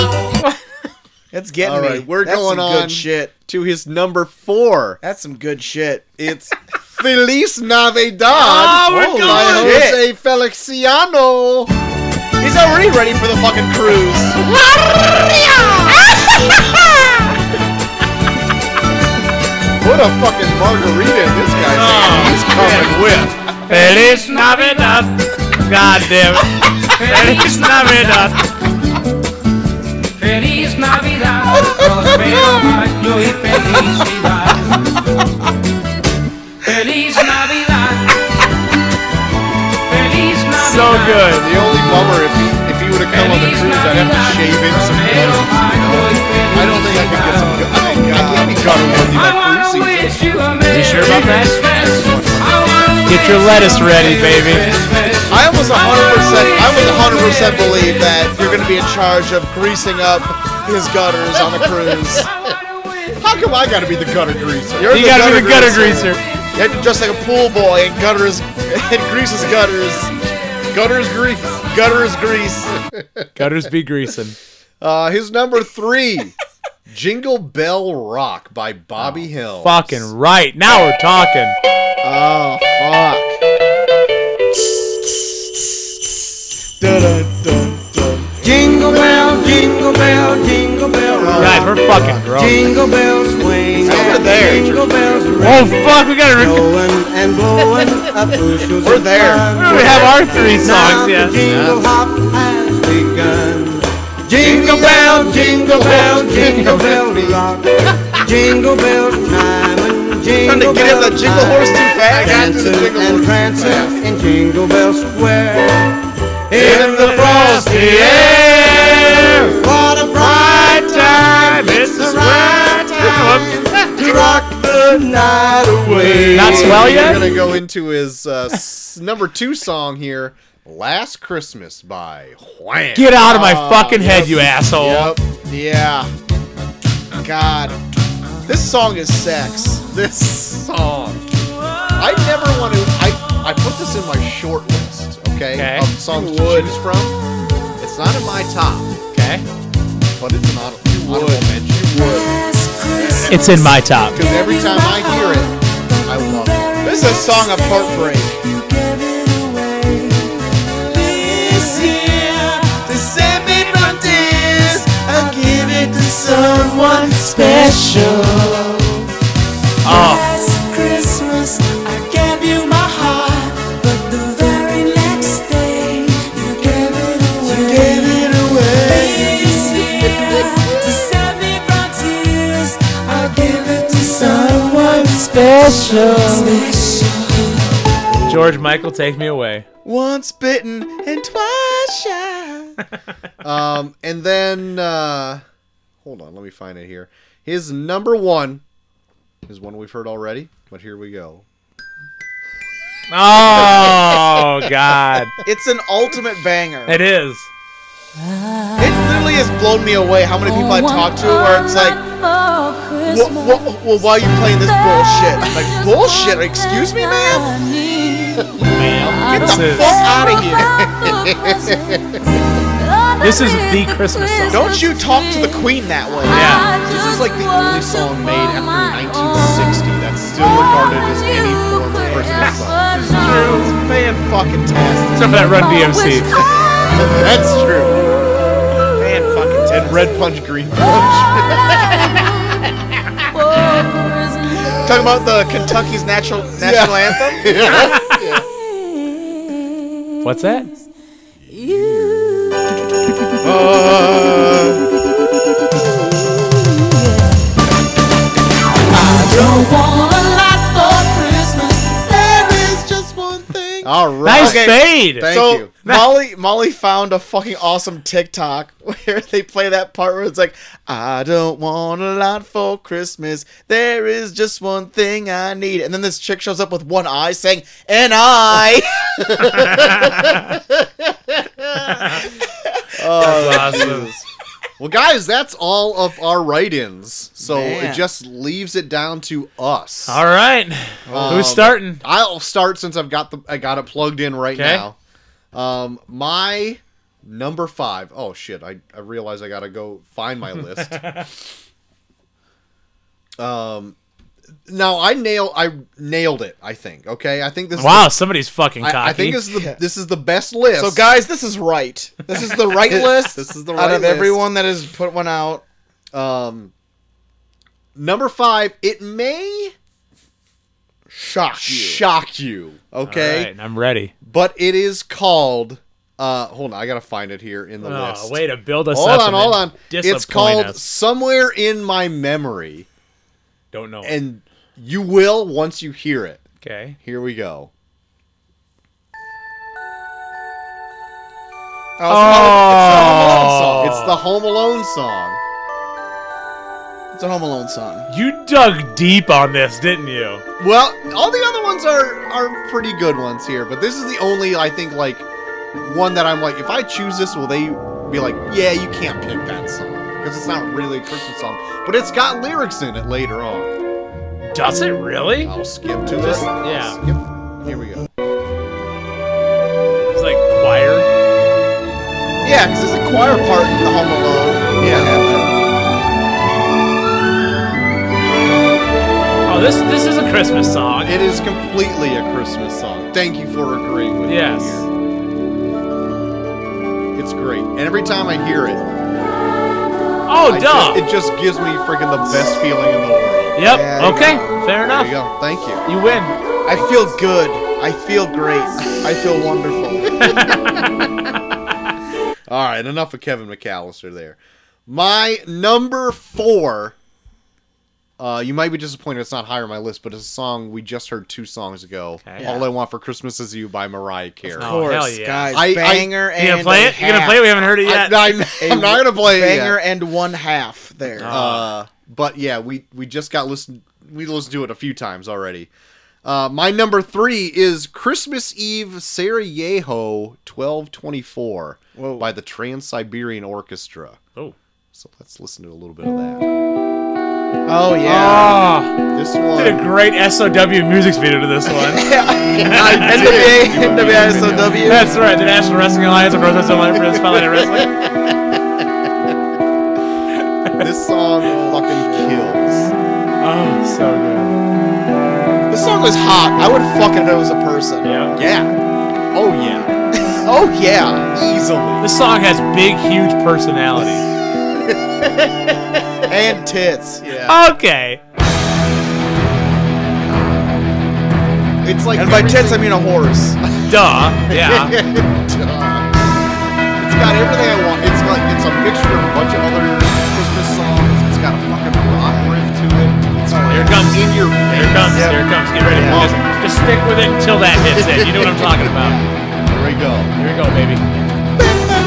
A: It's getting
B: All
A: me.
B: right, we're
A: That's
B: going
A: some
B: on.
A: good shit.
B: To his number four,
A: That's some good shit.
B: it's Feliz Navidad
A: Ah,
C: Oh, we're
A: Holy
B: by
C: going.
A: shit.
B: Jose Feliciano.
A: He's already ready for the fucking cruise.
B: What a fucking margarita this guy's
C: Oh,
B: he's coming with.
C: Feliz Navidad. God damn it. Feliz Navidad.
F: Feliz Navidad, prospero año y felicidad. Feliz Navidad. Feliz Navidad.
C: So good.
B: The only bummer if he if he would have come on the
F: Feliz
B: cruise, I'd have to
F: Navidad,
B: shave in some
F: prospero
B: hair.
F: año y
B: I don't think I could get some.
F: felicidad.
B: I don't think I can't be caught with you
F: I
B: that cruise
F: wanna
B: season.
F: wish you a Merry
C: sure about that?
F: Christmas. I wanna
C: Get your
F: wish
C: lettuce
F: you a
C: ready,
F: Merry
C: baby.
F: Christmas.
A: I almost 100%. I almost 100% believe that you're gonna be in charge of greasing up his gutters on the cruise.
B: How come I gotta be the gutter greaser?
A: You're
C: You gotta be the gutter greaser.
A: You have to dress like a pool boy and gutters and greases gutters. Gutters grease. Gutters grease.
C: Gutters be greasing.
B: Uh, his number three, Jingle Bell Rock by Bobby Hill.
C: Oh, Fucking right. Now we're talking.
A: Oh fuck. Dun, dun, dun, dun.
F: Jingle bell, jingle bell, jingle bell rock.
C: Guys, we're fucking grown.
F: Jingle bells swing.
A: we're
F: and
A: there.
F: Jingle bells ring.
C: Oh fuck, we gotta re-
F: Blowing and blowing up bushels
A: We're
F: of
A: there.
F: fun.
C: we have our three
F: Now
C: songs,
F: the
C: yeah.
F: jingle hop has begun. Jingle bell, jingle bell, jingle bell rock. Jingle bells chiming,
A: Trying to
F: jingle
A: get in the
F: bell
A: jingle horse too
F: time.
A: fast.
F: Dancing and prancing in Jingle Bell Square. In the frosty air. What a bright time. It's the right time to rock the night away.
C: Not swell
B: We're
C: yet?
B: gonna go into his uh, s- number two song here, "Last Christmas" by Wham.
C: Get out of my
B: Oh,
C: fucking head, you asshole.
A: Yeah. God. This song is sex.
B: this song. I never want to. I I put this in my short list, okay,
C: Okay.
B: of songs to choose from. It's not in my top,
C: Okay.
B: but it's an honor- honorable mention.
C: It's in my top.
B: Because every time I hear it, I love it.
A: This is a song of heartbreak.
C: Oh, George Michael, take me away.
A: Once bitten and twice shy.
B: Um, and then uh, hold on, let me find it here. His number one is one we've heard already, but here we go.
C: Oh God.
A: It's an ultimate banger.
C: It is.
A: It literally has blown me away how many people I talk to where it's like, well, well, well why are you playing this bullshit? Like, bullshit? Excuse me, ma'am?
C: Ma'am, this
A: Fuck
C: is
A: out of here.
C: this is the Christmas song.
A: Don't you talk to the queen that way.
C: Yeah.
B: This is like the only song made after 1960 that's still regarded as any form of Christmas song.
A: Man, fucking tastic.
C: Except for that Run DMC.
B: That's true.
A: Man, fucking
B: And red punch, green punch.
A: Talking about the Kentucky's natural national anthem?
C: What's that?
A: There is just one thing
B: All right.
C: Nice fade.
B: Thank
A: so
B: you.
A: Molly Molly found a fucking awesome TikTok where they play that part where it's like, I don't want a lot for Christmas. There is just one thing I need. And then this chick shows up with one eye saying, and I
C: awesome.
B: Well, guys, that's all of our write-ins. So
A: Man.
B: it just leaves it down to us.
C: All right. Who's starting?
B: I'll start since I've got the I got it plugged in right
C: 'Kay.
B: now. Um, my number five. Oh shit! I I realize I gotta go find my list. um, now I nail I nailed it. I think. Okay, I think this.
C: Wow,
B: Is
C: somebody's fucking
B: the,
C: cocky.
B: I, I think this is the this is the best list.
A: So guys, this is right. This is the right list.
B: This is the
A: out
B: right
A: of
B: list.
A: everyone that has put one out.
B: um, number five. It may
A: Shock you.
B: shock you. Okay.
C: All right, I'm ready.
B: but it is called. Uh, hold on, I gotta find it here in the
C: Oh,
B: list.
C: way to build us
B: hold
C: up.
B: on,
C: and
B: hold
C: then
B: on. It's
C: disappoint
B: called
C: us.
B: "Somewhere in My Memory,"
C: Don't know. it.
B: and you will once you hear it.
C: okay.
B: Here we go.
A: Oh,
B: It's the Home Alone song.
A: it's, a Home Alone song. it's a Home Alone song.
C: You dug deep on this, didn't you?
B: Well, all the other ones are are pretty good ones here, but this is the only I think like one that I'm like, if I choose this, will they be like, yeah, you can't pick that song because it's not really a Christmas song, but it's got lyrics in it later on.
C: Does it really?
B: I'll skip to
C: Just-
B: it. I'll
C: yeah.
B: skip. Here we go.
C: It's like choir.
B: Yeah, because there's a choir part in the Home Alone. Yeah.
C: Oh, this this is a Christmas song.
B: It is completely a Christmas song. Thank you for agreeing with
C: Yes.
B: me. Yes. It's great. And every time I hear it,
C: Oh,
B: I
C: duh.
B: just- it just gives me freaking the best feeling in the world.
C: yep.
A: Yeah, you
C: okay. Fair
B: There you
C: enough.
B: go. Thank you.
C: You win.
A: I feel good. I feel great. I feel wonderful.
B: All right, enough of Kevin McAllister there. My number four. Uh, you might be disappointed it's not higher on my list, but it's a song we just heard two songs ago.
C: Okay.
B: All I Want for Christmas Is You by Mariah Carey.
A: Of
C: Oh,
A: course,
C: hell yeah.
A: guys.
B: I- I-
A: banger
C: You
A: and
C: gonna play
A: a
C: it? You gonna
A: half.
C: play it? We haven't heard it yet.
B: I, am not gonna play it.
A: banger
B: yet.
A: and one half there.
C: Oh.
B: Uh, but yeah, we we just got listened. We listened to it a few times already. Uh, my number three is Christmas Eve Sarajevo 1224
A: Whoa.
B: by the Trans Siberian Orchestra.
C: oh.
B: So let's listen to a little bit of that.
A: oh yeah.
C: Ah,
B: This
C: did a
B: one.
C: great SOW music video to this one.
A: NWA, NWISOW.
C: That's right. The National Wrestling Alliance of Professional Alliance for the Spotlight of Wrestling.
B: this song fucking kills.
C: Oh, so good.
A: This song was hot. I would fuck it if it was a person.
C: Yeah.
B: Yeah. Oh yeah.
A: Oh yeah.
B: Easily.
C: This song has big, huge personality.
A: And tits.
B: Yeah.
C: Okay.
B: It's like
A: And by
B: everything-
A: tits I mean a horse.
C: Duh. Yeah.
B: Duh. It's got everything I want. It's like it's a mixture of a bunch of other Christmas songs. It's got a fucking rock riff to it. It's
C: Here it comes.
B: in your
C: Here it
B: face.
C: comes.
A: Yep.
C: Here it comes. Get ready.
A: Yeah.
C: Just, just stick with it until that hits it. You know what I'm talking about.
B: Here we go.
C: Here we go, baby.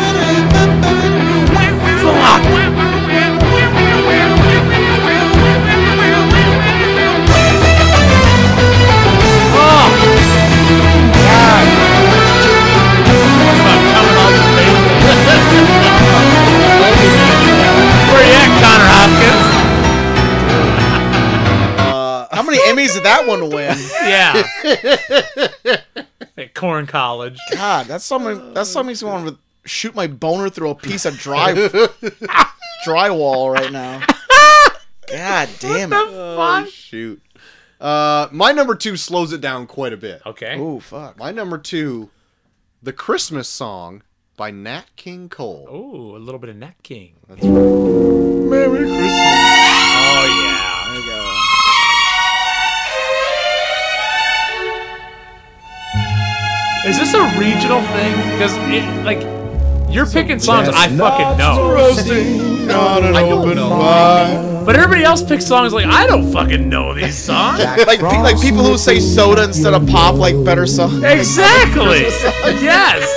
C: Oh. Where you at, Connor Hopkins?
A: How many Emmys did that one win?
C: Yeah. At Corn College.
A: God, that's something. That song makes me want to shoot my boner through a piece of dry drywall right now. God damn it!
B: Oh, shoot. Uh, my number two slows it down quite a bit.
C: Okay.
A: Oh fuck!
B: My number two, the Christmas song by Nat King Cole.
C: Ooh, a little bit of Nat King.
B: Merry Christmas.
C: Oh yeah. Is this a regional thing? Because like, you're picking songs I fucking know.
B: I don't know.
C: But everybody else picks songs like I don't fucking know these songs.
A: like pe- like people who say soda instead of pop like better songs.
C: Exactly. yes.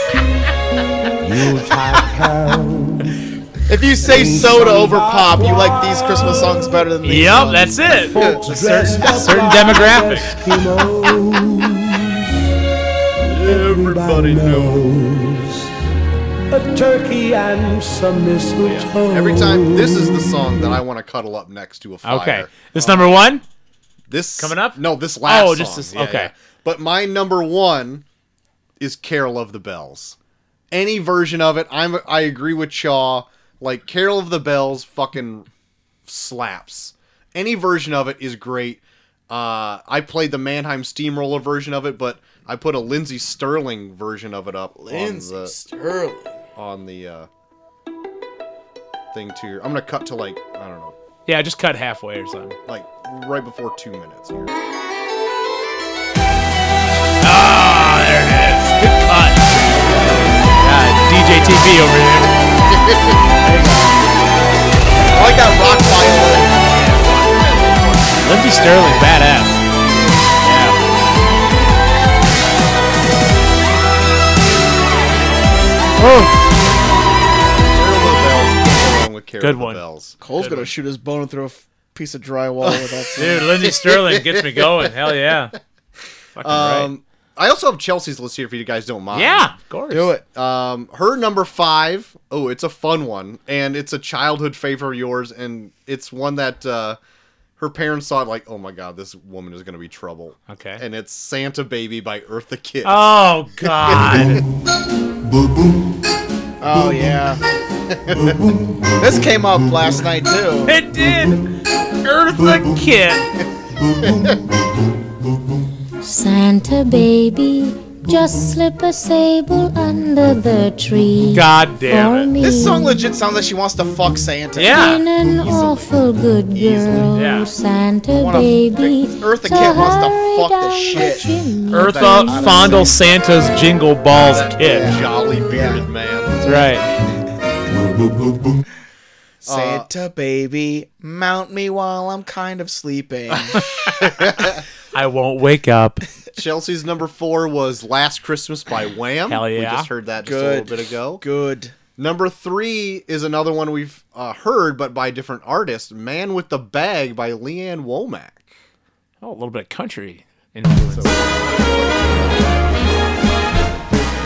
A: If you say soda over pop, you like these Christmas songs better than these.
C: Yep, that's it. A certain, a certain demographic.
B: Everybody
N: knows a turkey and some mistletoe.
B: Every time, this is the song that I want to cuddle up next to a fire.
C: Okay. This number one?
B: This
C: Coming up?
B: No, this last.
C: Oh, just
B: song.
C: this-
B: Yeah,
C: okay.
B: yeah. But my number one is "Carol of the Bells." Any version of it, I'm. I agree with Shaw. Like "Carol of the Bells" fucking slaps. Any version of it is great. Uh, I played the Mannheim Steamroller version of it, but I put a Lindsey Sterling version of it up
A: Lindsey
B: on the
A: Sterling.
B: on the uh, thing to your. I'm gonna cut to like I don't know,
C: Yeah, just cut halfway or something.
B: like right before two minutes here.
C: Ah, there it is. Good cut. God, DJ TV over here.
A: I like that rock violin.
C: Lindsey Sterling, badass.
B: Carol of the Bells goes along with Carol
C: Good
B: of the
C: one.
B: Bells.
A: Cole's gonna shoot his bone through a f- piece of drywall with that. song.
C: Dude, Lindsey Sterling gets me going. Hell yeah. Fucking
B: Um, I also have Chelsea's list here if you guys don't mind.
C: right. Yeah, of course.
A: Do it.
B: Um, her number five, oh, it's a fun one, and it's a childhood favorite of yours, and it's one that uh, her parents thought like, oh my god, this woman is gonna be trouble.
C: Okay.
B: And it's Santa Baby by Eartha Kitt.
C: Oh God.
A: Oh yeah. this came up last night too.
C: it did. Eartha Kitt.
O: Santa baby, just slip a sable under the tree.
C: God
O: for
C: damn it.
O: me.
A: This song legit sounds like she wants to fuck Santa.
C: Yeah.
O: Been an awful good girl,
C: Yeah.
O: Santa
A: Wanna-
O: baby.
A: Eartha
O: so
A: Kitt wants to
O: hurry
A: fuck the
O: down
A: shit.
O: chimney.
C: Eartha fondle Santa's jingle balls kid.
B: Jolly bearded man.
C: That's right.
A: Santa
C: Uh.
A: baby, mount me while I'm kind of sleeping.
C: I won't wake up.
B: Chelsea's number four was Last Christmas by Wham.
C: Hell
B: We
C: yeah.
B: just heard that just a
A: Good.
B: little bit ago.
A: Good.
B: Number three is another one we've uh, heard, but by a different artist, "Man with the Bag" by Leanne Womack.
C: Oh, a little bit of country influence.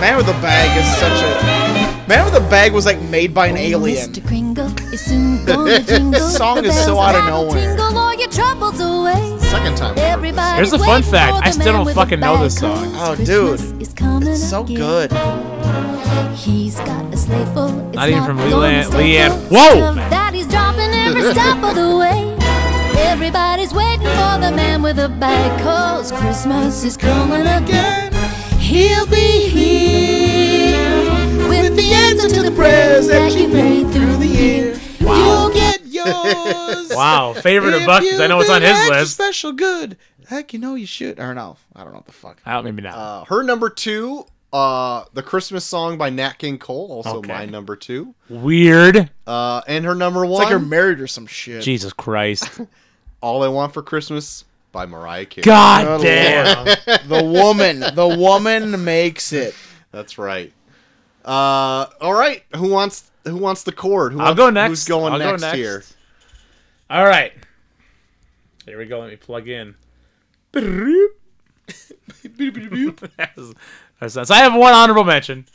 A: Man with the bag is such a. Man with the bag was like made by an alien.
G: Mr. Kringle is soon gonna jingle.
A: This song is so out of nowhere.
G: Tingle all your troubles away.
B: Second time. we've heard this.
G: Everybody.
C: Here's a fun fact. I still don't fucking know this song.
A: Oh, dude.
G: It's coming
A: It's so
G: again.
A: good.
G: He's got a sleigh full. It's
C: Not even from
G: gonna
C: Leland-
G: stay
C: Leanne-
G: full.
C: Whoa!
G: Stuff That he's dropping every step of the way. Everybody's waiting for the man with a bag. Cause Christmas is coming again. He'll be here with the answer to the prayers that you made through the year.
A: You'll get yours.
C: Wow, favorite of
A: if
C: Bucky's. I know it's
A: you've
C: on
A: been
C: his
A: extra
C: list.
A: Special good. Heck, you know you should. Or no, I don't know what the fuck.
C: Oh, maybe not.
B: Uh, her number two, uh, the Christmas song by Nat King Cole, also
C: Okay.
B: my number two.
C: Weird.
B: Uh, and her number
A: It's
B: one,
A: like you're married or some shit.
C: Jesus Christ.
B: "All I Want for Christmas" by Mariah Carey.
C: God
A: Good
C: damn.
A: The woman, the woman makes it.
B: That's right. Uh, all right. Who wants? Who wants the chord? Who
C: I'll
B: wants-
C: go next.
B: Who's going
C: I'll go
B: next,
C: next.
B: here?
C: All right. Here we go. Let me plug in. That's- that's- that's- I have one honorable mention.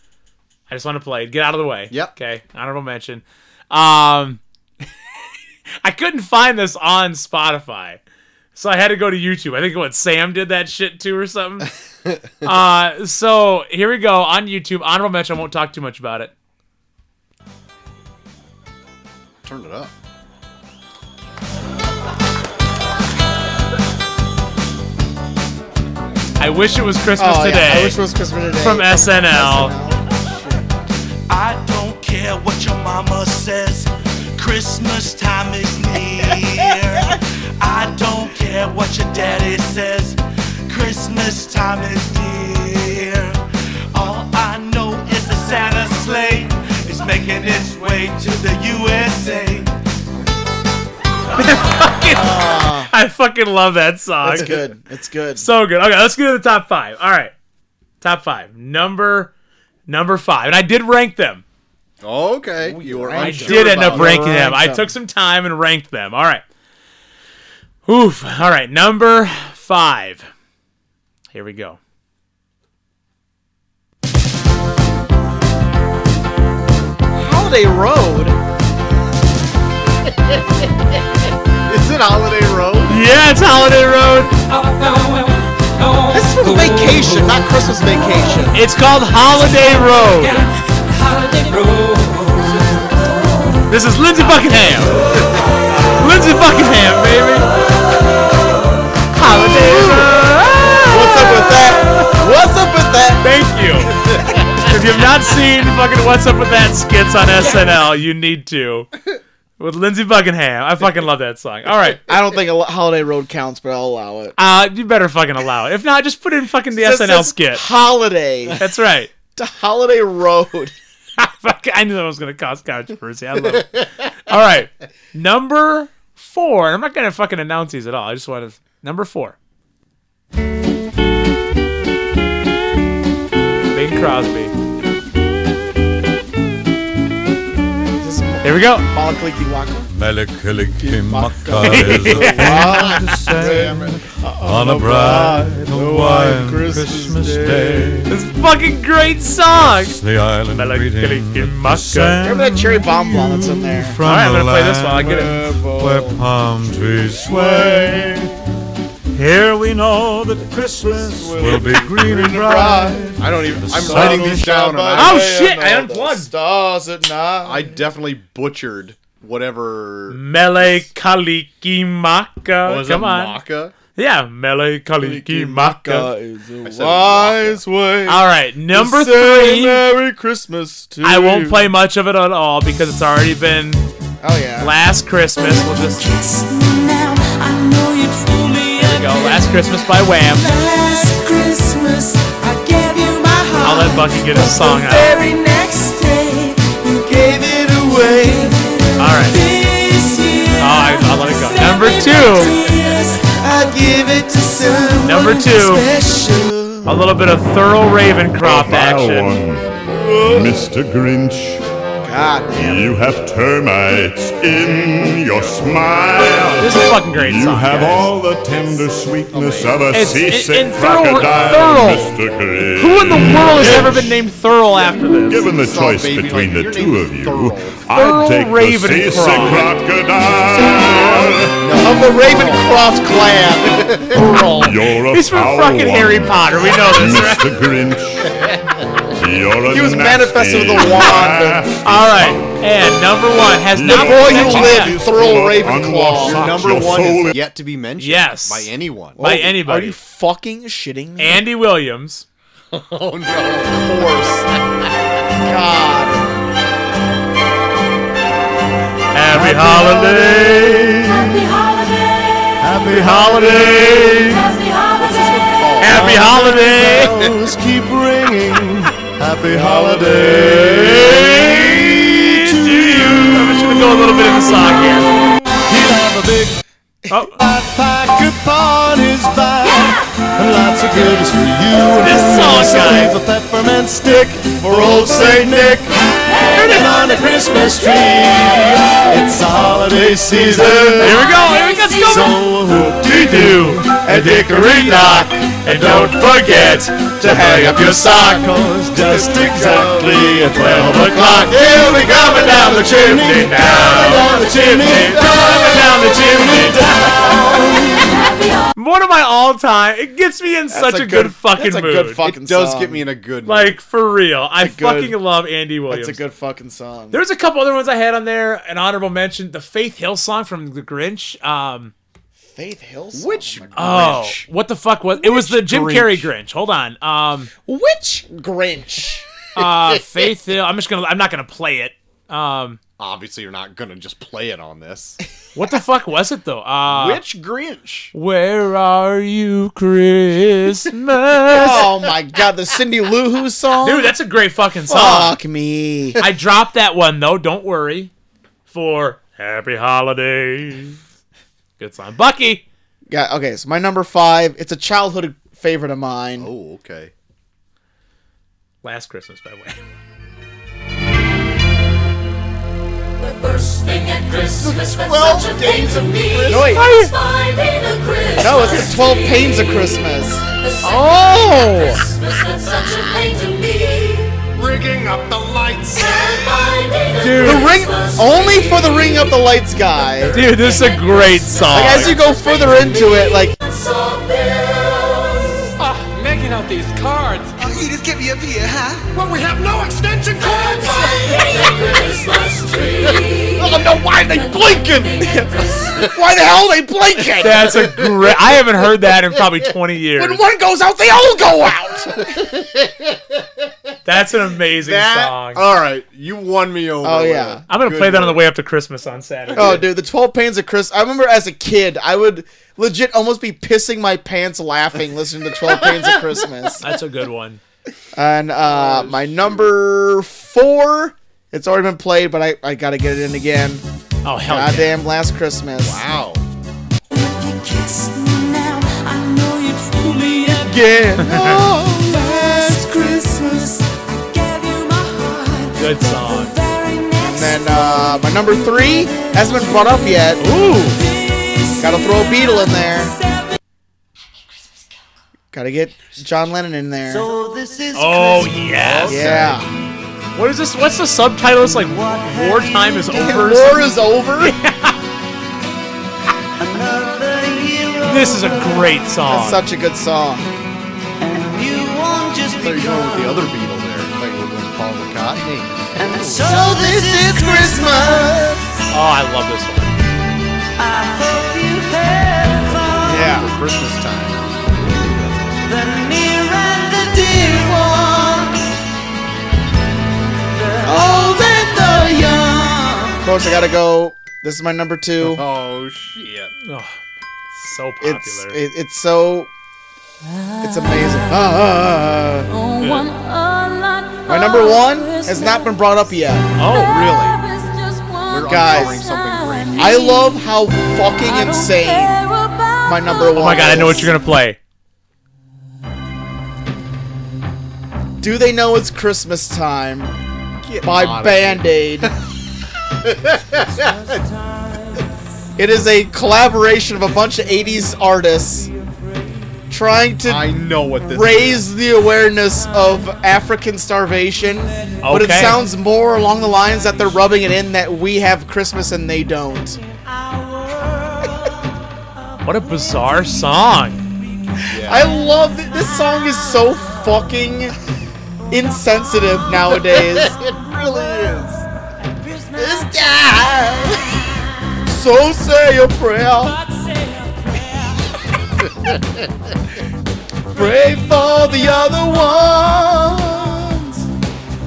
C: I just want to play. it. Get out of the way.
B: Yep.
C: Okay. Honorable mention. Um, I couldn't find this on Spotify, so I had to go to YouTube. I think what Sam did that shit too or something. uh, so here we go on YouTube. Honorable mention. I won't talk too much about it.
B: Turn it up.
C: I wish it was Christmas
A: Oh,
C: today.
A: yeah. I wish it was Christmas today.
C: from SNL.
F: I don't care what your mama says. Christmas time is near. I don't care what your daddy says. Christmas time is near. All I know is the Santa sleigh is making its way to the USA.
C: I fucking love that song.
A: It's good. It's good.
C: So good. Okay, let's get to the top five. All right, top five. Number number five, and I did rank them.
B: Okay, you were.
C: I
B: unsure
C: did end
B: about
C: up
B: it.
C: ranking them. I took some time and ranked them. All right. Oof. All right, number five. Here we go.
B: Holiday Road. Is it Holiday Road?
C: Yeah, it's Holiday Road.
B: This is from Vacation, not Christmas Vacation.
C: It's called Holiday Road. This is Lindsey Buckingham. Lindsey Buckingham, baby. Holiday Road.
B: What's up with that? What's up with that?
C: Thank you. if you've not seen fucking What's Up With That skits on SNL, you need to. With Lindsey Buckingham. I fucking love that song. All right.
A: I don't think a lo- Holiday Road counts, but I'll allow it.
C: Uh, you better fucking allow it. If not, just put in fucking the
A: It says
C: SNL skit.
A: Holiday
C: That's right.
A: to Holiday Road.
C: Fuck, I knew that was going to cause controversy. I love it. all right. Number four. I'm not going to fucking announce these at all. I just want to. Number four. Bing Crosby. Here we go.
A: Malakleaky Waka.
P: Malakalikimaka is a lot to say on a bright Hawaiian Christmas day.
C: This fucking great song.
P: It's the island greeting that the sand
A: Remember that cherry bomb blonde that's in there?
P: from
C: All right, I'm
P: the
C: gonna play this one. I
P: land
C: get
P: where- Where palm trees sway. Here we know that Christmas will be green and bright.
B: I don't even.
P: The
B: I'm
P: sun
B: writing
P: will
B: these
P: shine
B: down. and
P: by
B: I-
C: Oh, shit, I unplugged.
A: Stars at night.
B: I definitely butchered whatever.
C: Mele Kalikimaka.
B: Was it
C: Come on.
B: Maka?
C: Yeah, Mele
B: I
C: Kalikimaka.
A: is
B: said
A: a wise way.
C: All right, number
A: to say
C: three.
A: Merry Christmas to
C: I won't
A: you.
C: play much of it at all because it's already been
A: Oh yeah.
C: Last Christmas. We'll just
L: Kiss me now, I know you'd fool me
C: here we go. Last Christmas by Wham.
L: Last Christmas, I gave you my heart.
C: I'll let Bucky get his song
L: The
C: out.
L: very next day, you gave it away.
C: All right.
L: This year,
C: Oh, I, I'll let it go. Number two.
L: I give it to someone
C: Number two. A little bit of thorough
D: Oh,
C: Ravencroft action.
D: Profile one. Mr. Grinch.
A: God damn.
D: You have termites in your smile.
C: This is a fucking great
D: you
C: song,
D: have
C: guys.
D: all the tender sweetness of a
C: It's- it-
D: seasick
C: and thorough-
D: crocodile,
C: thorough.
D: Mr. Grinch.
C: Who in the world has ever been named Thurl after this?
D: Given the
B: Saw
D: choice
B: baby
D: between
B: like,
D: the
B: your
D: two
B: name's
D: of you,
B: Thurl.
D: I'd
C: Thurl
D: take
C: Ravencroft.
D: the seasick crocodile.
A: Of the Ravencroft clan.
C: Thurl.
D: You're a
C: He's from
D: foul
C: fucking
D: one,
C: Harry Potter. We know this, right?
D: Mr. Grinch. You're a
A: He was
D: nasty,
A: manifested with a wand.
D: nasty
C: All right. And number one has not
A: Before
C: been
A: you
C: mentioned
A: live,
C: yet
A: you throw a
D: Unwashed
A: Ravenclaw.
D: socks,
B: Number
D: your
B: one
D: soul
B: is yet to be mentioned.
C: Yes.
B: By anyone.
C: by
A: Are
C: anybody.
A: you fucking shitting me?
C: Andy Williams.
B: Oh no! Of course.
A: God.
C: Happy holiday. Happy holiday. Happy holiday.
P: Bells keep ringing. Happy holidays to you.
C: I'm just gonna go a little bit in the song here.
P: He'll have a big
C: Oh.
P: hot pack upon his back, and lots of goodies for you.
C: This song,
P: So
C: guys.
P: leave a peppermint stick for old Saint Nick, and on the Christmas tree. It's holiday season.
C: Here we go. Here we go. Let's go.
P: So hoop-dee-doo and dickory-dock And don't forget to hang up your sockers Just exactly at 12 o'clock Here we go coming down the chimney Down, down the chimney Coming down the chimney
C: One of my all time. It gets me in such a, good, fucking
A: that's a
C: mood.
A: good fucking
B: It does
A: song.
B: get me in a good.
C: like for real. I
A: That's a good-
C: fucking love Andy Williams.
A: That's a good fucking song.
C: There's a couple other ones I had on there. An honorable mention: the Faith Hill song from The Grinch. Um,
A: Faith Hills.
B: mood. which
C: oh,
B: Grinch?
C: what the fuck was? it was the Jim Carrey Grinch. Hold on. Um,
A: which Grinch?
C: uh, Faith Hill. I'm just gonna. I'm not gonna play it. Um,
B: Obviously, you're not gonna just play it on this.
C: what the fuck was it though? Uh,
B: Which Grinch?
C: Where are you, Christmas?
A: Oh my God, the Cindy Lou Who song.
C: Dude, that's a great fucking song.
A: fuck me.
C: I dropped that one though. Don't worry. For happy holidays Good sign. Bucky.
A: Yeah, okay, so my number five, it's a childhood favorite of mine.
B: Oh, okay.
C: Last Christmas, by the way.
Q: The first thing at Christmas was
A: Twelve
Q: such a pain to me.
A: No, wait.
Q: Was finding a Christmas
A: No, it's the 12 Pains of Christmas.
Q: The second
A: Oh!
Q: thing at Christmas was such a pain to me. Rigging up the lights. And finding a
A: Dude. The ring, only for the ring up the lights guy.
C: Dude, this is a great song.
A: Like, as you go further into it, like,
Q: Ah, making out these cards. Oh, you just give me a beer, huh? Well, we have no extension cords. Christmas tree.
B: I don't know why they blinking.
A: why the hell are they blinking?
C: That's a great. I haven't heard that in probably 20 years.
A: When one goes out, they all go out.
C: That's an amazing
B: That-
C: song.
A: uh,
B: All right, you won me over.
A: Oh,
B: with
A: yeah.
B: it.
C: I'm gonna
B: Good
C: play that on the
B: work.
C: way up to Christmas on Saturday.
A: Oh, dude, the 12 Pains of Christmas. I remember as a kid, I would legit almost be pissing my pants laughing listening to 12 Pains of Christmas.
C: That's a good one.
A: And uh,
Q: Oh,
A: my number four, it's already been played, but I, I got to get it in again.
C: Oh, hell yeah.
A: Goddamn Last Christmas.
B: Wow.
A: Yeah.
Q: Last Christmas, I gave you my heart.
C: Good song.
A: And then uh, my number three hasn't been brought up yet.
C: Ooh.
A: Gotta throw a Beatle in there. Gotta get John Lennon in there.
Q: So this is
C: Oh
Q: Christmas.
C: yes.
A: Yeah.
C: What is this? What's the subtitle? It's like wartime is over. or
A: War is over.
C: something. This is a great song.
A: That's such a good song.
Q: You won't just
B: There you go with the other Beatle there. Like we're going Paul McCartney.
Q: So this is Christmas.
C: oh, I love this one.
Q: I hope you have fun.
B: Yeah. For Christmas time.
Q: The near and the dear ones. The old and the young.
A: Of course, I gotta go. This is my number two.
B: Oh shit.
C: Oh, so popular.
A: It's it, it's so it's amazing. Ah, ah,
G: Don't want a
A: ah.
G: lot
A: My number one has not been brought up yet,
C: oh,
B: Really?
A: guys.
B: Something
A: I love how fucking insane my number one.
C: oh my god, I know what you're gonna play.
A: gonna. Do they know it's Christmas time?
B: great.
A: By Band Aid. It is a collaboration of a bunch of '80s artists trying to
B: I know what this
A: raise the awareness of African starvation, but it
C: Okay.
A: sounds more along the lines that they're rubbing it in that we have Christmas and they don't.
C: What a bizarre song.
A: I love that this song is so fucking insensitive nowadays.
B: It really is.
A: this guy. So say your prayer, pray for the other ones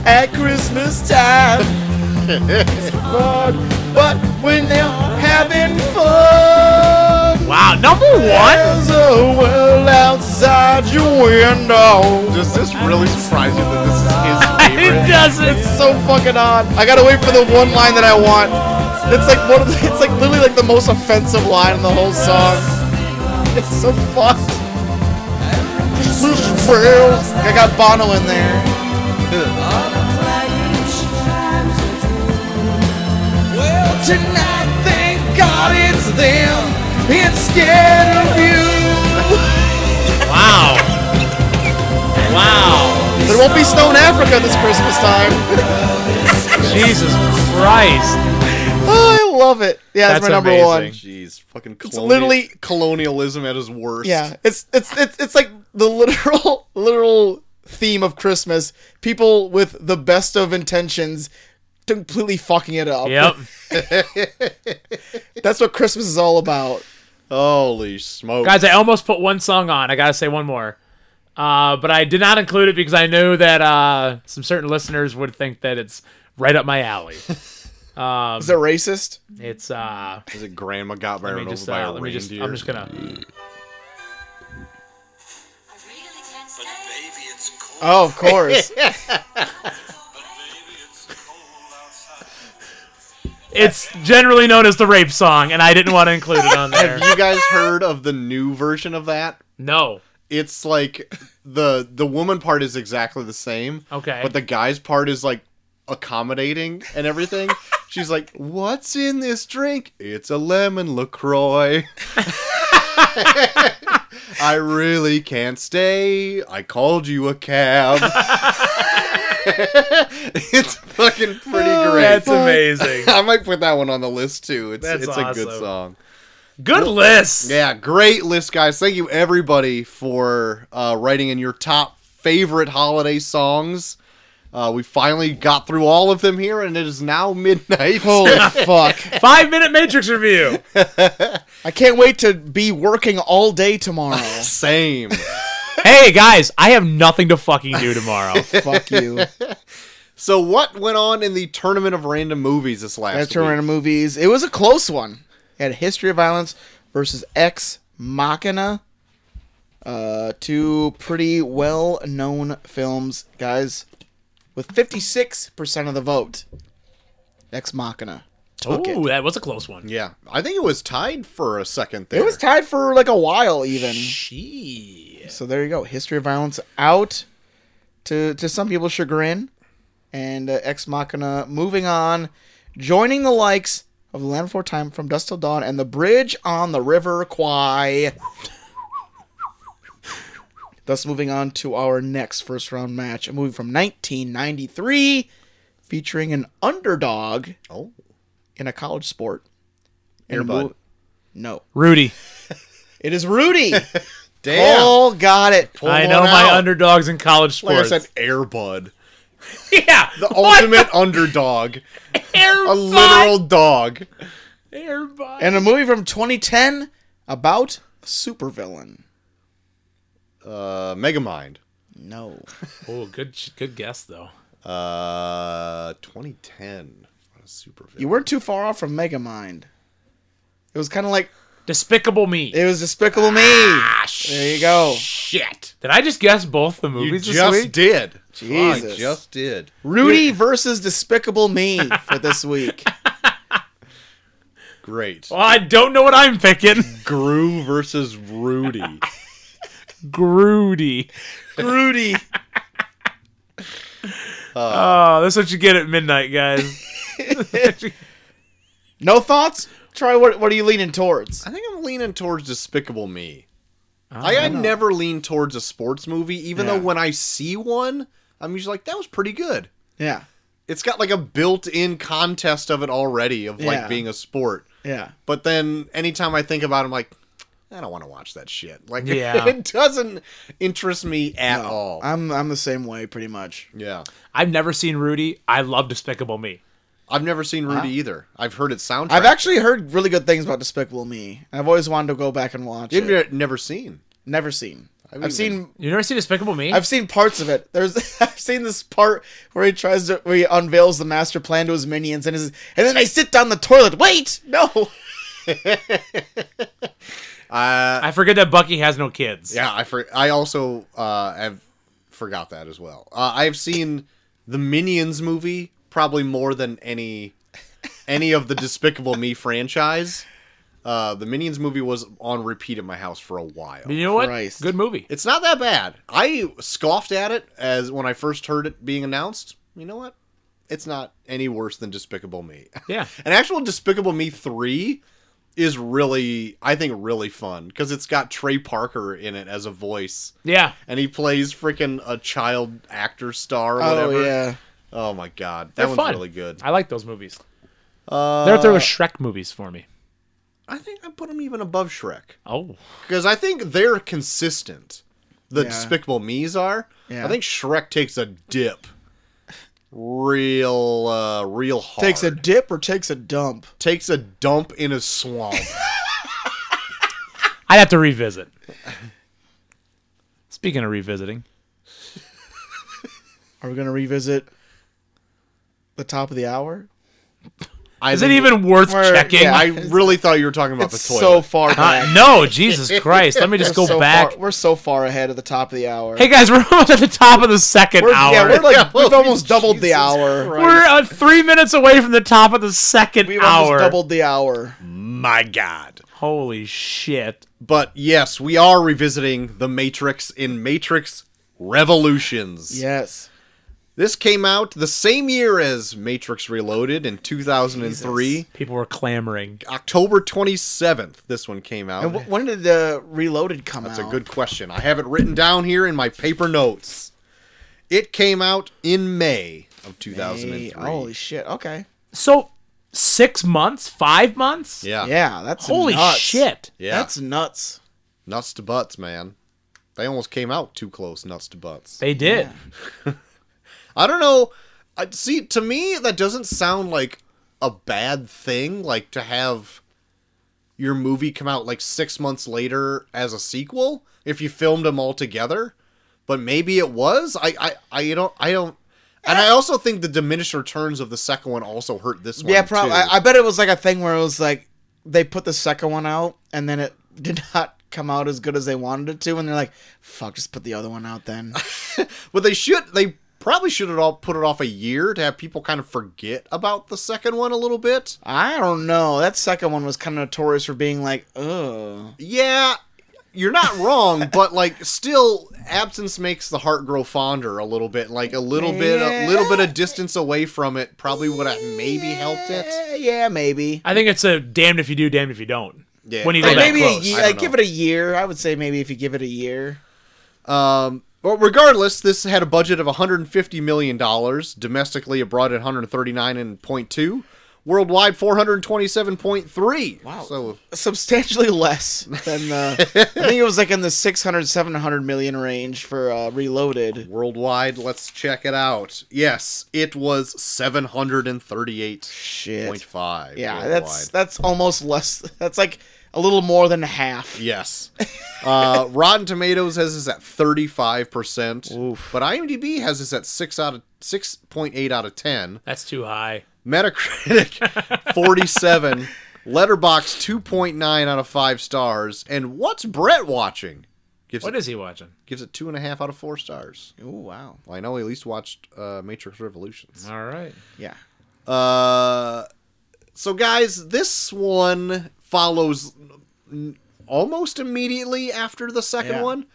A: at Christmas time. but, but when they're having fun.
C: Wow, number one.
A: There's a world outside your window.
B: Does this really surprise you that this is his favorite?
C: It doesn't.
A: It's so fucking odd. I gotta wait for the one line that I want. It's like one of the, it's like literally like the most offensive line in the whole song. It's so fucked. I got Bono in there. Well, tonight, thank God it's them instead of you.
C: Wow. Wow.
A: There won't be snow in Africa this Christmas time.
C: Jesus Christ.
A: Oh, I love it. Yeah, that's,
C: That's
A: my number
C: amazing.
A: one.
B: Jeez, fucking
A: It's
B: colonial,
A: literally-
B: colonialism at his worst.
A: Yeah, it's it's it's it's like the literal literal theme of Christmas. People with the best of intentions completely fucking it up.
C: Yep.
A: That's what Christmas is all about.
B: Holy smoke.
C: Guys, I almost put one song on. I gotta say one more. Uh, but I did not include it because I know that uh, some certain listeners would think that it's right up my alley. Um,
A: Is it racist?
C: it's uh,
B: is it grandma got
C: let
B: married
C: me
B: over
C: just,
B: by
C: uh,
B: a
C: let me just,
B: reindeer?
C: I'm just gonna.
A: Oh, of course.
C: it's generally known as the rape song, and I didn't want to include it on there.
B: Have you guys heard of the new version of that?
C: No.
B: It's like the the woman part is exactly the same.
C: Okay.
B: But the guy's part is like accommodating and everything. She's like, "What's in this drink? It's a lemon LaCroix." I really can't stay. I called you a cab. it's fucking pretty
C: Oh,
B: great.
C: that's amazing.
B: I might put that one on the list too. It's
C: That's
B: it's a good
C: awesome.
B: song.
C: Good list.
B: Yeah, great list, guys. Thank you everybody for uh, writing in your top favorite holiday songs. Uh, we finally got through all of them here, and it is now midnight.
A: Holy fuck.
C: Five minute Matrix review.
A: I can't wait to be working all day tomorrow.
B: Same.
C: Hey guys, I have nothing to fucking do tomorrow.
A: Fuck you.
B: So, what went on in the tournament of random movies this last?
A: That's Terminator movies. It was a close one. It had History of Violence versus Ex Machina. Uh, two pretty well known films, guys, with 56% of the vote. Ex Machina. Took it.
C: Ooh, that was a close one.
B: Yeah, I think it was tied for a second there.
A: It was tied for like a while, even. So there you go. History of Violence out to to some people's chagrin, and uh, Ex Machina moving on, joining the likes of Land Before Time, From Dusk Till Dawn, and The Bridge on the River Kwai. Thus moving on to our next first round match, a movie from 1993, featuring an underdog
B: oh.
A: in a college sport.
B: Air
A: And a
B: Bud.
A: mo- no,
C: Rudy.
A: it is Rudy.
B: Damn.
A: Cole got it.
C: I know my underdogs in college
B: Like I
C: sports.
B: said, Airbud.
C: yeah.
B: The ultimate underdog.
C: Air
B: A literal dog.
C: Airbud.
A: And a movie from 2010 about a supervillain.
B: Uh, Megamind.
A: No.
C: Oh, good good guess though.
B: Uh, 2010. What a super villain.
A: You weren't too far off from Megamind. It was kind of like
C: Despicable Me. Ah,
A: it was Despicable Me. there you go.
C: Shit. Did I just guess both the movies
B: you
C: this
B: just
C: week?
B: did.
A: Jesus.
B: I just did.
A: Rudy versus Despicable Me for this week.
B: Great.
C: Well, I don't know what I'm picking.
B: Gru versus Rudy.
C: Groody.
A: Rudy.
C: Oh, that's what you get at midnight, guys.
A: No thoughts? Try what what are you leaning towards?
B: I think I'm leaning towards Despicable Me. I, I never lean towards a sports movie, even though
A: Oh, Yeah.
B: when I see one, I'm usually like, that was pretty good.
A: Yeah.
B: It's got like a built in contest of it already, of like
A: Yeah.
B: being a sport.
A: Yeah.
B: But then anytime I think about it, I'm like, I don't want to watch that shit. Like,
C: Yeah.
B: it doesn't interest me at
A: No,
B: all.
A: I'm I'm the same way pretty much.
B: yeah.
C: I've never seen Rudy. I love Despicable Me.
B: I've never seen Rudy either. I've heard it soundtrack.
A: I've actually heard really good things about Despicable Me. I've always wanted to go back and watch
B: You've
A: it.
B: ne- never seen.
A: Never seen. I've,
B: even-
A: seen
C: You never seen Despicable Me?
A: I've seen parts of it. There's I've seen this part where he tries to where he unveils the master plan to his minions and is and then I sit down the toilet. Wait, no.
B: Uh,
C: I forget that Bucky has no kids.
B: yeah, I for- I also uh, have forgot that as well. Uh, I've seen the Minions movie probably more than any any of the Despicable Me franchise. Uh, the Minions movie was on repeat at my house for a while.
C: You know what?
A: Christ.
C: Good movie.
B: It's not that bad. I scoffed at it as when I first heard it being announced. You know what? It's not any worse than Despicable Me.
C: Yeah.
B: An actual Despicable Me 3 is really, I think, really fun because it's got Trey Parker in it as a voice.
C: Yeah.
B: And he plays freaking a child actor star or
A: Oh
B: whatever.
A: yeah.
B: Oh my god. That
C: They're
B: one's
C: fun.
B: really good.
C: I like those movies.
B: Uh,
C: They're up there with Shrek movies for me.
B: I think I put him even above Shrek.
C: Oh.
B: because I think they're consistent. The
A: Yeah.
B: Despicable Me's are.
A: Yeah.
B: I think Shrek takes a dip, real, uh, real hard.
A: Takes a dip or takes a dump.
B: takes a dump in a swamp.
C: I'd have to revisit. Speaking of revisiting,
A: Are we gonna revisit the top of the hour?
C: Is it even worth
B: Where-
C: checking?
B: I really thought you were talking about
A: It's
B: the toilet.
A: so far back.
C: no, Jesus Christ. Let me just
A: We're
C: go
A: so
C: back.
A: far- we're so far ahead of the top of the hour.
C: Hey guys, we're almost at the top of the 2nd
A: We're-
C: hour.
A: Yeah, we're like we've almost doubled the hour.
C: We're uh, three minutes away from the top of the 2nd
A: We've
C: hour.
A: almost doubled the hour.
B: My God.
C: Holy shit.
B: But yes, we are revisiting The Matrix in Matrix Revolutions.
A: Yes.
B: This came out the same year as Matrix Reloaded in 2003.
C: People were clamoring.
B: October 27th, this one came out.
A: And wh- when did the Reloaded come
B: That's
A: out?
B: a good question. I have it written down here in my paper notes. It came out in May of 2003.
A: Holy shit. Okay.
C: So, six months? Five months?
B: Yeah.
A: Yeah, that's
C: Holy
A: nuts.
C: shit.
B: Yeah.
A: That's nuts.
B: Nuts to butts, man. They almost came out too close, nuts to butts.
C: They did.
B: I don't know. I see. To me, that doesn't sound like a bad thing. Like to have your movie come out like six months later as a sequel if you filmed them all together. But maybe it was. I I I don't I don't. And I also think the diminished returns of the second one also hurt this one.
A: Yeah, probably.
B: too.
A: I, I bet it was like a thing where it was like they put the second one out and then it did not come out as good as they wanted it to, and they're like, "Fuck, just put the other one out then."
B: But they should. They probably should have all put it off a year to have people kind of forget about the second one a little bit.
A: I don't know. That second one was kind of notorious for being like, "Ugh."
B: Yeah, you're not wrong, but like still absence makes the heart grow fonder a little bit. Like a little bit a little bit of distance away from it probably would have maybe helped it.
A: Eh, yeah, maybe.
C: I think it's a damned if you do, damned if you don't.
B: Yeah.
C: When you go
A: Like,
C: that
A: maybe a
C: close.
A: ye-
B: I don't
A: like, give it a year. I would say maybe if you give it a year.
B: Um but regardless, this had a budget of 150 million dollars. Domestically it brought in 139.2, worldwide 427.3. Wow. So
A: Substantially less than uh, I think it was like in the 600 700 million range for uh, Reloaded.
B: worldwide, let's check it out. Yes, it was 738.5.
A: Yeah,
B: worldwide.
A: that's that's almost less. That's like a little more than half.
B: Yes. Uh, Rotten Tomatoes has this at 35%, but IMDb has this at 6 out of 6.8 out of 10.
C: That's too high.
B: Metacritic 47, Letterbox 2.9 out of 5 stars, and what's Brett watching? Gives
C: What
B: it,
C: is he watching?
B: gives it two and a half out of four stars.
A: Oh wow.
B: Well, I know he at least watched uh, Matrix Revolutions.
C: All right.
A: Yeah.
B: Uh, so guys, this one follows n- almost immediately after the second
A: Yeah.
B: one.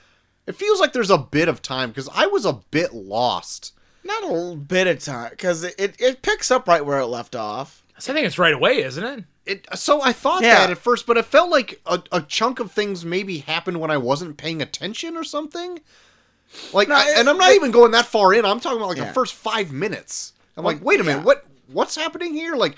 B: It feels like there's a bit of time because I was a bit lost.
A: Not a little bit of time because it, it it picks up right where it left off.
C: So I think it's right away, isn't it?
B: It, so I thought
A: Yeah.
B: that at first, but it felt like a, a chunk of things maybe happened when I wasn't paying attention or something. Like,
A: No,
B: I-
A: it-
B: and I'm not
A: it-
B: even going that far in. I'm talking about like
A: Yeah.
B: the first five minutes. I'm
A: Well,
B: like, wait a minute,
A: yeah.
B: what what's happening here? Like,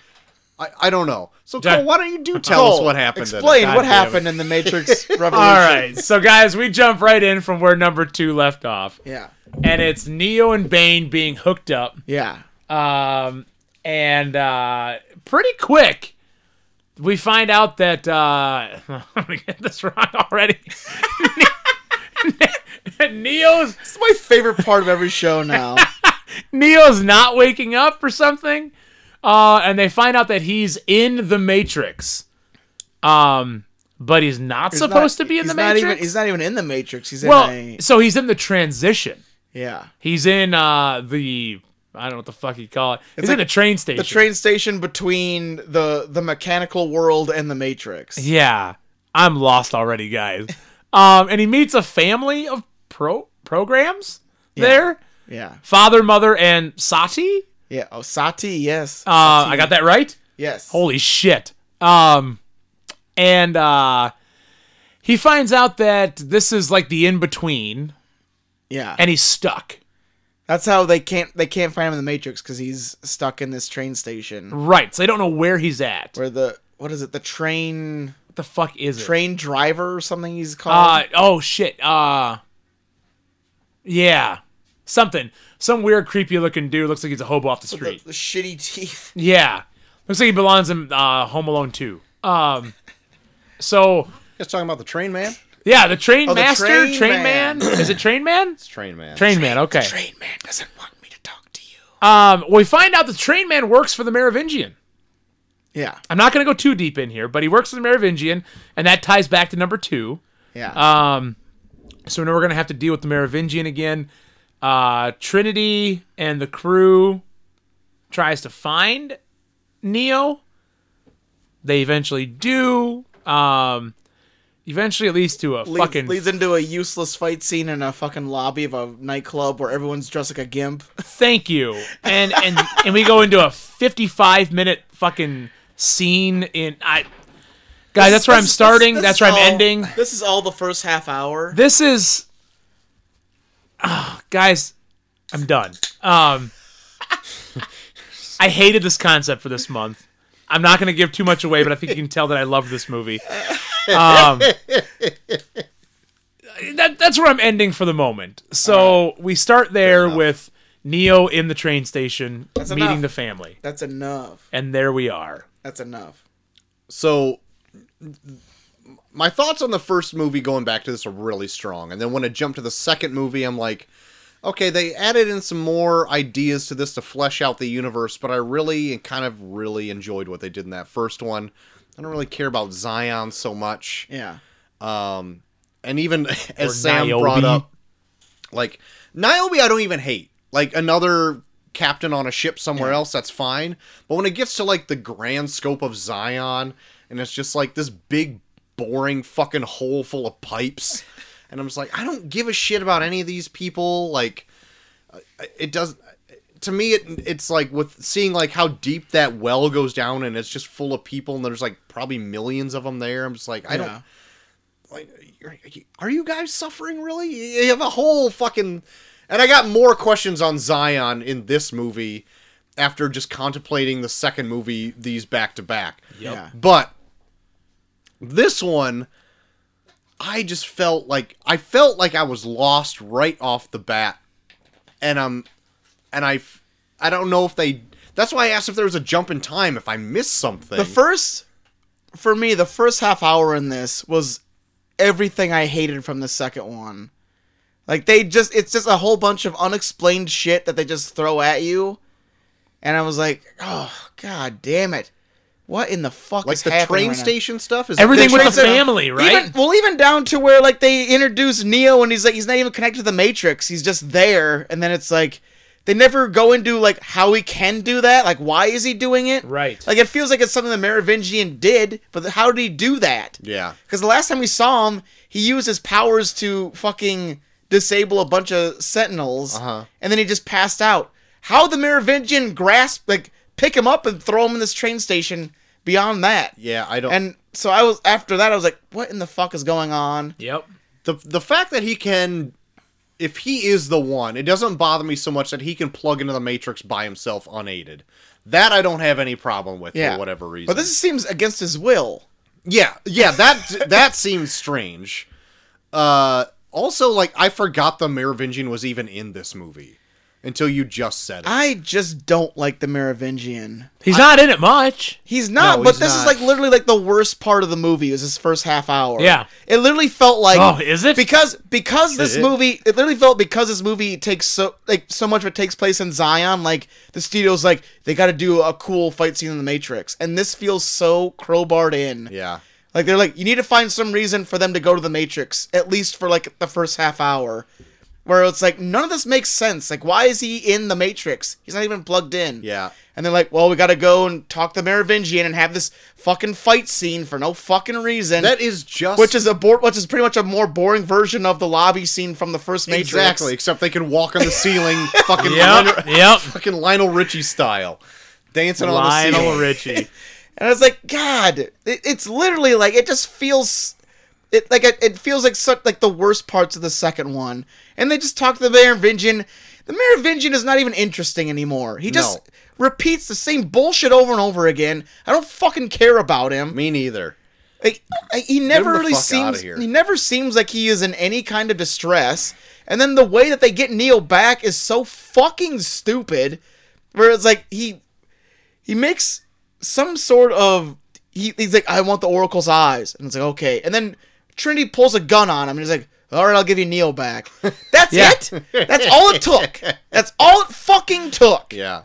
B: I, I don't know. So
C: Yeah.
B: Cole, why don't you do tell us
A: Cole,
B: what happened? in it?
A: Explain
C: God
A: what
C: damn it.
A: happened in the Matrix Revolution.
C: All right. So, guys, we jump right in from where number two left off.
A: Yeah.
C: And it's Neo and Bane being hooked up.
A: Yeah.
C: Um, and uh, pretty quick, we find out that. Uh, I'm going to get this wrong already. Neo's
A: It's my favorite part of every show now.
C: Neo's not waking up or something. Uh, and they find out that he's in the Matrix. Um, but he's not
A: He's
C: supposed
A: not-
C: to be in
A: he's
C: the
A: not
C: Matrix.
A: Even, he's not even in the Matrix. He's
C: well,
A: in a
C: so he's in the transition.
A: yeah.
C: He's in uh the I don't know what the fuck you call it. He's in a train station.
A: The train station between the the mechanical world and the Matrix.
C: yeah, I'm lost already, guys. um, and he meets a family of pro programs there.
A: Yeah.
C: Father, mother, and Sati.
A: Yeah. Oh, Sati. Yes.
C: Uh, I got that right.
A: Yes.
C: Holy shit. Um, and uh, he finds out that this is like the in between,
A: yeah.
C: and he's stuck.
A: That's how they can't they can't find him in the Matrix because he's stuck in this train station
C: Right, so they don't know where he's at.
A: where the what is it the train
C: What the fuck is it?
A: train driver or something he's
C: Uh,
A: called.
C: oh shit. Uh, yeah, something. Some weird, creepy looking dude looks like he's a hobo off the
A: the,
C: street.
A: the shitty teeth.
C: Yeah, looks like he belongs in uh, Home Alone 2. Um, so
B: You guys talking about the train man?
C: yeah, the train
A: Oh, the
C: master,
A: train
C: train, man. is it train man?
B: It's train man.
C: Train man. Okay.
A: Train man doesn't want me to talk to you.
C: Um, we find out the train man works for the Merovingian.
A: Yeah.
C: I'm not going to go too deep in here, but he works with the Merovingian, and that ties back to number two.
A: Yeah.
C: Um, so now we're going to have to deal with the Merovingian again. Uh, Trinity and the crew tries to find Neo. They eventually do. Um, eventually, at least to a
A: Leads,
C: fucking
A: leads into a useless fight scene in a fucking lobby of a nightclub where everyone's dressed like a gimp.
C: thank you and and and we go into a 55 minute fucking scene in i guys that's where i'm
A: This- this-
C: starting
A: this
C: that's
A: is
C: where i'm
A: all-
C: ending
A: This is all the first half hour.
C: this is Ah, guys i'm done um i hated this concept for this month i'm not going to give too much away but i think you can tell that i love this movie um that, that's where I'm ending for the moment. So we start there with Neo in the train station
A: That's
C: meeting
A: enough.
C: the family,
A: That's enough.
C: and there we are.
A: That's enough.
B: So my thoughts on the first movie going back to this are really strong. And then when I jump to the second movie, I'm like, okay, they added in some more ideas to this to flesh out the universe, but I really and kind of really enjoyed what they did in that first one. I don't really care about Zion so much.
A: Yeah.
B: Um and even as
A: Or
B: Sam brought
A: Niobe.
B: up like Niobe I don't even hate. Like another captain on a ship somewhere else, that's fine. But when it gets to like the grand scope of Zion and it's just like this big boring fucking hole full of pipes and I'm just like I don't give a shit about any of these people like I- it does to me it it's like with seeing like how deep that well goes down and it's just full of people and there's like probably millions of them there. I'm just like I
A: Yeah.
B: don't are you guys suffering really? You have a whole fucking and I got more questions on Zion in this movie after just contemplating the second movie these back to back.
A: Yeah.
B: But this one I just felt like I felt like I was lost right off the bat and um and I f- I don't know if they that's why I asked if there was a jump in time if I missed something.
A: The first, for me, the first half hour in this was everything I hated from the second one. Like they just, it's just a whole bunch of unexplained shit that they just throw at you, and I was like, oh god damn it, what in the fuck?
B: like
A: is
B: the
A: happening
B: train
A: right now?
B: station stuff is
C: Everything with the
A: train station-
C: family, right?
A: Even, well, even down to where like they introduce Neo and he's like he's not even connected to the Matrix. He's just there, and then it's like they never go into like how he can do that. Like why is he doing it?
C: Right.
A: Like it feels like it's something the Merovingian did, but how did he do that?
B: Yeah.
A: Because the last time we saw him, he used his powers to fucking disable a bunch of sentinels,
B: Uh-huh.
A: and then he just passed out. How the Merovingian grasp like pick him up and throw him in this train station? Beyond that,
B: Yeah, I don't
A: and so I was after that. I was like, "What in the fuck is going on?"
C: Yep.
B: the the fact that he can if he is the one it doesn't bother me so much that he can plug into the matrix by himself unaided that i don't have any problem with
A: Yeah.
B: for whatever reason
A: But this seems against his will.
B: yeah yeah that that seems strange uh also like i forgot the merovingian was even in this movie until you just said it
A: I just don't like the Merovingian.
C: He's not in it much.
A: He's not.
B: No,
A: but
B: he's
A: this is
B: not.
A: like literally like the worst part of the movie is his first half hour.
C: Yeah.
A: it literally felt like.
C: Oh, is it?
A: because because this
B: it?
A: movie it literally felt because this movie takes so like so much of it takes place in Zion. Like the studio's like they got to do a cool fight scene in the Matrix, and this feels so crowbarred in.
B: yeah
A: Like they're like, you need to find some reason for them to go to the Matrix, at least for like the first half hour. Where it's like, none of this makes sense. Like, why is he in the Matrix? He's not even plugged in.
B: yeah
A: And they're like, well, we gotta go and talk to Merovingian and have this fucking fight scene for no fucking reason.
B: that is just
A: which is a bor- which is pretty much a more boring version of the lobby scene from the first Matrix.
B: exactly except they can walk on the ceiling fucking
C: Yep.
B: Lionel,
C: yep.
B: fucking lionel richie style dancing on the ceiling
C: Lionel Richie.
A: And I was like, God, it, it's literally like it just feels, it like it, it feels like such like the worst parts of the second one. And they just talk to the Merovingian. The Merovingian is not even interesting anymore. He just repeats the same bullshit over and over again. I don't fucking care about him.
B: me neither
A: Like, I- he never
B: the
A: really
B: fuck outta
A: seems.
B: here.
A: He never seems like he is in any kind of distress. And then the way that they get Neil back is so fucking stupid. Where it's like he he makes some sort of he, he's like, I want the Oracle's eyes, and it's like okay. And then Trinity pulls a gun on him, and he's like, All right, I'll give you Neil back. That's
C: Yeah.
A: it. That's all it took. That's all it fucking took.
B: Yeah.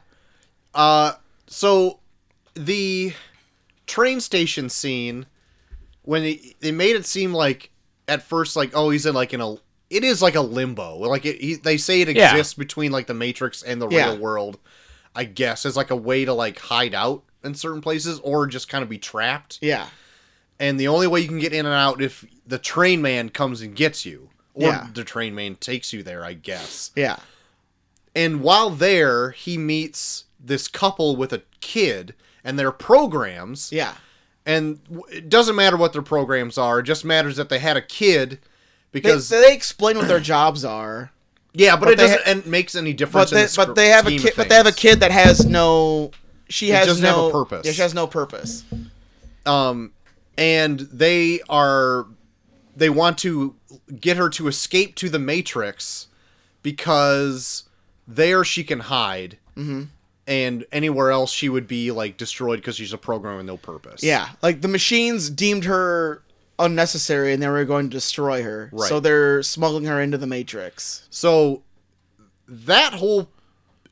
B: Uh so the train station scene when they, they made it seem like at first like oh he's in like in a it is like a limbo like it, he, they say it
P: Yeah.
B: exists between like the matrix and the
P: Yeah.
B: real world i guess as like a way to like hide out in certain places or just kind of be trapped
A: yeah
B: and the only way you can get in and out if the train man comes and gets you or
A: Yeah.
B: the train man takes you there i guess
A: Yeah.
B: and while there, he meets this couple with a kid and their programs.
A: Yeah.
B: And w- it doesn't matter what their programs are, it just matters that they had a kid because.
A: they, they explain what their jobs are.
B: yeah, but, it
A: they ha-
B: doesn't and makes any
A: but
B: difference. in
A: they,
B: the
A: but
B: scr-
A: they have a
B: scheme of
A: kid. But
B: things.
A: they have a kid that has no. She
B: It
A: has
B: doesn't have a
A: no
B: purpose.
A: Yeah, she has no purpose.
B: um, and they are they want to get her to escape to the matrix because there she can hide
A: Mhm.
B: and anywhere else she would be like destroyed because she's a program with no purpose
A: Yeah, like the machines deemed her unnecessary, and they were going to destroy her.
B: Right.
A: So they're smuggling her into the Matrix.
B: so that whole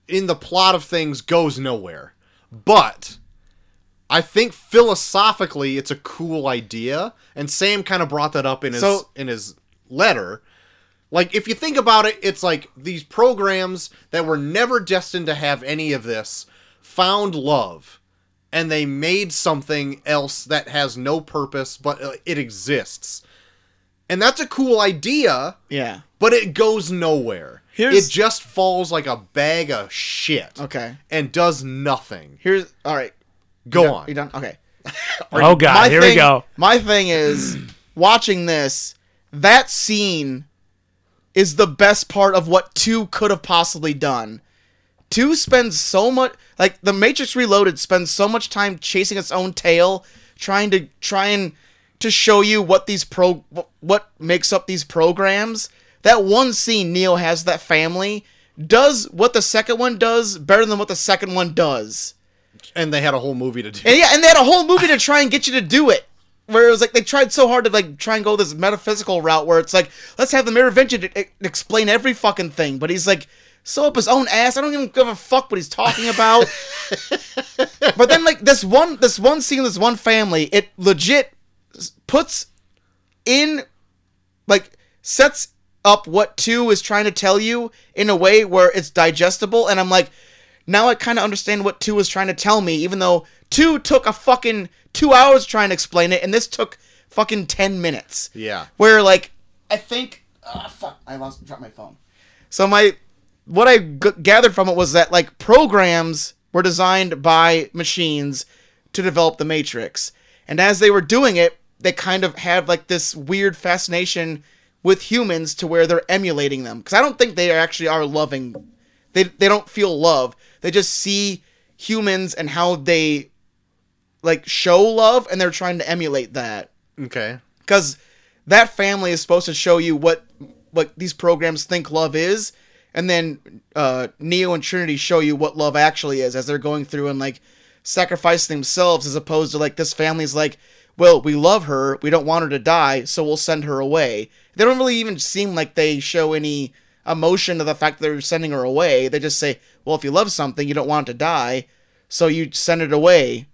B: in the plot of things goes nowhere but i think philosophically it's a cool idea and sam kind of brought that up in his
A: So-
B: in his letter like if you think about it it's like these programs that were never destined to have any of this found love and they made something else that has no purpose but uh, it exists and that's a cool idea
A: Yeah.
B: but it goes nowhere.
A: Here's-
B: it just falls like a bag of shit.
A: Okay.
B: And does nothing.
A: Here's all right.
B: Go
A: You done-
B: on.
A: You done? Okay.
C: Oh, God, here we
A: thing-
C: go.
A: My thing is watching this. That scene is the best part of what two could have possibly done. Two spends so much like the Matrix Reloaded spends so much time chasing its own tail, trying to try and to show you what these pro what makes up these programs. That one scene Neo has that family does what the second one does better than what the second one does.
B: And they had a whole movie to do.
A: And yeah, and they had a whole movie to try and get you to do it. Where it was like they tried so hard to like try and go this metaphysical route where it's like let's have the intervention to e- explain every fucking thing, but he's like so up his own ass. I don't even give a fuck what he's talking about. but then like this one this one scene this one family it legit s- puts in like sets up what two is trying to tell you in a way where it's digestible and i'm like now i kind of understand what two is trying to tell me even though two took a fucking two hours trying to explain it and this took fucking 10 minutes
B: Yeah.
A: where like I think ah fuck, I lost dropped my phone. So my what I g- gathered from it was that like programs were designed by machines to develop the Matrix, and as they were doing it, they kind of had like this weird fascination with humans to where they're emulating them because I don't think they actually are loving. They they don't feel love. They just see humans and how they like show love, and they're trying to emulate that
B: Okay.
A: because that family is supposed to show you what what these programs think love is and then uh, neo and trinity show you what love actually is as they're going through and like sacrificing themselves as opposed to like this family's like well we love her we don't want her to die so we'll send her away they don't really even seem like they show any emotion to the fact that they're sending her away they just say well if you love something you don't want it to die so you send it away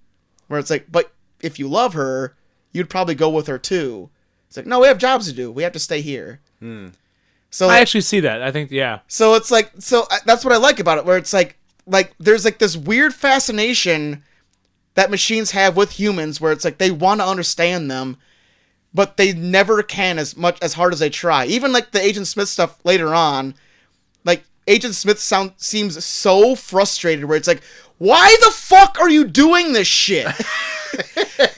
A: where it's like, but if you love her, you'd probably go with her too. It's like, no, we have jobs to do. We have to stay here. So
C: I actually see that. I think yeah.
A: so it's like so I, that's what I like about it where it's like like there's like this weird fascination that machines have with humans where it's like they want to understand them but they never can as much as hard as they try. Even like the Agent Smith stuff later on, like Agent Smith sound seems so frustrated where it's like why the fuck are you doing this shit? and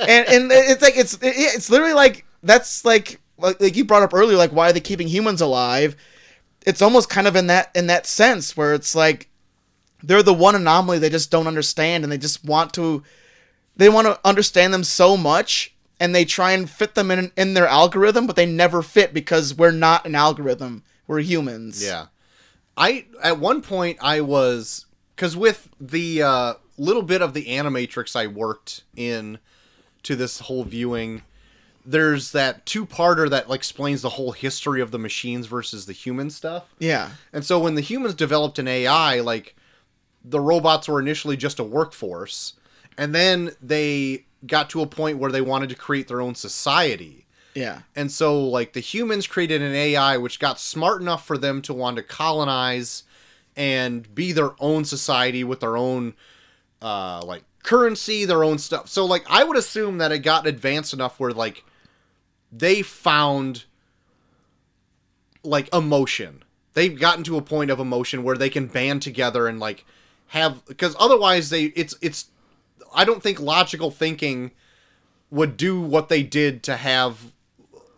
A: and it's like it's it's literally like that's like like like you brought up earlier like why are they keeping humans alive? it's almost kind of in that in that sense where it's like they're the one anomaly they just don't understand and they just want to they want to understand them so much and they try and fit them in in their algorithm but they never fit because we're not an algorithm we're humans
B: Yeah. I at one point I was because with the uh, little bit of the animatrix I worked in to this whole viewing, there's that two parter that like explains the whole history of the machines versus the human stuff.
A: yeah
B: And so when the humans developed an AI, like the robots were initially just a workforce, And then they got to a point where they wanted to create their own society.
A: Yeah.
B: And so, like, the humans created an AI which got smart enough for them to want to colonize and be their own society with their own, uh, like, currency, their own stuff. So, like, I would assume that it got advanced enough where, like, they found, like, emotion. They've gotten to a point of emotion where they can band together and, like, have, because otherwise they, it's, it's, I don't think logical thinking would do what they did to have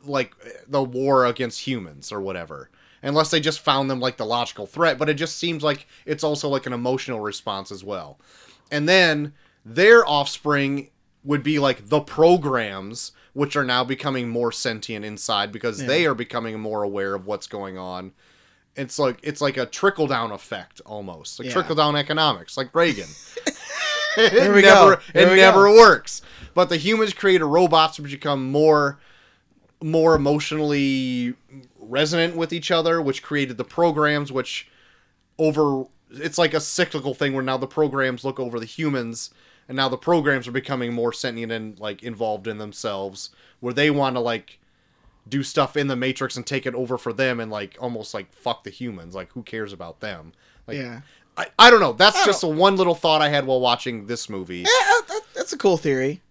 B: like the war against humans or whatever unless they just found them like the logical threat but it just seems like it's also like an emotional response as well and then their offspring would be like the programs which are now becoming more sentient inside because
P: Yeah.
B: they are becoming more aware of what's going on it's like it's like a trickle down effect almost like
P: Yeah.
B: trickle down economics like reagan it
P: There we go.
B: never,
P: There
B: It
P: we
B: never
P: go.
B: works. But the humans created robots which become more, more emotionally resonant with each other, which created the programs, which over. It's like a cyclical thing where now the programs look over the humans, and now the programs are becoming more sentient and like involved in themselves, where they want to like do stuff in the matrix and take it over for them and like almost like fuck the humans like who cares about them like
A: Yeah.
B: I, I don't know that's just a one little thought i had while watching this movie
A: That's a cool theory.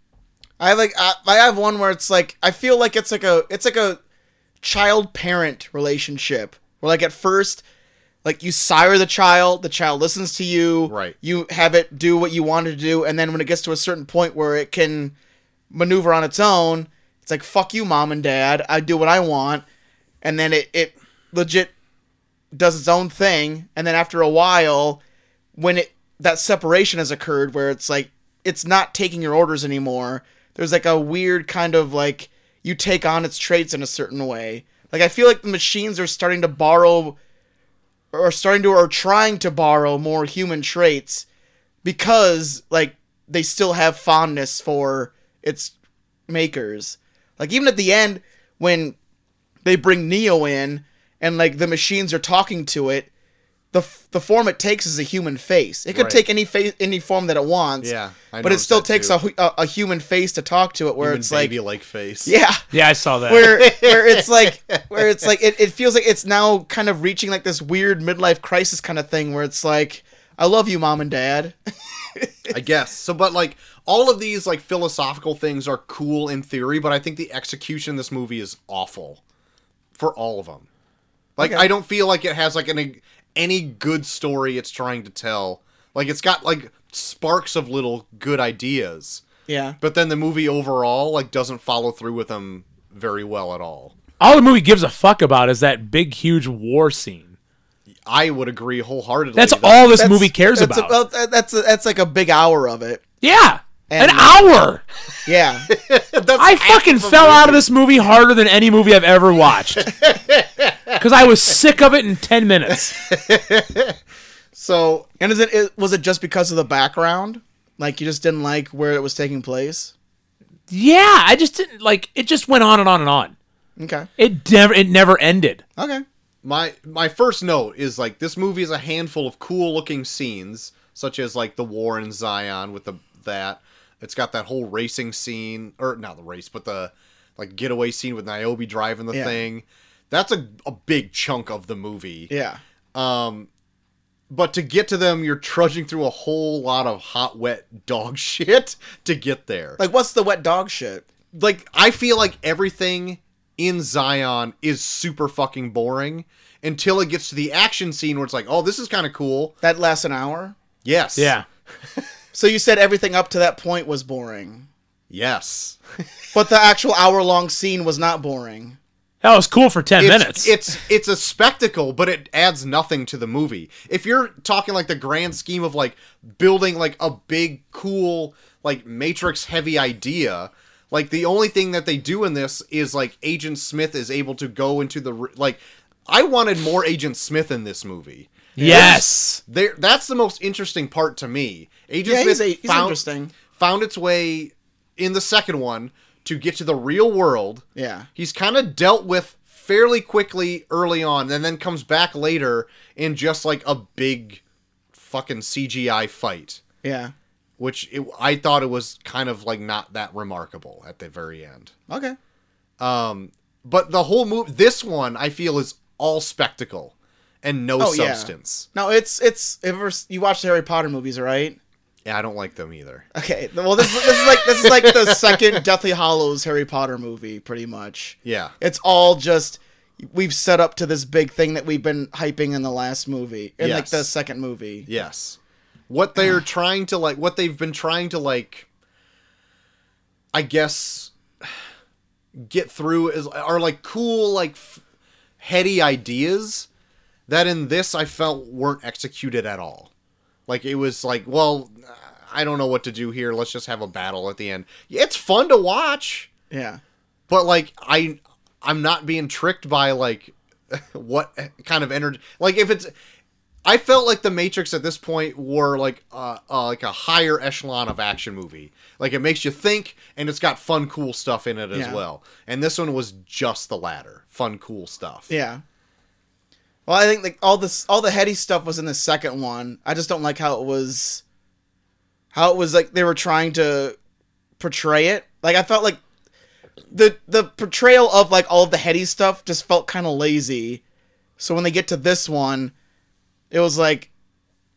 A: I like I, I have one where it's like I feel like it's like a it's like a child parent relationship where like at first like you sire the child, the child listens to you,
B: right?
A: You have it do what you want it to do, and then when it gets to a certain point where it can maneuver on its own, it's like fuck you, mom and dad, I do what I want, and then it it legit does its own thing, and then after a while, when it that separation has occurred where it's like it's not taking your orders anymore there's like a weird kind of like you take on its traits in a certain way like i feel like the machines are starting to borrow or starting to or trying to borrow more human traits because like they still have fondness for its makers like even at the end when they bring neo in and like the machines are talking to it the, f- the form it takes is a human face. It could
B: Right.
A: take any face, any form that it wants.
B: Yeah,
A: but
B: I
A: it
B: noticed
A: still
B: that
A: takes
B: too.
A: a, hu- a a human face to talk to it, where
B: Human
A: it's like
B: baby-like face.
A: Yeah,
C: Yeah, I saw that.
A: where where it's like where it's like it, it feels like it's now kind of reaching like this weird midlife crisis kind of thing where it's like I love you, mom and dad.
B: I guess. So, but like all of these like philosophical things are cool in theory, but I think the execution in this movie is awful for all of them. Like
P: Okay.
B: I don't feel like it has like any any good story it's trying to tell. Like it's got like sparks of little good ideas,
A: Yeah,
B: but then the movie overall like doesn't follow through with them very well at all.
C: All the movie gives a fuck about is that big, huge war scene.
B: I would agree wholeheartedly.
C: That's
B: that-
C: all this
A: That's-
C: movie cares
A: that's
C: about.
A: about- that- that's that's like a big hour of it.
C: Yeah,
A: And-
C: an hour.
A: Yeah,
C: I fucking fell out of this movie harder than any movie I've ever watched because I was sick of it in ten minutes.
B: So
A: and is it, it was it just because of the background? Like you just didn't like where it was taking place?
C: Yeah, I just didn't like. It just went on and on and on.
A: Okay.
C: It never. It never ended.
A: Okay.
B: My my first note is like this movie is a handful of cool looking scenes, such as like the war in Zion with the that. It's got that whole racing scene, or not the race, but the like getaway scene with Niobe driving the
A: Yeah.
B: thing. That's a a big chunk of the movie.
A: Yeah.
B: Um, but to get to them, you're trudging through a whole lot of hot, wet dog shit to get there.
A: Like, what's the wet dog shit?
B: Like, I feel like everything in Zion is super fucking boring until it gets to the action scene where it's like, oh, this is kind of cool.
A: That lasts an hour.
B: Yes. Yeah.
A: So you said everything up to that point was boring,
B: Yes.
A: but the actual hour-long scene was not boring.
C: That was cool for ten
B: it's,
C: minutes.
B: It's it's a spectacle, but it adds nothing to the movie. If you're talking like the grand scheme of like building like a big cool like matrix heavy idea, like the only thing that they do in this is like Agent Smith is able to go into the r- like I wanted more Agent Smith in this movie.
C: Yes.
B: There that's the most interesting part to me. Agent
A: Yeah, he's,
B: Smith
A: a, he's
B: found
A: interesting.
B: found its way in the second one to get to the real world
A: Yeah.
B: he's kind of dealt with fairly quickly early on and then comes back later in just like a big fucking CGI fight.
A: Yeah.
B: which it, I thought it was kind of like not that remarkable at the very end.
A: Okay.
B: Um, but the whole movie, this one, I feel is all spectacle and no
A: Oh, yeah.
B: substance.
A: No, it's it's if ever you watch the Harry Potter movies, all right?
B: Yeah. I don't like them either.
A: Okay. Well, this, this is like this is like the second Deathly Hollows Harry Potter movie, pretty much.
B: Yeah.
A: It's all just we've set up to this big thing that we've been hyping in the last movie, in like
B: Yes.
A: the second movie.
B: Yes. What they're trying to like, what they've been trying to like, I guess, get through is are like cool, like f- heady ideas that in this I felt weren't executed at all. Like it was like, well, I don't know what to do here. Let's just have a battle at the end. It's fun to watch
A: Yeah.
B: but like i i'm not being tricked by like what kind of energy like if it's i felt like the matrix at this point were like uh, uh like a higher echelon of action movie like it makes you think and it's got fun cool stuff in it as
A: Yeah.
B: well and this one was just the latter fun cool stuff
A: Yeah. Well, I think like all this, all the heady stuff was in the second one. I just don't like how it was, how it was like they were trying to portray it. Like I felt like the the portrayal of like all of the heady stuff just felt kind of lazy. So when they get to this one, it was like,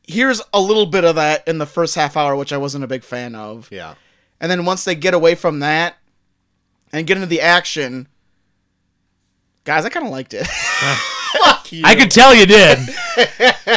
A: here's a little bit of that in the first half hour, which I wasn't a big fan of.
B: Yeah.
A: And then once they get away from that and get into the action, guys, I kind of liked it. Fuck you.
C: I could tell you did.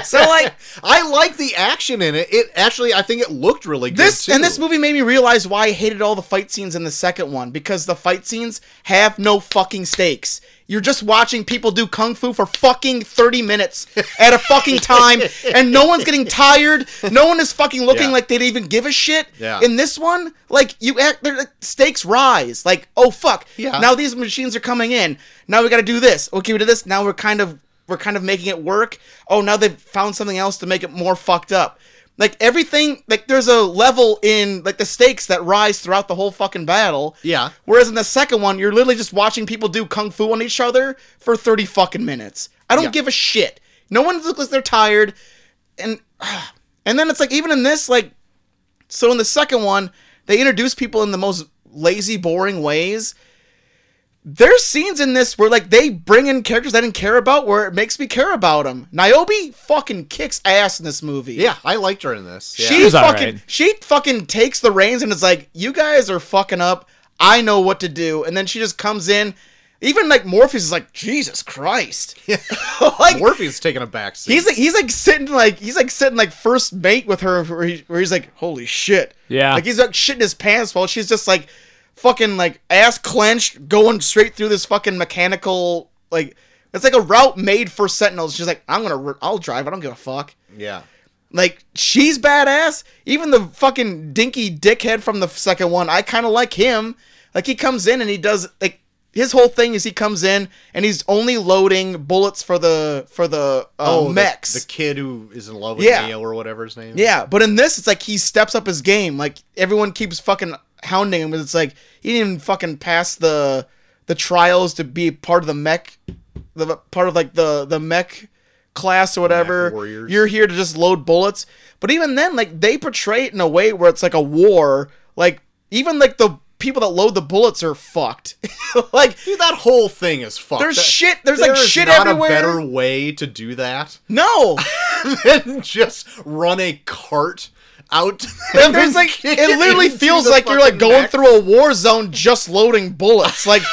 A: so like
B: i like the action in it it actually i think it looked really good
A: this
B: too.
A: and this movie made me realize why I hated all the fight scenes in the second one because the fight scenes have no fucking stakes. You're just watching people do kung fu for fucking 30 minutes at a fucking time and no one's getting tired. No one is fucking looking
B: Yeah.
A: like they'd even give a shit.
B: Yeah.
A: In this one, like you act their like, stakes rise. Like, oh fuck.
B: Yeah.
A: Now these machines are coming in. Now we got to do this. Okay, we did this. Now we're kind of we're kind of making it work. Oh, now they've found something else to make it more fucked up. Like everything, like there's a level in like the stakes that rise throughout the whole fucking battle.
B: yeah
A: Whereas in the second one, you're literally just watching people do kung fu on each other for 30 fucking minutes. I don't
B: Yeah.
A: give a shit. No one looks like they're tired. And and then it's like even in this like so in the second one, they introduce people in the most lazy boring ways. There's scenes in this where like they bring in characters I didn't care about where it makes me care about them. Niobe fucking kicks ass in this movie.
B: yeah i liked her in this yeah.
A: She fucking she fucking takes the reins and is like, "You guys are fucking up. I know what to do." And then she just comes in. Even like Morpheus is like, "Jesus Christ!" like
B: morphe's taking a back seat
A: he's like he's like sitting like he's like sitting like first mate with her where, he, where he's like, "Holy shit!"
C: Yeah.
A: like he's like shitting his pants while she's just like fucking like ass clenched, going straight through this fucking mechanical like it's like a route made for Sentinels. She's like, "I'm gonna r- I'll drive. I don't give a fuck."
B: yeah
A: Like she's badass. Even the fucking dinky dickhead from the second one, I kind of like him. Like he comes in and he does like his whole thing is he comes in and he's only loading bullets for the for the uh,
B: Oh, the-
A: mechs.
B: The, kid who is in love with
A: Yeah.
B: Neo or whatever his name. is.
A: Yeah, but in this, it's like he steps up his game. Like everyone keeps fucking hounding him, but it's like he didn't even fucking pass the the trials to be part of the mech, the part of like the the mech class or whatever.
B: warriors.
A: You're here to just load bullets. But even then, like they portray it in a way where it's like a war. Like even like the people that load the bullets are fucked. like
B: Dude, that whole thing is fucked.
A: There's
B: That-
A: shit- there's, like,
B: there is
A: shit
B: not
A: everywhere.
B: a better way to do that
A: no,
B: than just run a cart out.
A: Like, there's like it literally feels like you're like going through a war zone just loading bullets. Like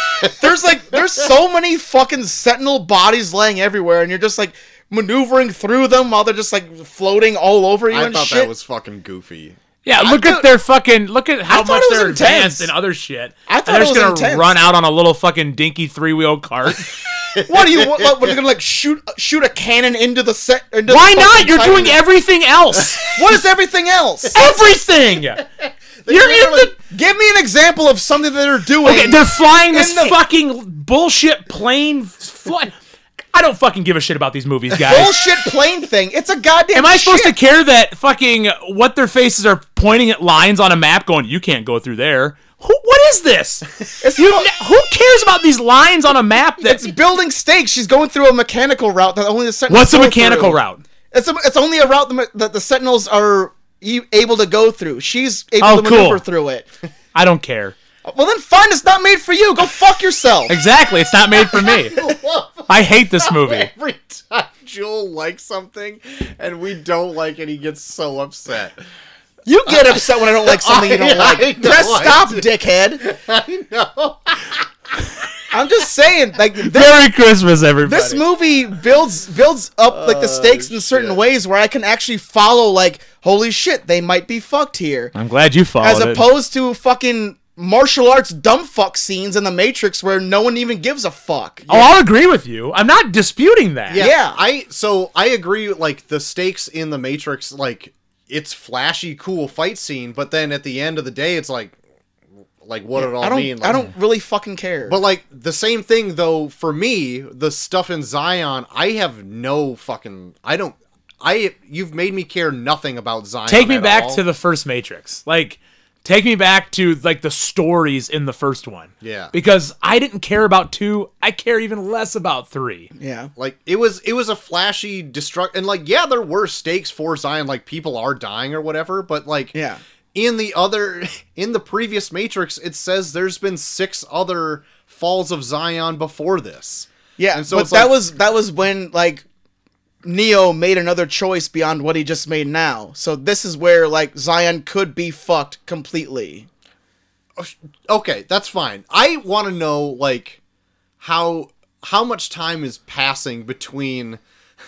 A: there's like there's so many fucking sentinel bodies laying everywhere, and you're just like maneuvering through them while they're just like floating all over you
B: I
A: and
B: thought
A: shit.
B: that was fucking goofy.
C: Yeah, look at their fucking look at how
A: thought
C: much
A: it was
C: they're advanced
A: intense.
C: and other shit.
A: I
C: And
A: thought
C: they're
A: it
C: just
A: was
C: gonna
A: intense.
C: run out on a little fucking dinky three wheel cart.
A: what do you what, what, what are you gonna like shoot shoot a cannon into the set? Into
C: Why
A: the
C: not?
A: fucking
C: You're doing
A: titan?
C: everything else.
A: What is everything else?
C: everything. You're in the
A: Give me an example of something that they're doing.
C: Okay, they're flying this
A: in the-
C: fucking bullshit plane. Fly- I don't fucking give a shit about these movies, guys.
A: bullshit plane thing. It's a goddamn.
C: Am I supposed
A: ship.
C: to care that fucking what their faces are pointing at lines on a map going, you can't go through there? Who, what is this? You, who cares about these lines on a map that.
A: It's building stakes. She's going through a mechanical route that only the Sentinels.
C: What's a
A: go
C: mechanical
A: through.
C: route?
A: It's a, it's only a route the, me- that the Sentinels are e- able to go through. She's able
C: Oh,
A: to maneuver
C: cool.
A: through it.
C: I don't care.
A: Well, then fine. It's not made for you. Go fuck yourself.
C: Exactly. It's not made for me. I hate this movie.
B: Every time Joel likes something and we don't like it, he gets so upset.
A: You get upset when I don't like something you
B: I-
A: don't
B: I
A: like.
B: know,
A: Press
B: I
A: stop,
B: do.
A: dickhead.
B: I know.
A: I'm just saying, like this,
C: Merry Christmas, everybody.
A: this movie builds builds up like the stakes in certain ways where I can actually follow. Like, holy shit, they might be fucked here,
C: I'm glad you followed
A: as
C: it.
A: opposed to fucking martial arts dumb fuck scenes in the Matrix where no one even gives a fuck.
C: Oh, I'll agree with you. I'm not disputing that.
B: Yeah, I so I agree. Like the stakes in the Matrix, like it's flashy, cool fight scene, but then at the end of the day, it's like, like what it all
A: I don't.
B: mean. Like,
A: I don't really fucking care.
B: But like the same thing though for me, the stuff in Zion, I have no fucking. I don't. I you've made me care nothing about Zion.
C: Take me
B: at
C: back
B: all.
C: to the first Matrix. Like, take me back to like the stories in the first one.
B: yeah.
C: Because I didn't care about two. I care even less about three.
A: Yeah.
B: Like it was it was a flashy destruct and like yeah, there were stakes for Zion, like people are dying or whatever, but like
A: Yeah.
B: in the other in the previous Matrix, it says there's been six other falls of Zion before this.
A: Yeah,
B: And so
A: but
B: it's
A: that
B: like-
A: was that was when like Neo made another choice beyond what he just made now. So this is where like Zion could be fucked completely.
B: Okay, that's fine. I want to know like how how much time is passing between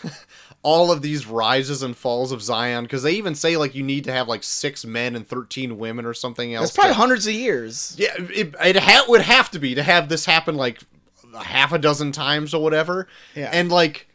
B: all of these rises and falls of Zion because they even say like you need to have like six men and 13 women or something else.
A: It's probably
B: to-
A: hundreds of years.
B: Yeah, it, it ha- would have to be to have this happen like a half a dozen times or whatever.
A: Yeah.
B: And like,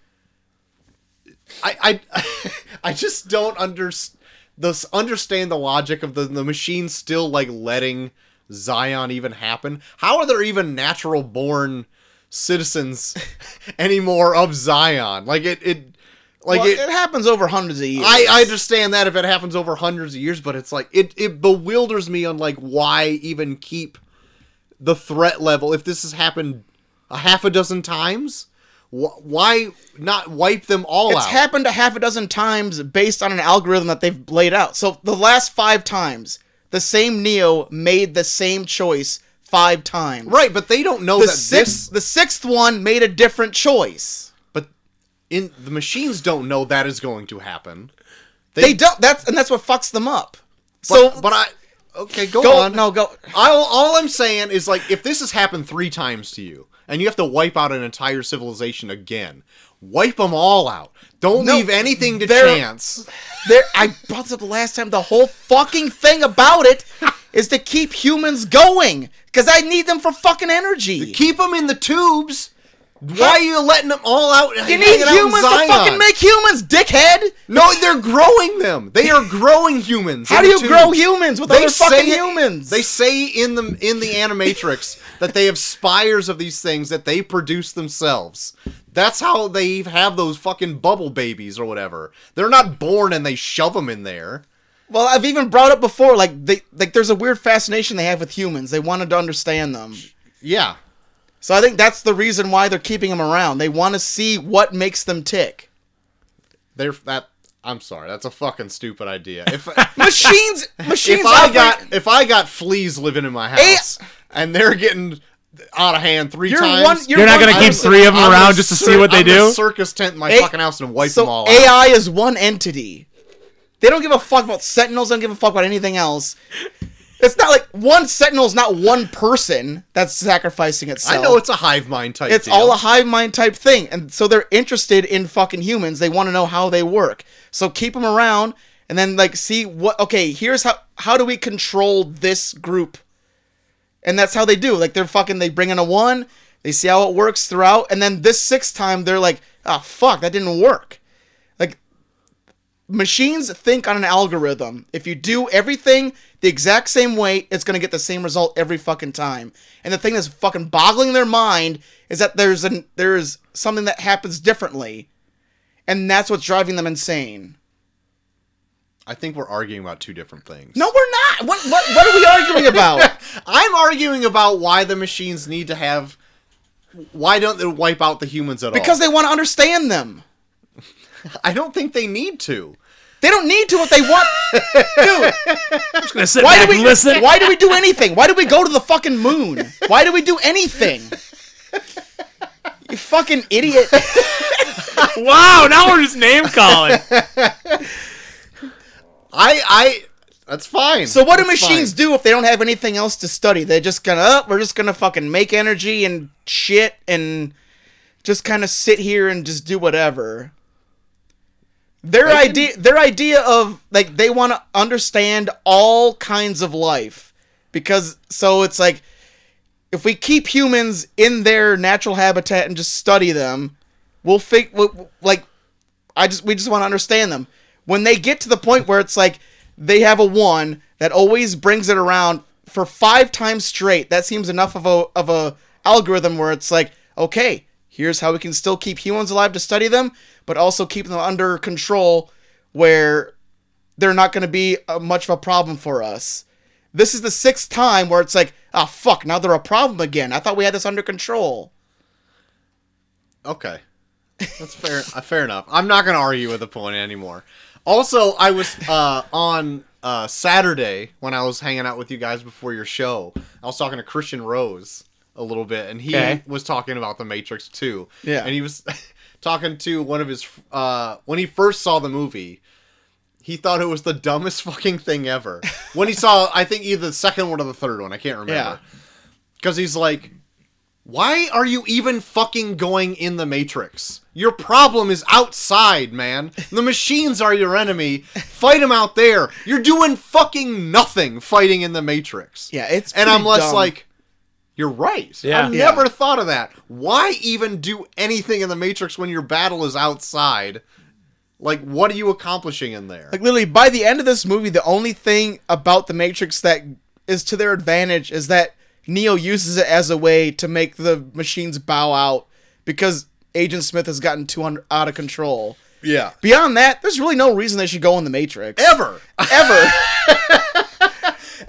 B: I I I just don't understand this understand the logic of the the machine still like letting Zion even happen. How are there even natural born citizens anymore of Zion? Like it it like
A: Well,
B: it,
A: it, happens over hundreds of years.
B: I, I understand that if it happens over hundreds of years, but it's like it, it bewilders me on like why even keep the threat level if this has happened a half a dozen times. Wh- why not wipe them all
A: it's
B: out?
A: happened a half a dozen times based on an algorithm that they've laid out. So the last five times, the same Neo made the same choice five times.
B: right, but they don't know
A: the
B: that
A: sixth,
B: this.
A: the sixth one made a different choice.
B: But in the machines don't know that is going to happen.
A: They, don't. That's and that's what fucks them up.
B: So,
A: So
B: but, I okay, go,
A: go
B: on.
A: no go.
B: I'll, all I'm saying is like if this has happened three times to you and you have to wipe out an entire civilization again, wipe them all out. Don't
A: No,
B: leave anything to
A: they're-
B: chance.
A: There, I brought this up the last time. The whole fucking thing about it is to keep humans going because I need them for fucking energy.
B: Keep them in the tubes. Why are you letting them all out?
A: You
B: hanging
A: need
B: out in
A: humans to
B: Zion?
A: fucking make humans, dickhead.
B: No, they're growing them. They are growing humans.
A: How
B: in
A: do
B: the
A: you grow
B: tubes.
A: humans with
B: They
A: other
B: say
A: fucking
B: it-
A: humans?
B: They say in the in the animatrix that they have spires of these things that they produce themselves. That's how they have those fucking bubble babies or whatever. They're not born and they shove them in there.
A: Well, I've even brought up before, like they like there's a weird fascination they have with humans. They wanted to understand them.
B: Yeah.
A: So I think that's the reason why they're keeping them around. They want to see what makes them tick.
B: They're that I'm sorry. That's a fucking stupid idea. If
A: Machines, machines.
B: if I
A: operate-
B: got if I got fleas living in my house and they're getting out of hand 3
A: You're
B: times,
A: one- you're You're
C: not one- gonna keep three of them
B: I'm
C: around
B: gonna
C: just to
B: cir-
C: see what they
B: I'm gonna
C: do?
B: Circus tent in my
A: A-
B: fucking house and wipe
A: so
B: them all out.
A: AI is one entity. They don't give a fuck about Sentinels. Don't give a fuck about anything else. It's not like one Sentinel's not one person that's sacrificing itself.
B: I know it's a hive mind type.
A: it's
B: deal.
A: all a hive mind type thing, and so they're interested in fucking humans. They want to know how they work. So keep them around, and then like see what. Okay, here's how how do we control this group? And that's how they do. Like they're fucking. They bring in a one. They see how it works throughout, and then this sixth time they're like, "Ah, fuck, that didn't work." Like machines think on an algorithm. If you do everything the exact same way, it's going to get the same result every fucking time. And the thing that's fucking boggling their mind is that there's an there's something that happens differently. And that's what's driving them insane.
B: I think we're arguing about two different things.
A: No, we're not. What what, what are we arguing about?
B: I'm arguing about why the machines need to have. Why don't they wipe out the humans at all?
A: because they want to understand them.
B: I don't think they need to.
A: They don't need to if they want. Dude, I'm just
C: gonna sit
A: why
C: back
A: do we,
C: and listen.
A: Why do we do anything? Why do we go to the fucking moon? Why do we do anything? You fucking idiot!
C: wow, now we're just name calling.
B: I I that's fine.
A: So what do
B: That's
A: machines
B: fine.
A: do if they don't have anything else to study? They're just gonna oh, we're just gonna fucking make energy and shit and just kind of sit here and just do whatever. Their
B: They can-
A: idea their idea of like they want to understand all kinds of life because so it's like if we keep humans in their natural habitat and just study them, we'll fig we'll- like I just we just want to understand them. When they get to the point where it's like they have a one that always brings it around for five times straight, that seems enough of a of a algorithm where it's like, okay, here's how we can still keep humans alive to study them, but also keep them under control where they're not going to be uh, much of a problem for us. This is the sixth time where it's like, ah, fuck, now they're a problem again. I thought we had this under control.
B: Okay. That's fair. uh, fair enough. I'm not going to argue with the point anymore. Also, I was uh, on uh, Saturday when I was hanging out with you guys before your show. I was talking to Christian Rose a little bit, and he
R: Okay.
B: was talking about The Matrix 2.
R: Yeah.
B: And he was talking to one of his uh, when he first saw the movie. He thought it was the dumbest fucking thing ever. When he saw, I think either the second one or the third one, I can't remember.
A: Yeah.
B: Because he's like, why are you even fucking going in the Matrix? Your problem is outside, man. The machines are your enemy. Fight them out there. You're doing fucking nothing fighting in the Matrix.
A: Yeah, it's
B: and I'm
A: pretty
B: less
A: dumb.
B: like, you're right.
R: Yeah.
B: I've
R: Yeah.
B: never thought of that. Why even do anything in the Matrix when your battle is outside? Like, what are you accomplishing in there?
A: Like literally, by the end of this movie, the only thing about the Matrix that is to their advantage is that Neo uses it as a way to make the machines bow out because Agent Smith has gotten too un- out of control.
B: Yeah.
A: Beyond that, there's really no reason they should go in the Matrix
B: ever.
A: Ever.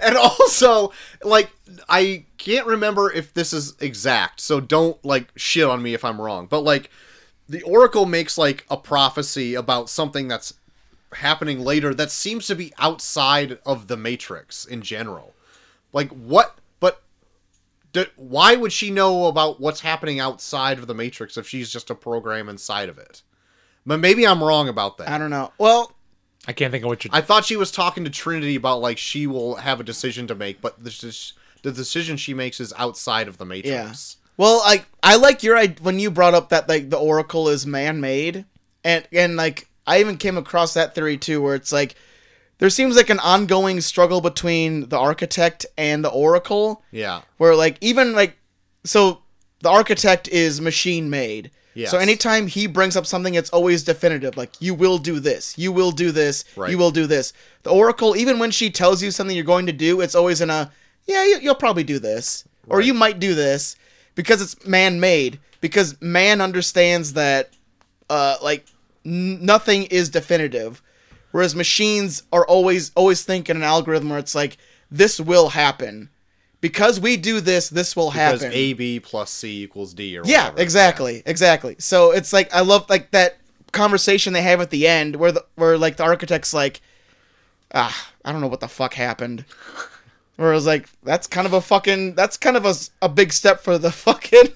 B: and also like i can't remember if this is exact so don't like shit on me if i'm wrong but like the oracle makes like a prophecy about something that's happening later that seems to be outside of the matrix in general like what but d- why would she know about what's happening outside of the matrix if she's just a program inside of it but maybe i'm wrong about that
A: i don't know well
C: I can't think of what you're.
B: I thought she was talking to Trinity about like she will have a decision to make, but this is, the decision she makes is outside of the Matrix.
A: Yeah. Well, like I like your idea when you brought up that like the Oracle is man-made, and and like I even came across that theory too, where it's like there seems like an ongoing struggle between the Architect and the Oracle,
B: Yeah.
A: where like even like so the Architect is machine-made.
B: Yes.
A: So anytime he brings up something, it's always definitive. Like you will do this, you will do this, you will do this. The Oracle, even when she tells you something you're going to do, it's always in a yeah, you, you'll probably do this, or you might do this, because it's man-made. Because man understands that, uh, like n- nothing is definitive, whereas machines are always always thinking an algorithm where it's like this will happen, because we do this, this will
B: Because
A: happen.
B: A B plus C equals D or
A: Yeah,
B: whatever.
A: exactly, exactly. So it's like I love like that conversation they have at the end where the where like the architect's like, ah, I don't know what the fuck happened. Where I was like, that's kind of a fucking that's kind of a, s- a big step for the fucking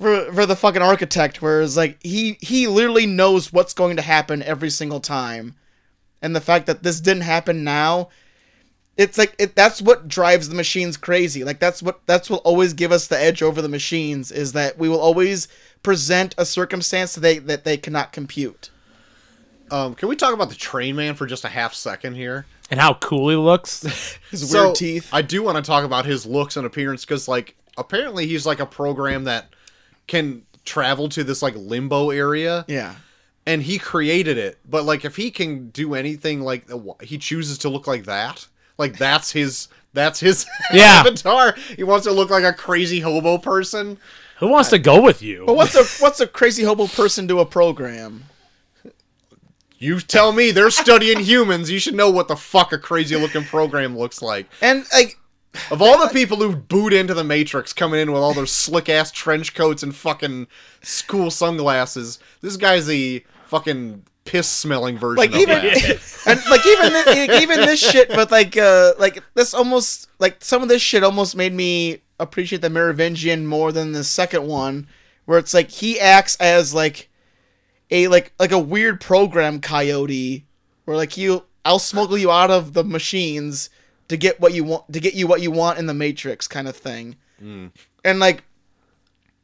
A: for, for the fucking architect. Where it's like he he literally knows what's going to happen every single time, and the fact that this didn't happen now it's like it, that's what drives the machines crazy like that's what that's what always give us the edge over the machines is that we will always present a circumstance that they that they cannot compute
B: Um, can we talk about the train man for just a half second here?
C: And how cool he looks.
A: His
B: So,
A: weird teeth.
B: I do want to talk about his looks and appearance because, like, apparently he's like a program that can travel to this like limbo area.
A: Yeah.
B: And he created it, but like, if he can do anything like he chooses to look like that, like that's his that's his
C: Yeah.
B: avatar. He wants to look like a crazy hobo person.
C: Who wants to go with you?
A: but what's a what's a crazy hobo person to a program
B: You tell me they're studying humans. You should know what the fuck a crazy looking program looks like.
A: And like
B: of all the people who boot into the Matrix coming in with all their slick ass trench coats and fucking school sunglasses, this guy's the fucking piss smelling version
A: like
B: of
A: even
B: that.
A: and like even thi- even this shit, but like uh like this almost like some of this shit almost made me appreciate the Merovingian more than the second one, where it's like he acts as like a like like a weird program coyote, where like you I'll smuggle you out of the machines to get what you want to get you what you want in the Matrix kind of thing,
B: Mm.
A: and like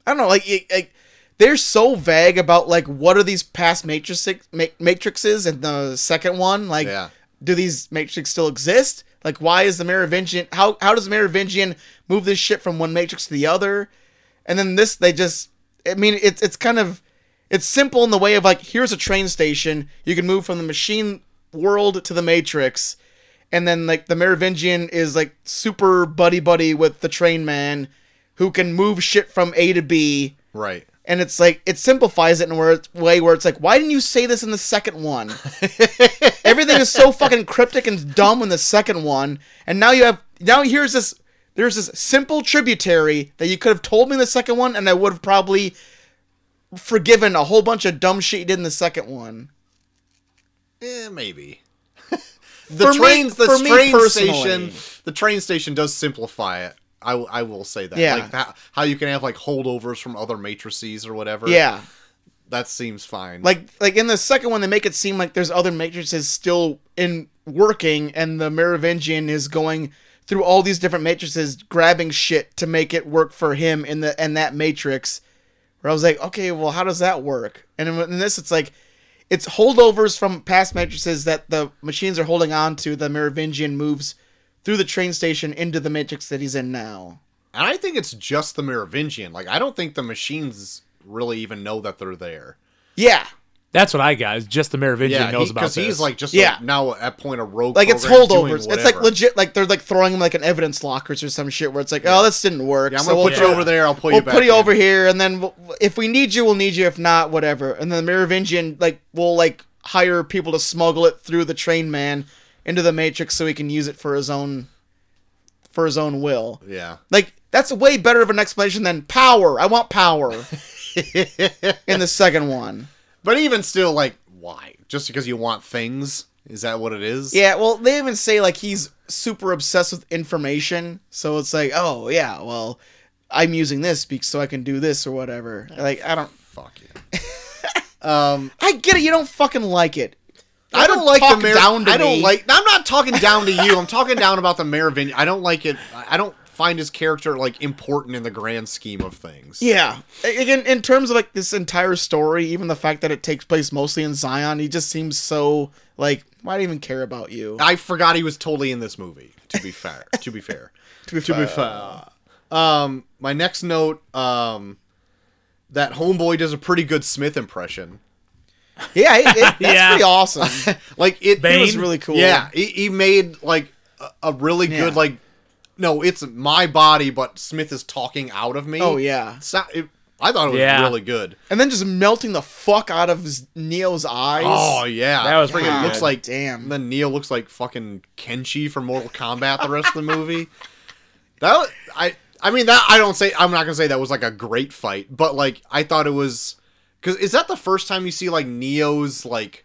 A: I don't know like it, like. They're so vague about like what are these past matrices, ma- matrixes, and the second one like
B: yeah.
A: do these matrix still exist? Like, why is the Merovingian? How how does the Merovingian move this shit from one matrix to the other? And then this, they just, I mean, it's it's kind of, it's simple in the way of like, here's a train station. You can move from the machine world to the matrix, and then like the Merovingian is like super buddy buddy with the train man, who can move shit from A to B.
B: Right.
A: And it's like it simplifies it in a where- way where it's like, why didn't you say this in the second one? Everything is so fucking cryptic and dumb in the second one, and now you have now here's this there's this simple tributary that you could have told me in the second one, and I would have probably forgiven a whole bunch of dumb shit you did in the second one.
B: Eh, maybe. the
A: For me-
B: trains, the
A: for me
B: train
A: personally.
B: station, the train station does simplify it. I, w- I will say that.
A: Yeah.
B: Like that, how you can have like holdovers from other matrices or whatever.
A: Yeah.
B: That seems fine.
A: Like like in the second one, they make it seem like there's other matrices still in working, and the Merovingian is going through all these different matrices, grabbing shit to make it work for him in the and that matrix. Where I was like, okay, well, how does that work? And in, in this, it's like it's holdovers from past matrices that the machines are holding on to. The Merovingian moves through the train station into the matrix that he's in now.
B: and I think it's just the Merovingian. Like I don't think the machines really even know that they're there.
A: Yeah.
C: That's what I got. Is just the Merovingian
B: yeah,
C: knows about
B: because
C: this.
B: he's like just
A: Yeah.
B: like, now at point of rogue.
A: Like it's
B: program doing
A: holdovers. It's like
B: whatever.
A: legit. Like they're like throwing him like an evidence lockers or some shit where it's like, oh, this didn't work.
B: Yeah, I'm
A: so
B: gonna
A: we'll
B: put
A: throw-
B: you over there. I'll put
A: we'll
B: you back.
A: put you
B: in.
A: over here, and then we'll, if we need you, we'll need you. If not, whatever. And then the Merovingian like will like hire people to smuggle it through the train man into the Matrix so he can use it for his own for his own will.
B: Yeah.
A: Like that's way better of an explanation than power. I want power in the second one.
B: But even still, like, why? Just because you want things? Is that what it is?
A: Yeah, well, they even say like he's super obsessed with information, so it's like, oh yeah, well, I'm using this because so I can do this or whatever. Like I don't
B: fuck you. um,
A: I get it. You don't fucking like it.
B: I don't like
A: Talk
B: the Mer-
A: down to
B: I don't
A: me.
B: like. I'm not talking down to you. I'm talking down about the Merovingian. I don't like it. I I don't find his character like important in the grand scheme of things.
A: Yeah, again, in terms of like this entire story, even the fact that it takes place mostly in Zion, he just seems so like, why do I even care about you?
B: I forgot he was totally in this movie. To be fair. to be fair.
A: To be
B: fair. Um, my next note. Um, that homeboy does a pretty good Smith impression.
A: Yeah, it, it, that's
C: Yeah.
A: pretty awesome.
B: like it,
A: It was
B: Bane?
A: really cool.
B: Yeah, he, he made like a, a really good
A: Yeah.
B: like. No, it's my body, but Smith is talking out of me.
A: Oh, yeah.
B: So- it- I thought it was
C: Yeah.
B: really good.
A: and then just melting the fuck out of Z- Neo's eyes.
B: Oh yeah,
C: That was
B: Freaking
C: pretty
B: looks
C: good.
B: like
A: damn.
B: Then Neo looks like fucking Kenshi from Mortal Kombat the rest of the movie. That was- I I mean that I don't say I'm not gonna say that was like a great fight, but like I thought it was because is that the first time you see like Neo's like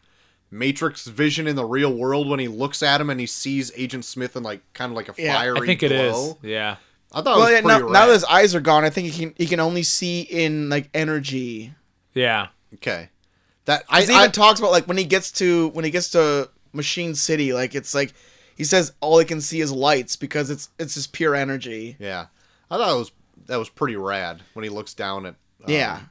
B: Matrix vision in the real world when he looks at him and he sees Agent Smith in like kind of like a
A: Yeah, I
B: fiery
C: I think it is.
B: glow?
C: Yeah.
B: I thought
A: well,
B: it
A: yeah,
B: was pretty
A: now, now that
B: rad.
A: his eyes are gone, I think he can he can only see in like energy.
C: Yeah.
B: okay. That I,
A: I, he even
B: I
A: talks about like when he gets to when he gets to Machine City, like it's like he says all he can see is lights because it's it's just pure energy.
B: yeah I thought it was that was pretty rad when he looks down at um,
A: yeah,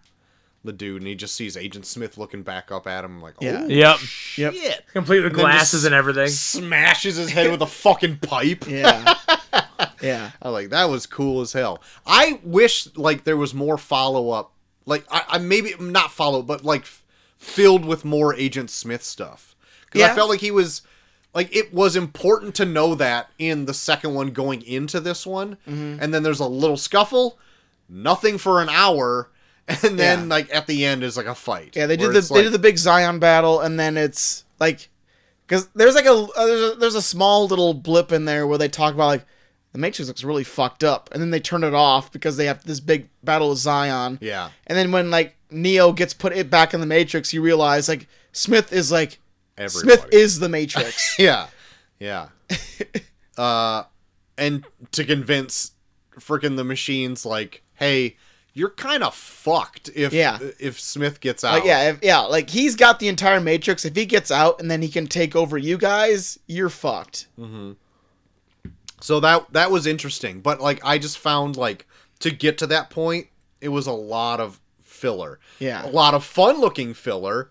B: the dude and he just sees Agent Smith looking back up at him like, oh,
A: Yeah.
C: Yep.
A: Yep.
B: shit.
C: Complete with
B: And then
C: glasses
B: just
C: and everything.
B: Smashes his head with a fucking pipe.
A: yeah, yeah.
B: I like that was cool as hell. I wish like there was more follow up. Like I, I maybe not follow, but like f- filled with more Agent Smith stuff. Because I
A: Yeah.
B: felt like he was like it was important to know that in the second one going into this one,
A: Mm-hmm.
B: and then there's a little scuffle, nothing for an hour, and then
A: Yeah.
B: like at the end is like a fight.
A: Yeah, they
B: where
A: did the
B: it's
A: they
B: like-
A: did the big Zion battle, and then it's like because there's like a uh, there's, a there's a small little blip in there where they talk about like the Matrix looks really fucked up, and then they turn it off because they have this big battle with Zion.
B: yeah.
A: And then when like Neo gets put it back in the Matrix, you realize like Smith is like
B: everybody.
A: Smith is the Matrix.
B: yeah, yeah. uh, and to convince freaking the machines, like, hey, you're kind of fucked if
A: Yeah.
B: if Smith gets out.
A: Like, yeah, if, yeah. Like he's got the entire Matrix. If he gets out and then he can take over you guys, you're fucked.
B: Mm-hmm. So that that was interesting, but like I just found like to get to that point, it was a lot of filler.
A: Yeah.
B: a lot of fun looking filler.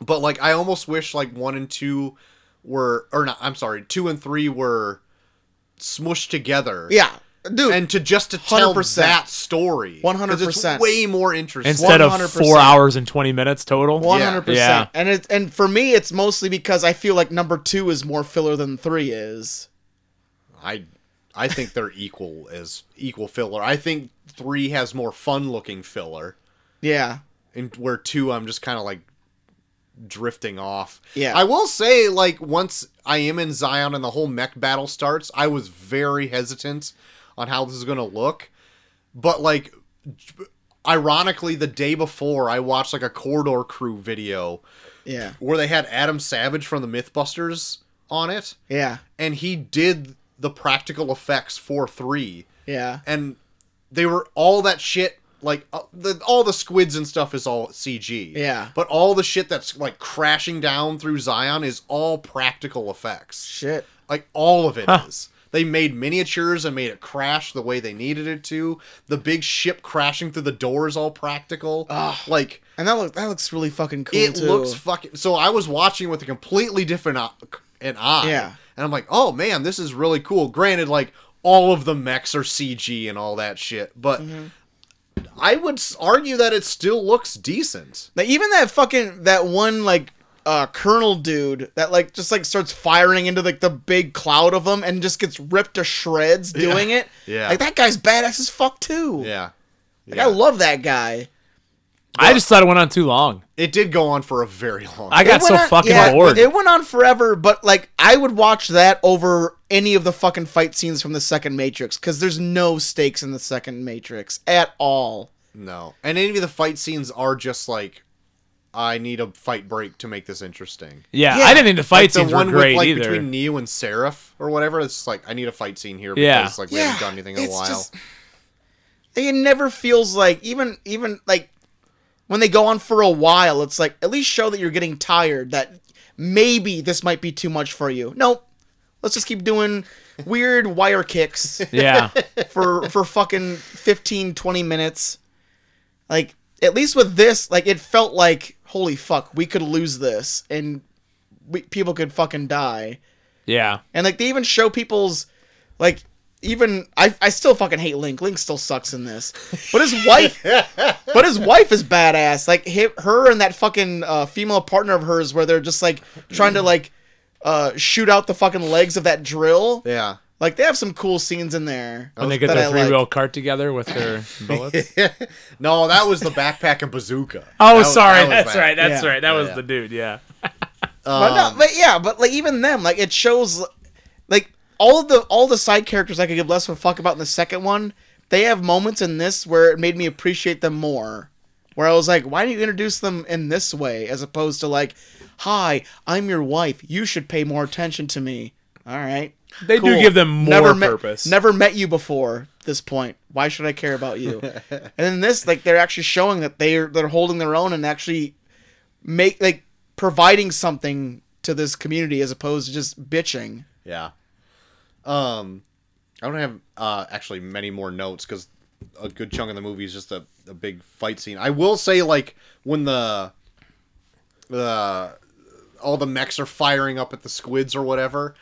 B: But like I almost wish like one and two were or not I'm sorry, two and three were smushed together.
A: Yeah, dude.
B: And to just to tell
A: 100%.
B: that story.
A: 100%.
B: It's way more interesting.
C: Instead of 4 hours and 20 minutes total.
A: One hundred
C: Yeah.
A: percent. And it and for me, it's mostly because I feel like number two is more filler than three is.
B: I I think they're equal as equal filler. I think three has more fun looking filler.
A: Yeah.
B: and where two I'm just kind of like drifting off.
A: Yeah.
B: I will say like once I am in Zion and the whole mech battle starts, I was very hesitant on how this is going to look. But like j- ironically the day before I watched like a Corridor Crew video
A: Yeah.
B: where they had Adam Savage from the Mythbusters on it
A: Yeah.
B: and he did the practical effects for 3
A: Yeah.
B: and they were all that shit like uh, the, all the squids and stuff is all CG.
A: Yeah.
B: But all the shit that's like crashing down through Zion is all practical effects.
A: Shit.
B: Like all of it is.
A: Huh.
B: They made miniatures and made it crash the way they needed it to. The big ship crashing through the door is all practical. Like
A: And that looks that looks really fucking cool.
B: it
A: too.
B: looks fucking. So I was watching with a completely different eye, an eye.
A: Yeah.
B: And I'm like, oh man, this is really cool. Granted, like all of the mechs are CG and all that shit, but I would s- argue that it still looks decent.
A: Like even that fucking that one like uh colonel dude that like just like starts firing into like the big cloud of them and just gets ripped to shreds doing
B: Yeah.
A: it.
B: Yeah.
A: Like that guy's badass as fuck too.
B: Yeah.
A: Like I love that guy.
C: I just thought it went on too long.
B: It did go on for a very long.
C: I got
A: It
C: so
A: went on-
C: fucking
A: yeah,
C: bored.
A: It went on forever, but like I would watch that over any of the fucking fight scenes from the second Matrix because there's no stakes in the second Matrix at all.
B: No. And any of the fight scenes are just like, I need a fight break to make this interesting.
C: Yeah, I didn't think the fight
B: Like,
C: scenes were great
B: like,
C: either.
B: Between Neo and Seraph or whatever, it's just like I need a fight scene here because
C: Yeah.
B: like we
A: Yeah,
B: haven't done anything in a
A: it's
B: while.
A: just- It never feels like even even like when they go on for a while, it's like at least show that you're getting tired. That maybe this might be too much for you. Nope. Let's just keep doing weird wire kicks.
C: Yeah.
A: for for fucking 15 20 minutes. Like at least with this, like it felt like holy fuck, we could lose this and we, people could fucking die.
C: yeah.
A: And like they even show people's like even I I still fucking hate Link. Link still sucks in this. But his wife but his wife is badass. Like hi her and that fucking uh, female partner of hers where they're just like trying to like uh, shoot out the fucking legs of that drill.
B: Yeah.
A: Like they have some cool scenes in there.
C: When they get
A: that
C: their
A: I
C: three
A: like.
C: wheel cart together with their bullets.
B: no, that was the backpack and bazooka.
C: Oh,
B: That was-
C: sorry.
B: that was
C: that's
B: bad.
C: right. That's
B: Yeah.
C: right. That was
B: Yeah.
C: the dude. Yeah.
A: but,
C: Um,
A: no, but yeah, but like even them, like it shows, like all the all the side characters I could give less of a fuck about in the second one. They have moments in this where it made me appreciate them more. Where I was like, why didn't you introduce them in this way as opposed to like, hi, I'm your wife. You should pay more attention to me. All right.
C: They do give them more
A: met-
C: purpose.
A: never met you before this point. Why should I care about you? and in this, like they're actually showing that they're they're holding their own and actually make like providing something to this community as opposed to just bitching.
B: Yeah. Um, I don't have uh actually many more notes because a good chunk of the movie is just a, a big fight scene. I will say like when the the all the mechs are firing up at the squids or whatever.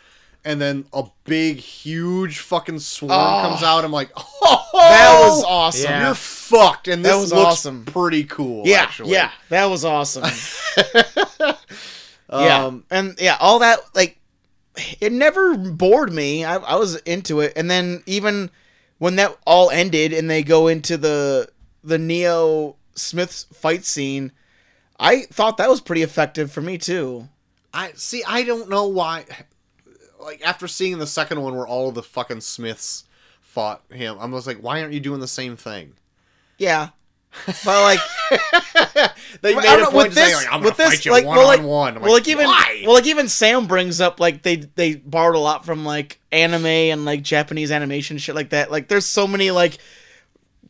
B: And then a big, huge fucking swarm
A: Oh.
B: comes out. I'm like, oh,
A: That was awesome. Yeah.
B: You're fucked, and this
A: That was
B: looks
A: awesome.
B: pretty cool.
A: yeah,
B: actually.
A: yeah, that was awesome. yeah,
B: Um,
A: and yeah, all that like it never bored me. I, I was into it, and then even when that all ended and they go into the the Neo Smith fight scene, I thought that was pretty effective for me too.
B: I see. I don't know why. Like after seeing the second one, where all of the fucking Smiths fought him, I'm just like, why aren't you doing the same thing?
A: Yeah, but like
B: They
A: Well,
B: made
A: I
B: a
A: don't know,
B: point
A: with
B: to say,
A: this-
B: like, I'm
A: with
B: gonna
A: this,
B: fight you
A: like, well, like-
B: one-on-one. I'm
A: Well,
B: like,
A: like even
B: why?
A: well, like even Sam brings up like they they borrowed a lot from like anime and like Japanese animation shit like that. Like there's so many like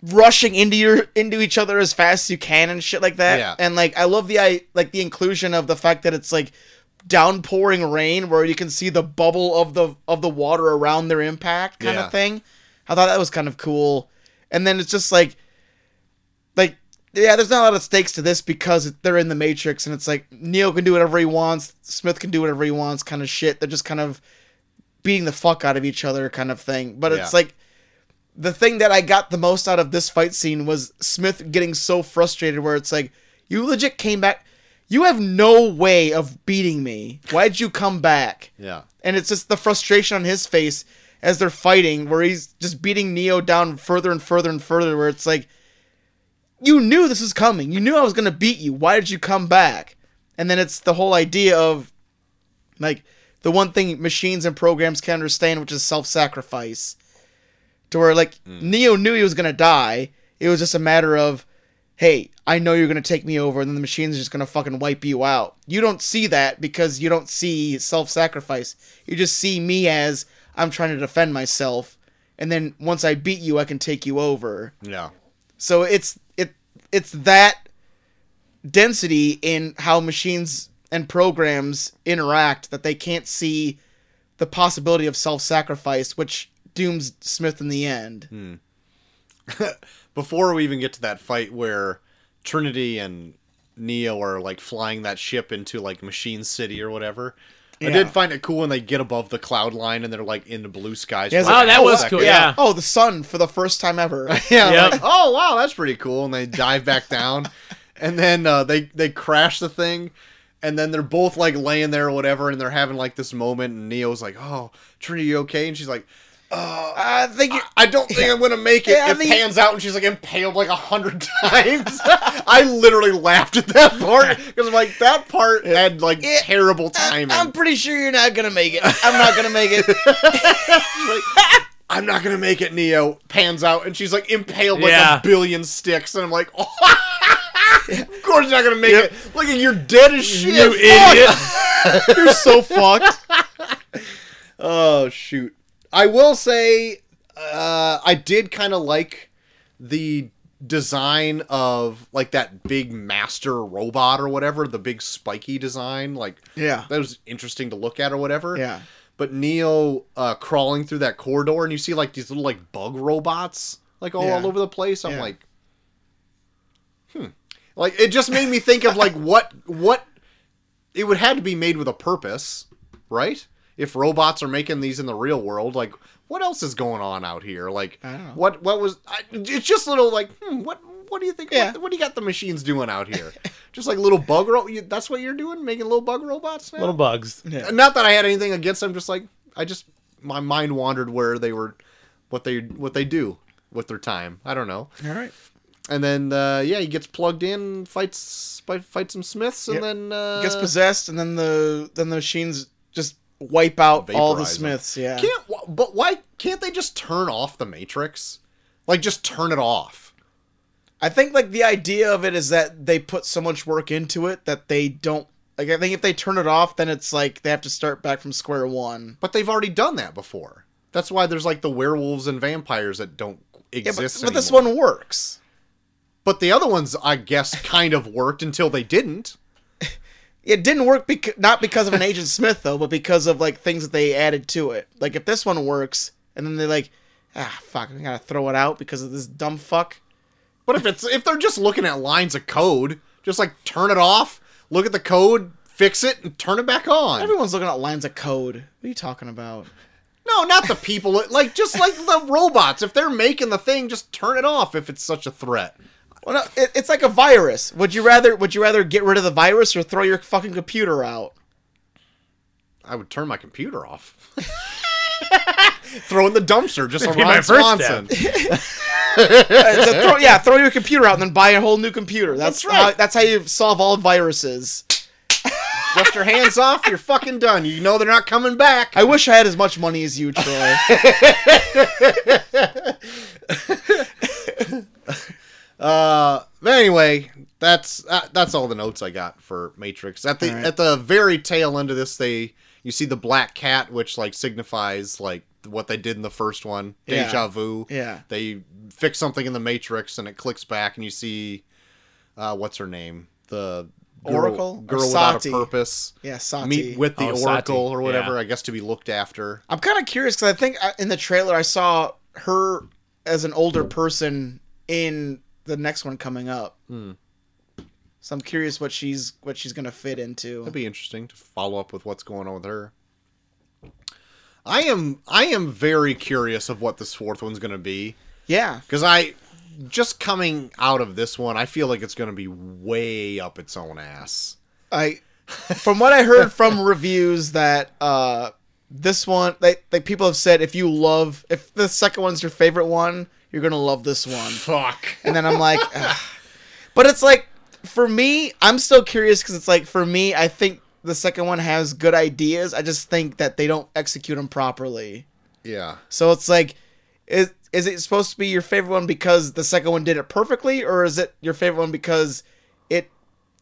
A: rushing into your into each other as fast as you can and shit like that.
B: Yeah.
A: And like I love the I like the inclusion of the fact that it's like downpouring rain where you can see the bubble of the of the water around their impact kind
B: Yeah.
A: of thing. I thought that was kind of cool. And then it's just like like yeah, there's not a lot of stakes to this because they're in the Matrix and it's like Neo can do whatever he wants, Smith can do whatever he wants, kind of shit. They're just kind of beating the fuck out of each other, kind of thing. But it's
B: Yeah.
A: like the thing that I got the most out of this fight scene was Smith getting so frustrated where it's like, you legit came back. You have no way of beating me. Why'd you come back?
B: Yeah.
A: And it's just the frustration on his face as they're fighting, where he's just beating Neo down further and further and further, where it's like, you knew this was coming. You knew I was going to beat you. Why did you come back? And then it's the whole idea of, like, the one thing machines and programs can understand, which is self sacrifice. To where, like, Neo knew he was going to die. It was just a matter of, hey, I know you're going to take me over, and then the machine's just going to fucking wipe you out. You don't see that because you don't see self sacrifice. You just see me as I'm trying to defend myself, and then once I beat you, I can take you over.
B: Yeah.
A: So it's it it's that density in how machines and programs interact that they can't see the possibility of self-sacrifice, which dooms Smith in the end.
B: Hmm. Before we even get to that fight where Trinity and Neo are like flying that ship into like Machine City or whatever. I
A: Yeah.
B: did find it cool when they get above the cloud line and they're like in the blue skies.
A: Yeah, it's
B: for
A: like,
B: a
A: oh,
B: second.
A: wow, Oh, the sun for the first time ever.
B: Yeah, I'm like, oh wow, that's pretty cool. And they dive back down, and then uh, they they crash the thing, and then they're both like laying there or whatever, and they're having like this moment, and Neo's like, "Oh, Trinity, you okay?" And she's like, "Oh,
A: I think I,
B: I don't think I'm gonna make it."
A: Yeah, I
B: it
A: think-
B: pans out, and she's like impaled like a hundred times. I literally laughed at that part because I'm like, that part had like terrible timing.
A: I'm pretty sure you're not gonna make it. I'm not gonna make it.
B: I'm not gonna make it. Neo pans out, and she's like impaled like
C: Yeah.
B: a billion sticks, and I'm like, oh, of course you're not gonna make it. Look, at you're dead as shit.
C: You idiot.
B: Fuck. you're so fucked. oh shoot. I will say, uh, I did kind of like the design of like that big master robot or whatever, the big spiky design. Like,
A: Yeah.
B: that was interesting to look at or whatever.
A: Yeah.
B: But Neo uh, crawling through that corridor, and you see like these little like bug robots like all,
A: Yeah.
B: all over the place. I'm
A: Yeah.
B: like, hmm. Like it just made me think of like what what it would had to be made with a purpose, right? If robots are making these in the real world, like what else is going on out here? Like what what was I, it's just little like hmm, what what do you think? What, what do you got the machines doing out here? just like little bug ro- you, That's what you're doing, making little bug robots now. Uh,
C: Little bugs.
B: Not that I had anything against them. Just like I just my mind wandered where they were, what they what they do with their time. I don't know.
A: All right.
B: And then uh, yeah, he gets plugged in, fights fight, fights some Smiths, and
A: Yep.
B: then uh,
A: Gets possessed, and then the then the machines just wipe out all the
B: Vaporize 'em.
A: Smiths. Yeah.
B: Can't wh- but why can't they just turn off the Matrix? Like just turn it off.
A: I think like the idea of it is that they put so much work into it that they don't like I think if they turn it off then it's like they have to start back from square one.
B: But they've already done that before. That's why there's like the werewolves and vampires that don't
A: Yeah, but,
B: exist.
A: but this
B: anymore.
A: one works.
B: But the other ones, I guess, kind of worked until they didn't.
A: It didn't work because not because of an Agent Smith though, but because of like things that they added to it. Like if this one works and then they like ah fuck, we gotta throw it out because of this dumb fuck.
B: But if it's if they're just looking at lines of code, just like turn it off, look at the code, fix it, and turn it back on.
A: Everyone's looking at lines of code. What are you talking about?
B: No, not the people. Like just like the robots. If they're making the thing, just turn it off if it's such a threat.
A: Well, no, it, it's like a virus. Would you rather would you rather get rid of the virus or throw your fucking computer out?
B: I would turn my computer off. Throw in the dumpster, just like
C: That'd be my
B: Ron
C: first
B: Swanson.
A: Uh, so throw, yeah, throw your computer out and then buy a whole new computer. That's,
B: That's right.
A: How, that's how you solve all viruses.
B: Dust your hands off, you're fucking done. You know they're not coming back.
A: I wish I had as much money as you, Troy.
B: Uh, but anyway, that's uh, that's all the notes I got for Matrix. At the
A: All right.
B: at the very tail end of this, they you see the black cat, which like signifies like what they did in the first one,
A: Yeah.
B: deja vu.
A: Yeah.
B: they fix something in the Matrix and it clicks back, and you see uh, what's her name, the girl-
A: Oracle? Or
B: girl without
A: Sati.
B: a purpose.
A: Yeah, Sati.
B: meet with the
A: Oh, Sati.
B: Oracle or whatever,
A: Yeah.
B: I guess to be looked after.
A: I'm kind of curious because I think I, in the trailer I saw her as an older person in the next one coming up.
B: Hmm.
A: So I'm curious what she's what she's gonna fit into.
B: That'd be interesting to follow up with what's going on with her. I am I am very curious of what this fourth one's going to be.
A: Yeah.
B: Cuz I just coming out of this one, I feel like it's going to be way up its own ass.
A: I, from what I heard from reviews, that uh, this one, they like people have said, if you love, if the second one's your favorite one, you're gonna love this one.
B: Fuck.
A: And then I'm like, "Ugh." but it's like for me, I'm still curious because it's like for me, I think the second one has good ideas. I just think that they don't execute them properly.
B: Yeah.
A: So it's like, is is it supposed to be your favorite one because the second one did it perfectly, or is it your favorite one because it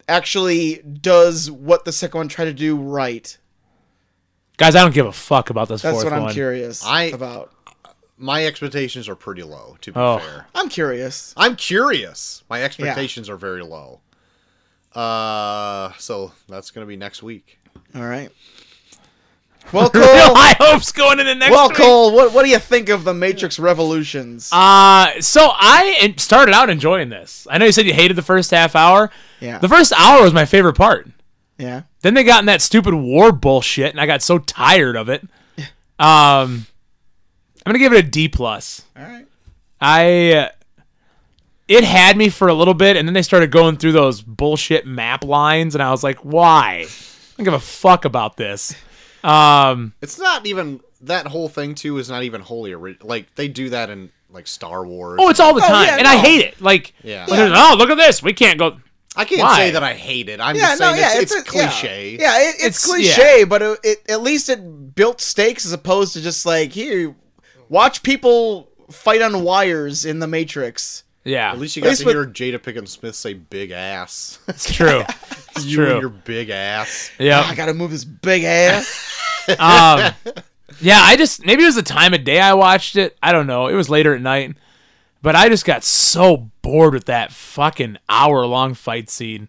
A: actually does what the second one tried to do right?
C: Guys, I don't give a fuck about this
A: That's
C: fourth
A: what I'm
C: one.
A: curious
B: I
A: about.
B: My expectations are pretty low to be
C: Oh.
B: fair.
A: I'm curious.
B: I'm curious. My expectations are very low. Uh so that's going to be next week.
A: All right. Well, Cole.
C: High hopes going into next
A: well,
C: week.
A: Cole, what what do you think of the Matrix Revolutions?
C: Uh, so I en- started out enjoying this. I know you said you hated the first half hour.
A: Yeah.
C: The first hour was my favorite part.
A: Yeah.
C: Then they got in that stupid war bullshit, and I got so tired of it. Um, I'm gonna give it a D plus.
A: All right.
C: I uh, it had me for a little bit, and then they started going through those bullshit map lines, and I was like, why? I don't give a fuck about this. Um,
B: It's not even that whole thing too is not even wholly ori- like they do that in like Star Wars.
C: oh, it's all the time, and I hate it. Like,
B: Yeah.
C: when they're, oh, look at this, we can't go.
B: I can't
C: Why?
B: say that I hate it. I'm
A: Yeah,
B: just
A: no,
B: saying
A: yeah,
B: it's,
A: it's
B: it's
A: a- yeah.
B: cliche.
A: Yeah, it, it's,
C: It's- yeah.
A: cliche, but it, it, at least it built stakes as opposed to just like here, watch people fight on wires in the Matrix.
C: Yeah.
B: At least you
A: At
B: got
A: least
B: to
A: with-
B: hear Jada Pickett Smith say "big ass." It's
C: true. It's
B: you
C: true.
B: and your big ass.
C: Yeah.
A: Ah, I gotta move this big ass.
C: um, yeah, I just maybe it was the time of day I watched it. I don't know. It was later at night, but I just got so bored with that fucking hour long fight scene.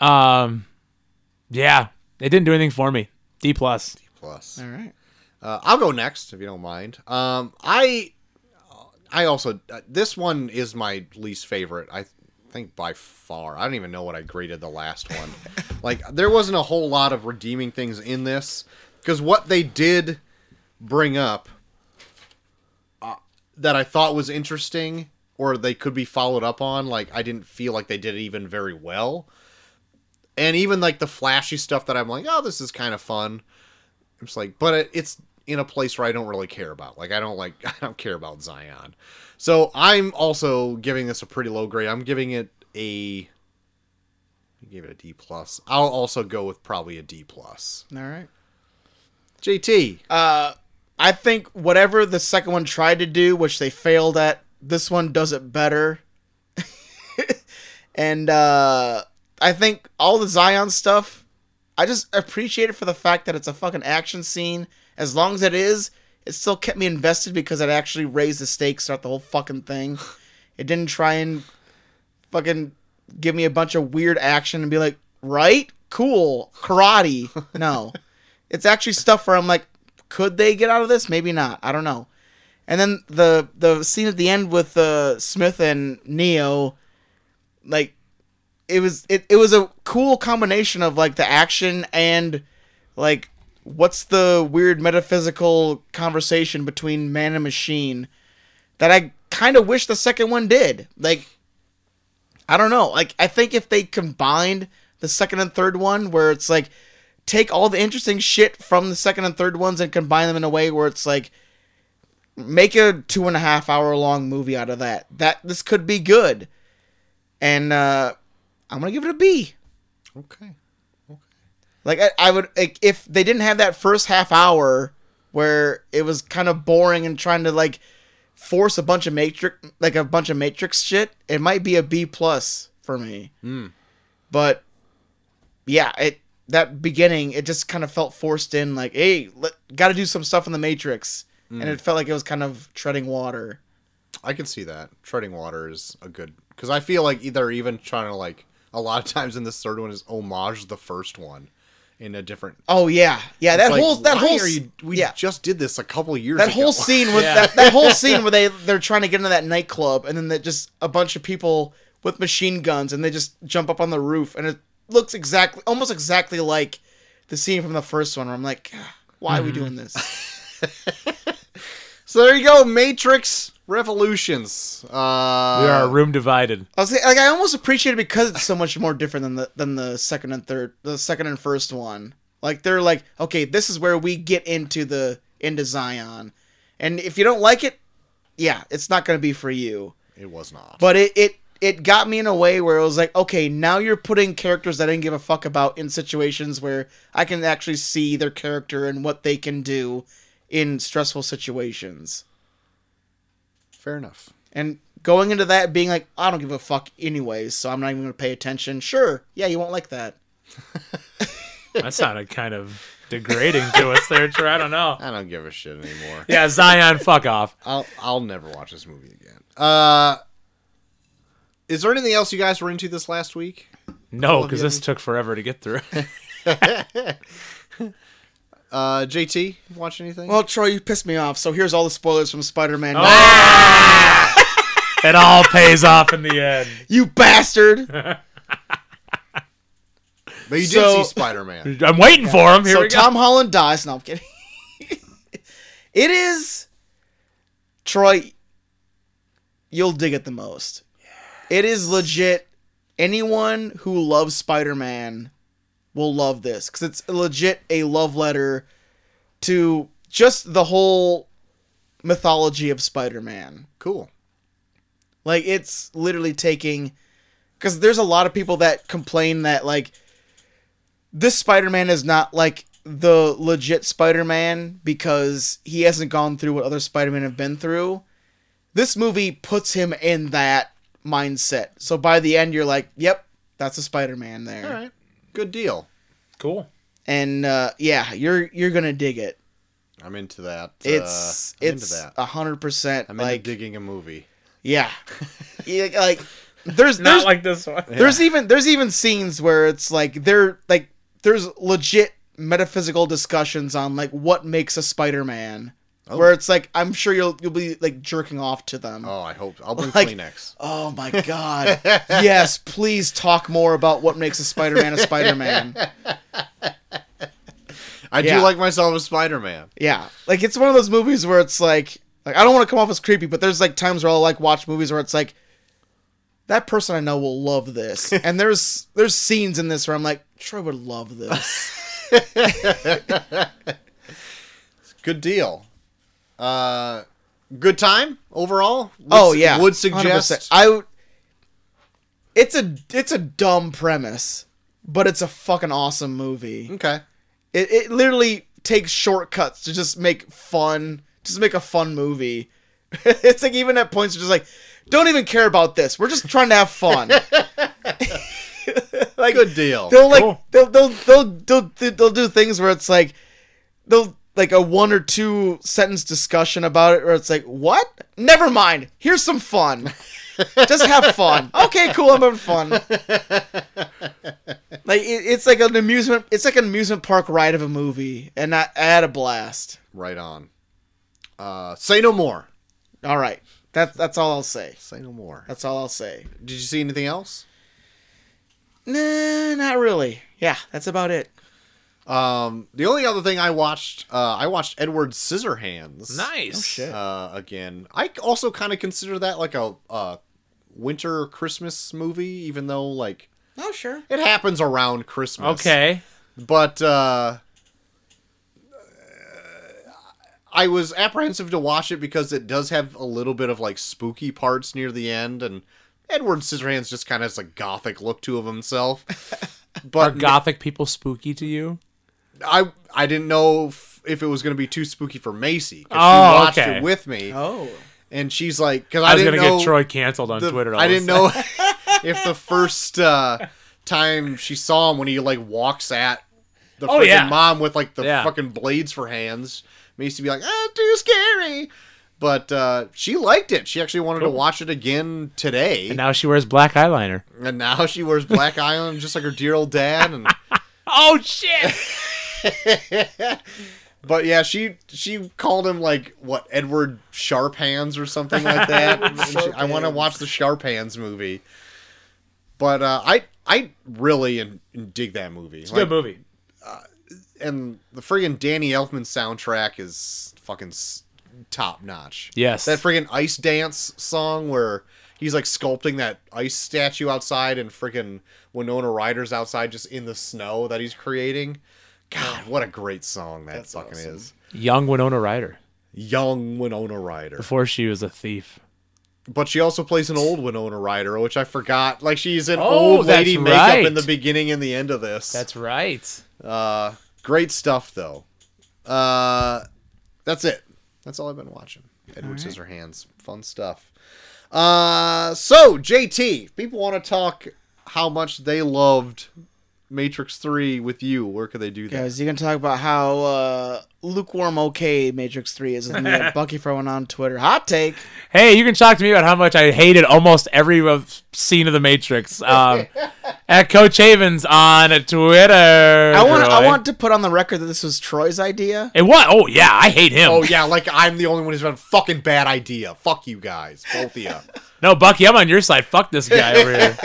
C: Um, yeah, it didn't do anything for me. D plus.
B: Plus.
A: All right.
B: Uh, I'll go next if you don't mind. Um, I I also uh, this one is my least favorite. I think by far. I don't even know what I graded the last one. like there wasn't a whole lot of redeeming things in this because what they did bring up uh, that I thought was interesting or they could be followed up on. Like I didn't feel like they did it even very well. And even like the flashy stuff that I'm like, oh, this is kind of fun. I'm just like, but it, it's in a place where I don't really care about. Like I don't like I don't care about Zion. So I'm also giving this a pretty low grade. I'm giving it a I gave it a D plus. I'll also go with probably a D plus.
A: All right.
B: JT.
A: Uh, I think whatever the second one tried to do, which they failed at, this one does it better. and uh, I think all the Zion stuff, I just appreciate it for the fact that it's a fucking action scene. As long as it is, it still kept me invested because it actually raised the stakes throughout the whole fucking thing. It didn't try and fucking give me a bunch of weird action and be like, right? Cool. Karate. No. it's actually stuff where I'm like, could they get out of this? Maybe not. I don't know. And then the the scene at the end with uh, Smith and Neo, like it was it, it was a cool combination of like the action and like what's the weird metaphysical conversation between man and machine that I kind of wish the second one did. Like I don't know. Like I think if they combined the second and third one where it's like take all the interesting shit from the second and third ones and combine them in a way where it's like make a two and a half hour long movie out of that. That this could be good. And uh I'm gonna give it a B.
B: Okay.
A: Like I, I would like if they didn't have that first half hour where it was kind of boring and trying to like force a bunch of matrix like a bunch of matrix shit, it might be a B plus for me.
B: Hmm.
A: But yeah, it that beginning it just kind of felt forced in. Like, hey, got to do some stuff in the Matrix, and
B: Mm.
A: it felt like it was kind of treading water.
B: I can see that. Treading water is a good because I feel like they're even trying to like a lot of times in this third one is homage the first one in a different.
A: Oh yeah, yeah.
B: It's
A: That
B: like,
A: whole that
B: why
A: whole
B: are
A: s-
B: you- we
A: yeah.
B: just did this a couple of years.
A: that
B: ago.
A: whole scene with that, that whole scene where they they're trying to get into that nightclub and then that just a bunch of people with machine guns and they just jump up on the roof and it looks exactly almost exactly like the scene from the first one where I'm like "Ah, why are we
B: Mhm.
A: doing this
B: So there you go, Matrix Revolutions. Uh,
C: we are a room divided.
A: I was like, like I almost appreciate it because it's so much more different than the than the second and third the second and first one like they're like okay this is where we get into the into Zion and if you don't like it yeah it's not gonna be for you
B: It was not.
A: But it it it got me in a way where it was like, okay, now you're putting characters that I didn't give a fuck about in situations where I can actually see their character and what they can do in stressful situations.
B: Fair enough.
A: And going into that being like, I don't give a fuck anyways, so I'm not even gonna pay attention. Sure, yeah, you won't like that.
C: That sounded kind of degrading to us there, Trey. I don't know.
B: I don't give a shit anymore.
C: Yeah, Zion, fuck off.
B: I'll I'll never watch this movie again. Uh, is there anything else you guys were into this last week?
C: No, because this took forever to get through.
B: Uh, JT, watch anything?
A: Well, Troy, you pissed me off, so here's all the spoilers from Spider Man.
C: Oh. it all pays off in the end.
A: You bastard!
B: But you
A: So-
B: did see Spider Man.
C: I'm waiting for him. Here
A: so
C: we go.
A: Tom Holland dies. No, I'm kidding. it is Troy. You'll dig it the most. It is legit. Anyone who loves Spider Man will love this because it's legit a love letter to just the whole mythology of Spider Man.
B: Cool.
A: Like it's literally taking because there's a lot of people that complain that like this Spider-Man is not like the legit Spider-Man because he hasn't gone through what other Spider-Men have been through. This movie puts him in that mindset. So by the end you're like, yep, that's a Spider-Man there.
B: All right. Good deal.
C: Cool.
A: And uh, yeah, you're you're going to dig it.
B: I'm into that.
A: It's
B: uh, I'm
A: it's
B: into that.
A: a 100%
B: I'm
A: like
B: into digging a movie.
A: yeah. yeah like there's
C: Not
A: there's
C: like this one.
A: There's even there's even scenes where it's like they're like there's legit metaphysical discussions on like what makes a Spider-Man.
B: Oh.
A: Where it's like I'm sure you'll you'll be like jerking off to them.
B: Oh, I hope I'll bring
A: Like-
B: Kleenex.
A: Oh my god. yes, please talk more about what makes a Spider-Man a Spider-Man.
B: I
A: yeah.
B: do like myself as Spider Man.
A: Yeah. Like it's one of those movies where it's like like I don't want to come off as creepy, but there's like times where I'll like watch movies where it's like that person I know will love this. and there's there's scenes in this where I'm like, Troy would love this.
B: Good deal. Uh, good time overall. Would
A: oh
B: s-
A: yeah,
B: Would suggest
A: 100%. I. would- It's a it's a dumb premise, but it's a fucking awesome movie.
B: Okay.
A: It it literally takes shortcuts to just make fun, just make a fun movie. it's like even at points, you're just like, don't even care about this. We're just trying to have fun. like
B: good deal.
A: they'll like they'll, they'll they'll they'll they'll do things where it's like they'll like a one or two sentence discussion about it where it's like what never mind here's some fun just have fun okay cool i'm having fun like it, it's like an amusement it's like an amusement park ride of a movie and i, I had a blast
B: Right on. Uh, say no more.
A: all right that's that's all i'll say
B: Say no more.
A: that's all i'll say
B: Uh, Did you see anything else?
A: nah not really yeah that's about it
B: Um, the only other thing I watched, uh, I watched Edward Scissorhands.
C: Nice. Oh, shit.
B: Uh, again, I also kind of consider that like a uh, winter Christmas movie, even though like
A: oh sure
B: it happens around Christmas.
C: Okay.
B: but uh, I was apprehensive to watch it because it does have a little bit of like spooky parts near the end, and Edward Scissorhands just kind of has a gothic look to of himself.
C: Are
B: But
C: gothic people spooky to you?
B: I I didn't know if, if it was going to be too spooky for Macy. 'cause
C: Oh,
B: she watched
C: okay.
B: it with me,
A: oh
B: and she's like, because I,
C: I was
B: didn't
C: gonna
B: know
C: get Troy canceled on
B: the-
C: Twitter. all
B: I
C: of a
B: didn't know. if the first uh, time she saw him when he like walks at the
C: Oh,
B: freaking
C: yeah.
B: mom with like the
C: Yeah.
B: fucking blades for hands, needs to be like, ah, too scary. But uh, she liked it. She actually wanted
C: Cool.
B: to watch it again today,
C: And now she wears black eyeliner.
B: and now she wears black eyeliner just like her dear old dad. And
C: oh shit!
B: But yeah, she she called him like what Edward Sharp Hands or something like that. And she- I want to watch the Sharp Hands movie. But uh, I I really in, dig that movie.
C: It's a good movie.
B: And the friggin' Danny Elfman soundtrack is fucking s- top notch.
C: Yes.
B: that friggin' ice dance song where he's like sculpting that ice statue outside and friggin' Winona Ryder's outside just in the snow that he's creating. God, what a great song that fucking is
C: Young Winona Ryder
B: young Winona Ryder.
C: before she was a thief.
B: But she also plays an old Winona Ryder, which I forgot. Like she's an
C: Oh,
B: old
C: that's
B: lady makeup
C: right.
B: in the beginning and the end of this. That's
C: right.
B: Uh, great stuff though. Uh, that's it. That's all I've been watching. Edward
P: All
B: Scissorhands, fun stuff. Uh, so JT, if people want to talk how much they loved Matrix Three with you. Where could they do that?
S: Guys, you can talk about how uh, lukewarm okay Matrix 3 is with me at Bucky for one on Twitter. Hot take.
C: Hey, you can talk to me about how much I hated almost every of- scene of The Matrix. Um, at Coach Havens on Twitter.
S: I want I
C: Troy.
S: want to put on the record that this was Troy's idea.
C: It what? Oh yeah, I hate him.
B: Oh yeah, like I'm the only one who's had a fucking bad idea. Fuck you guys, both of you.
C: No, Bucky, I'm on your side. Fuck this guy over here.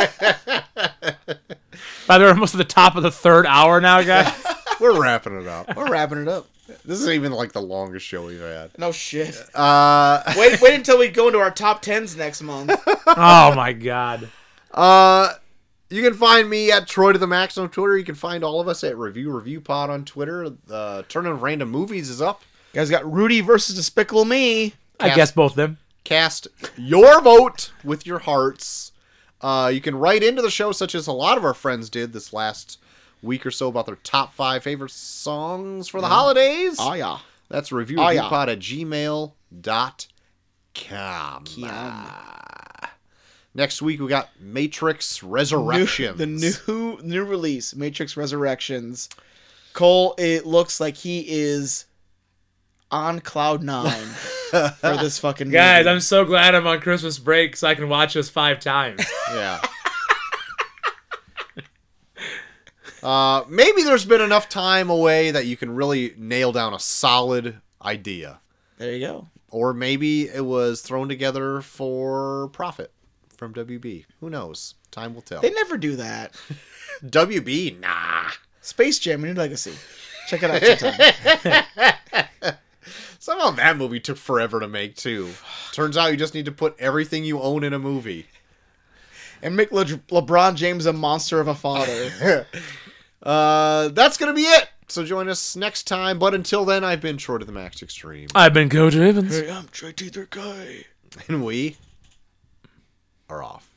C: By the way, we're almost at the top of the third hour now, guys.
B: We're wrapping it up.
S: We're wrapping it up.
B: This is even like the longest show we've had.
S: No shit.
B: Uh,
S: Wait wait until we go into our top tens next month.
C: oh my god.
B: Uh, you can find me at Troy to the Max on Twitter. You can find all of us at Review Review Pod on Twitter. Uh, Turn of Random Movies is up.
S: You guys got Rudy versus Despicable Me.
C: I guess both them.
B: Cast your vote with your hearts. Uh, you can write into the show, such as a lot of our friends did this last week or so, about their top five favorite songs for the
S: Yeah.
B: holidays.
S: Oh yeah.
B: That's review
S: Oh,
B: review
S: yeah.
B: pod at gmail.com. Next week we got Matrix Resurrection.
S: New, the new new release, Matrix Resurrections. Cole, it looks like he is on cloud nine for this fucking
C: Guys,
S: movie.
C: I'm so glad I'm on Christmas break so I can watch this five times.
B: yeah. Uh, maybe there's been enough time away that you can really nail down a solid idea.
S: There you go.
B: Or maybe it was thrown together for profit from WB. Who knows? Time will tell.
S: They never do that.
B: WB, nah.
S: Space Jam: A New Legacy. Check it out sometime.
B: Somehow that movie took forever to make too. Turns out you just need to put everything you own in a movie.
S: and make Le- LeBron James a monster of a father.
B: Uh, that's gonna be it. So join us next time. But until then, I've been short of the max extreme,
C: I've been Coach Evans.
S: I'm JT3K.
B: and we are off.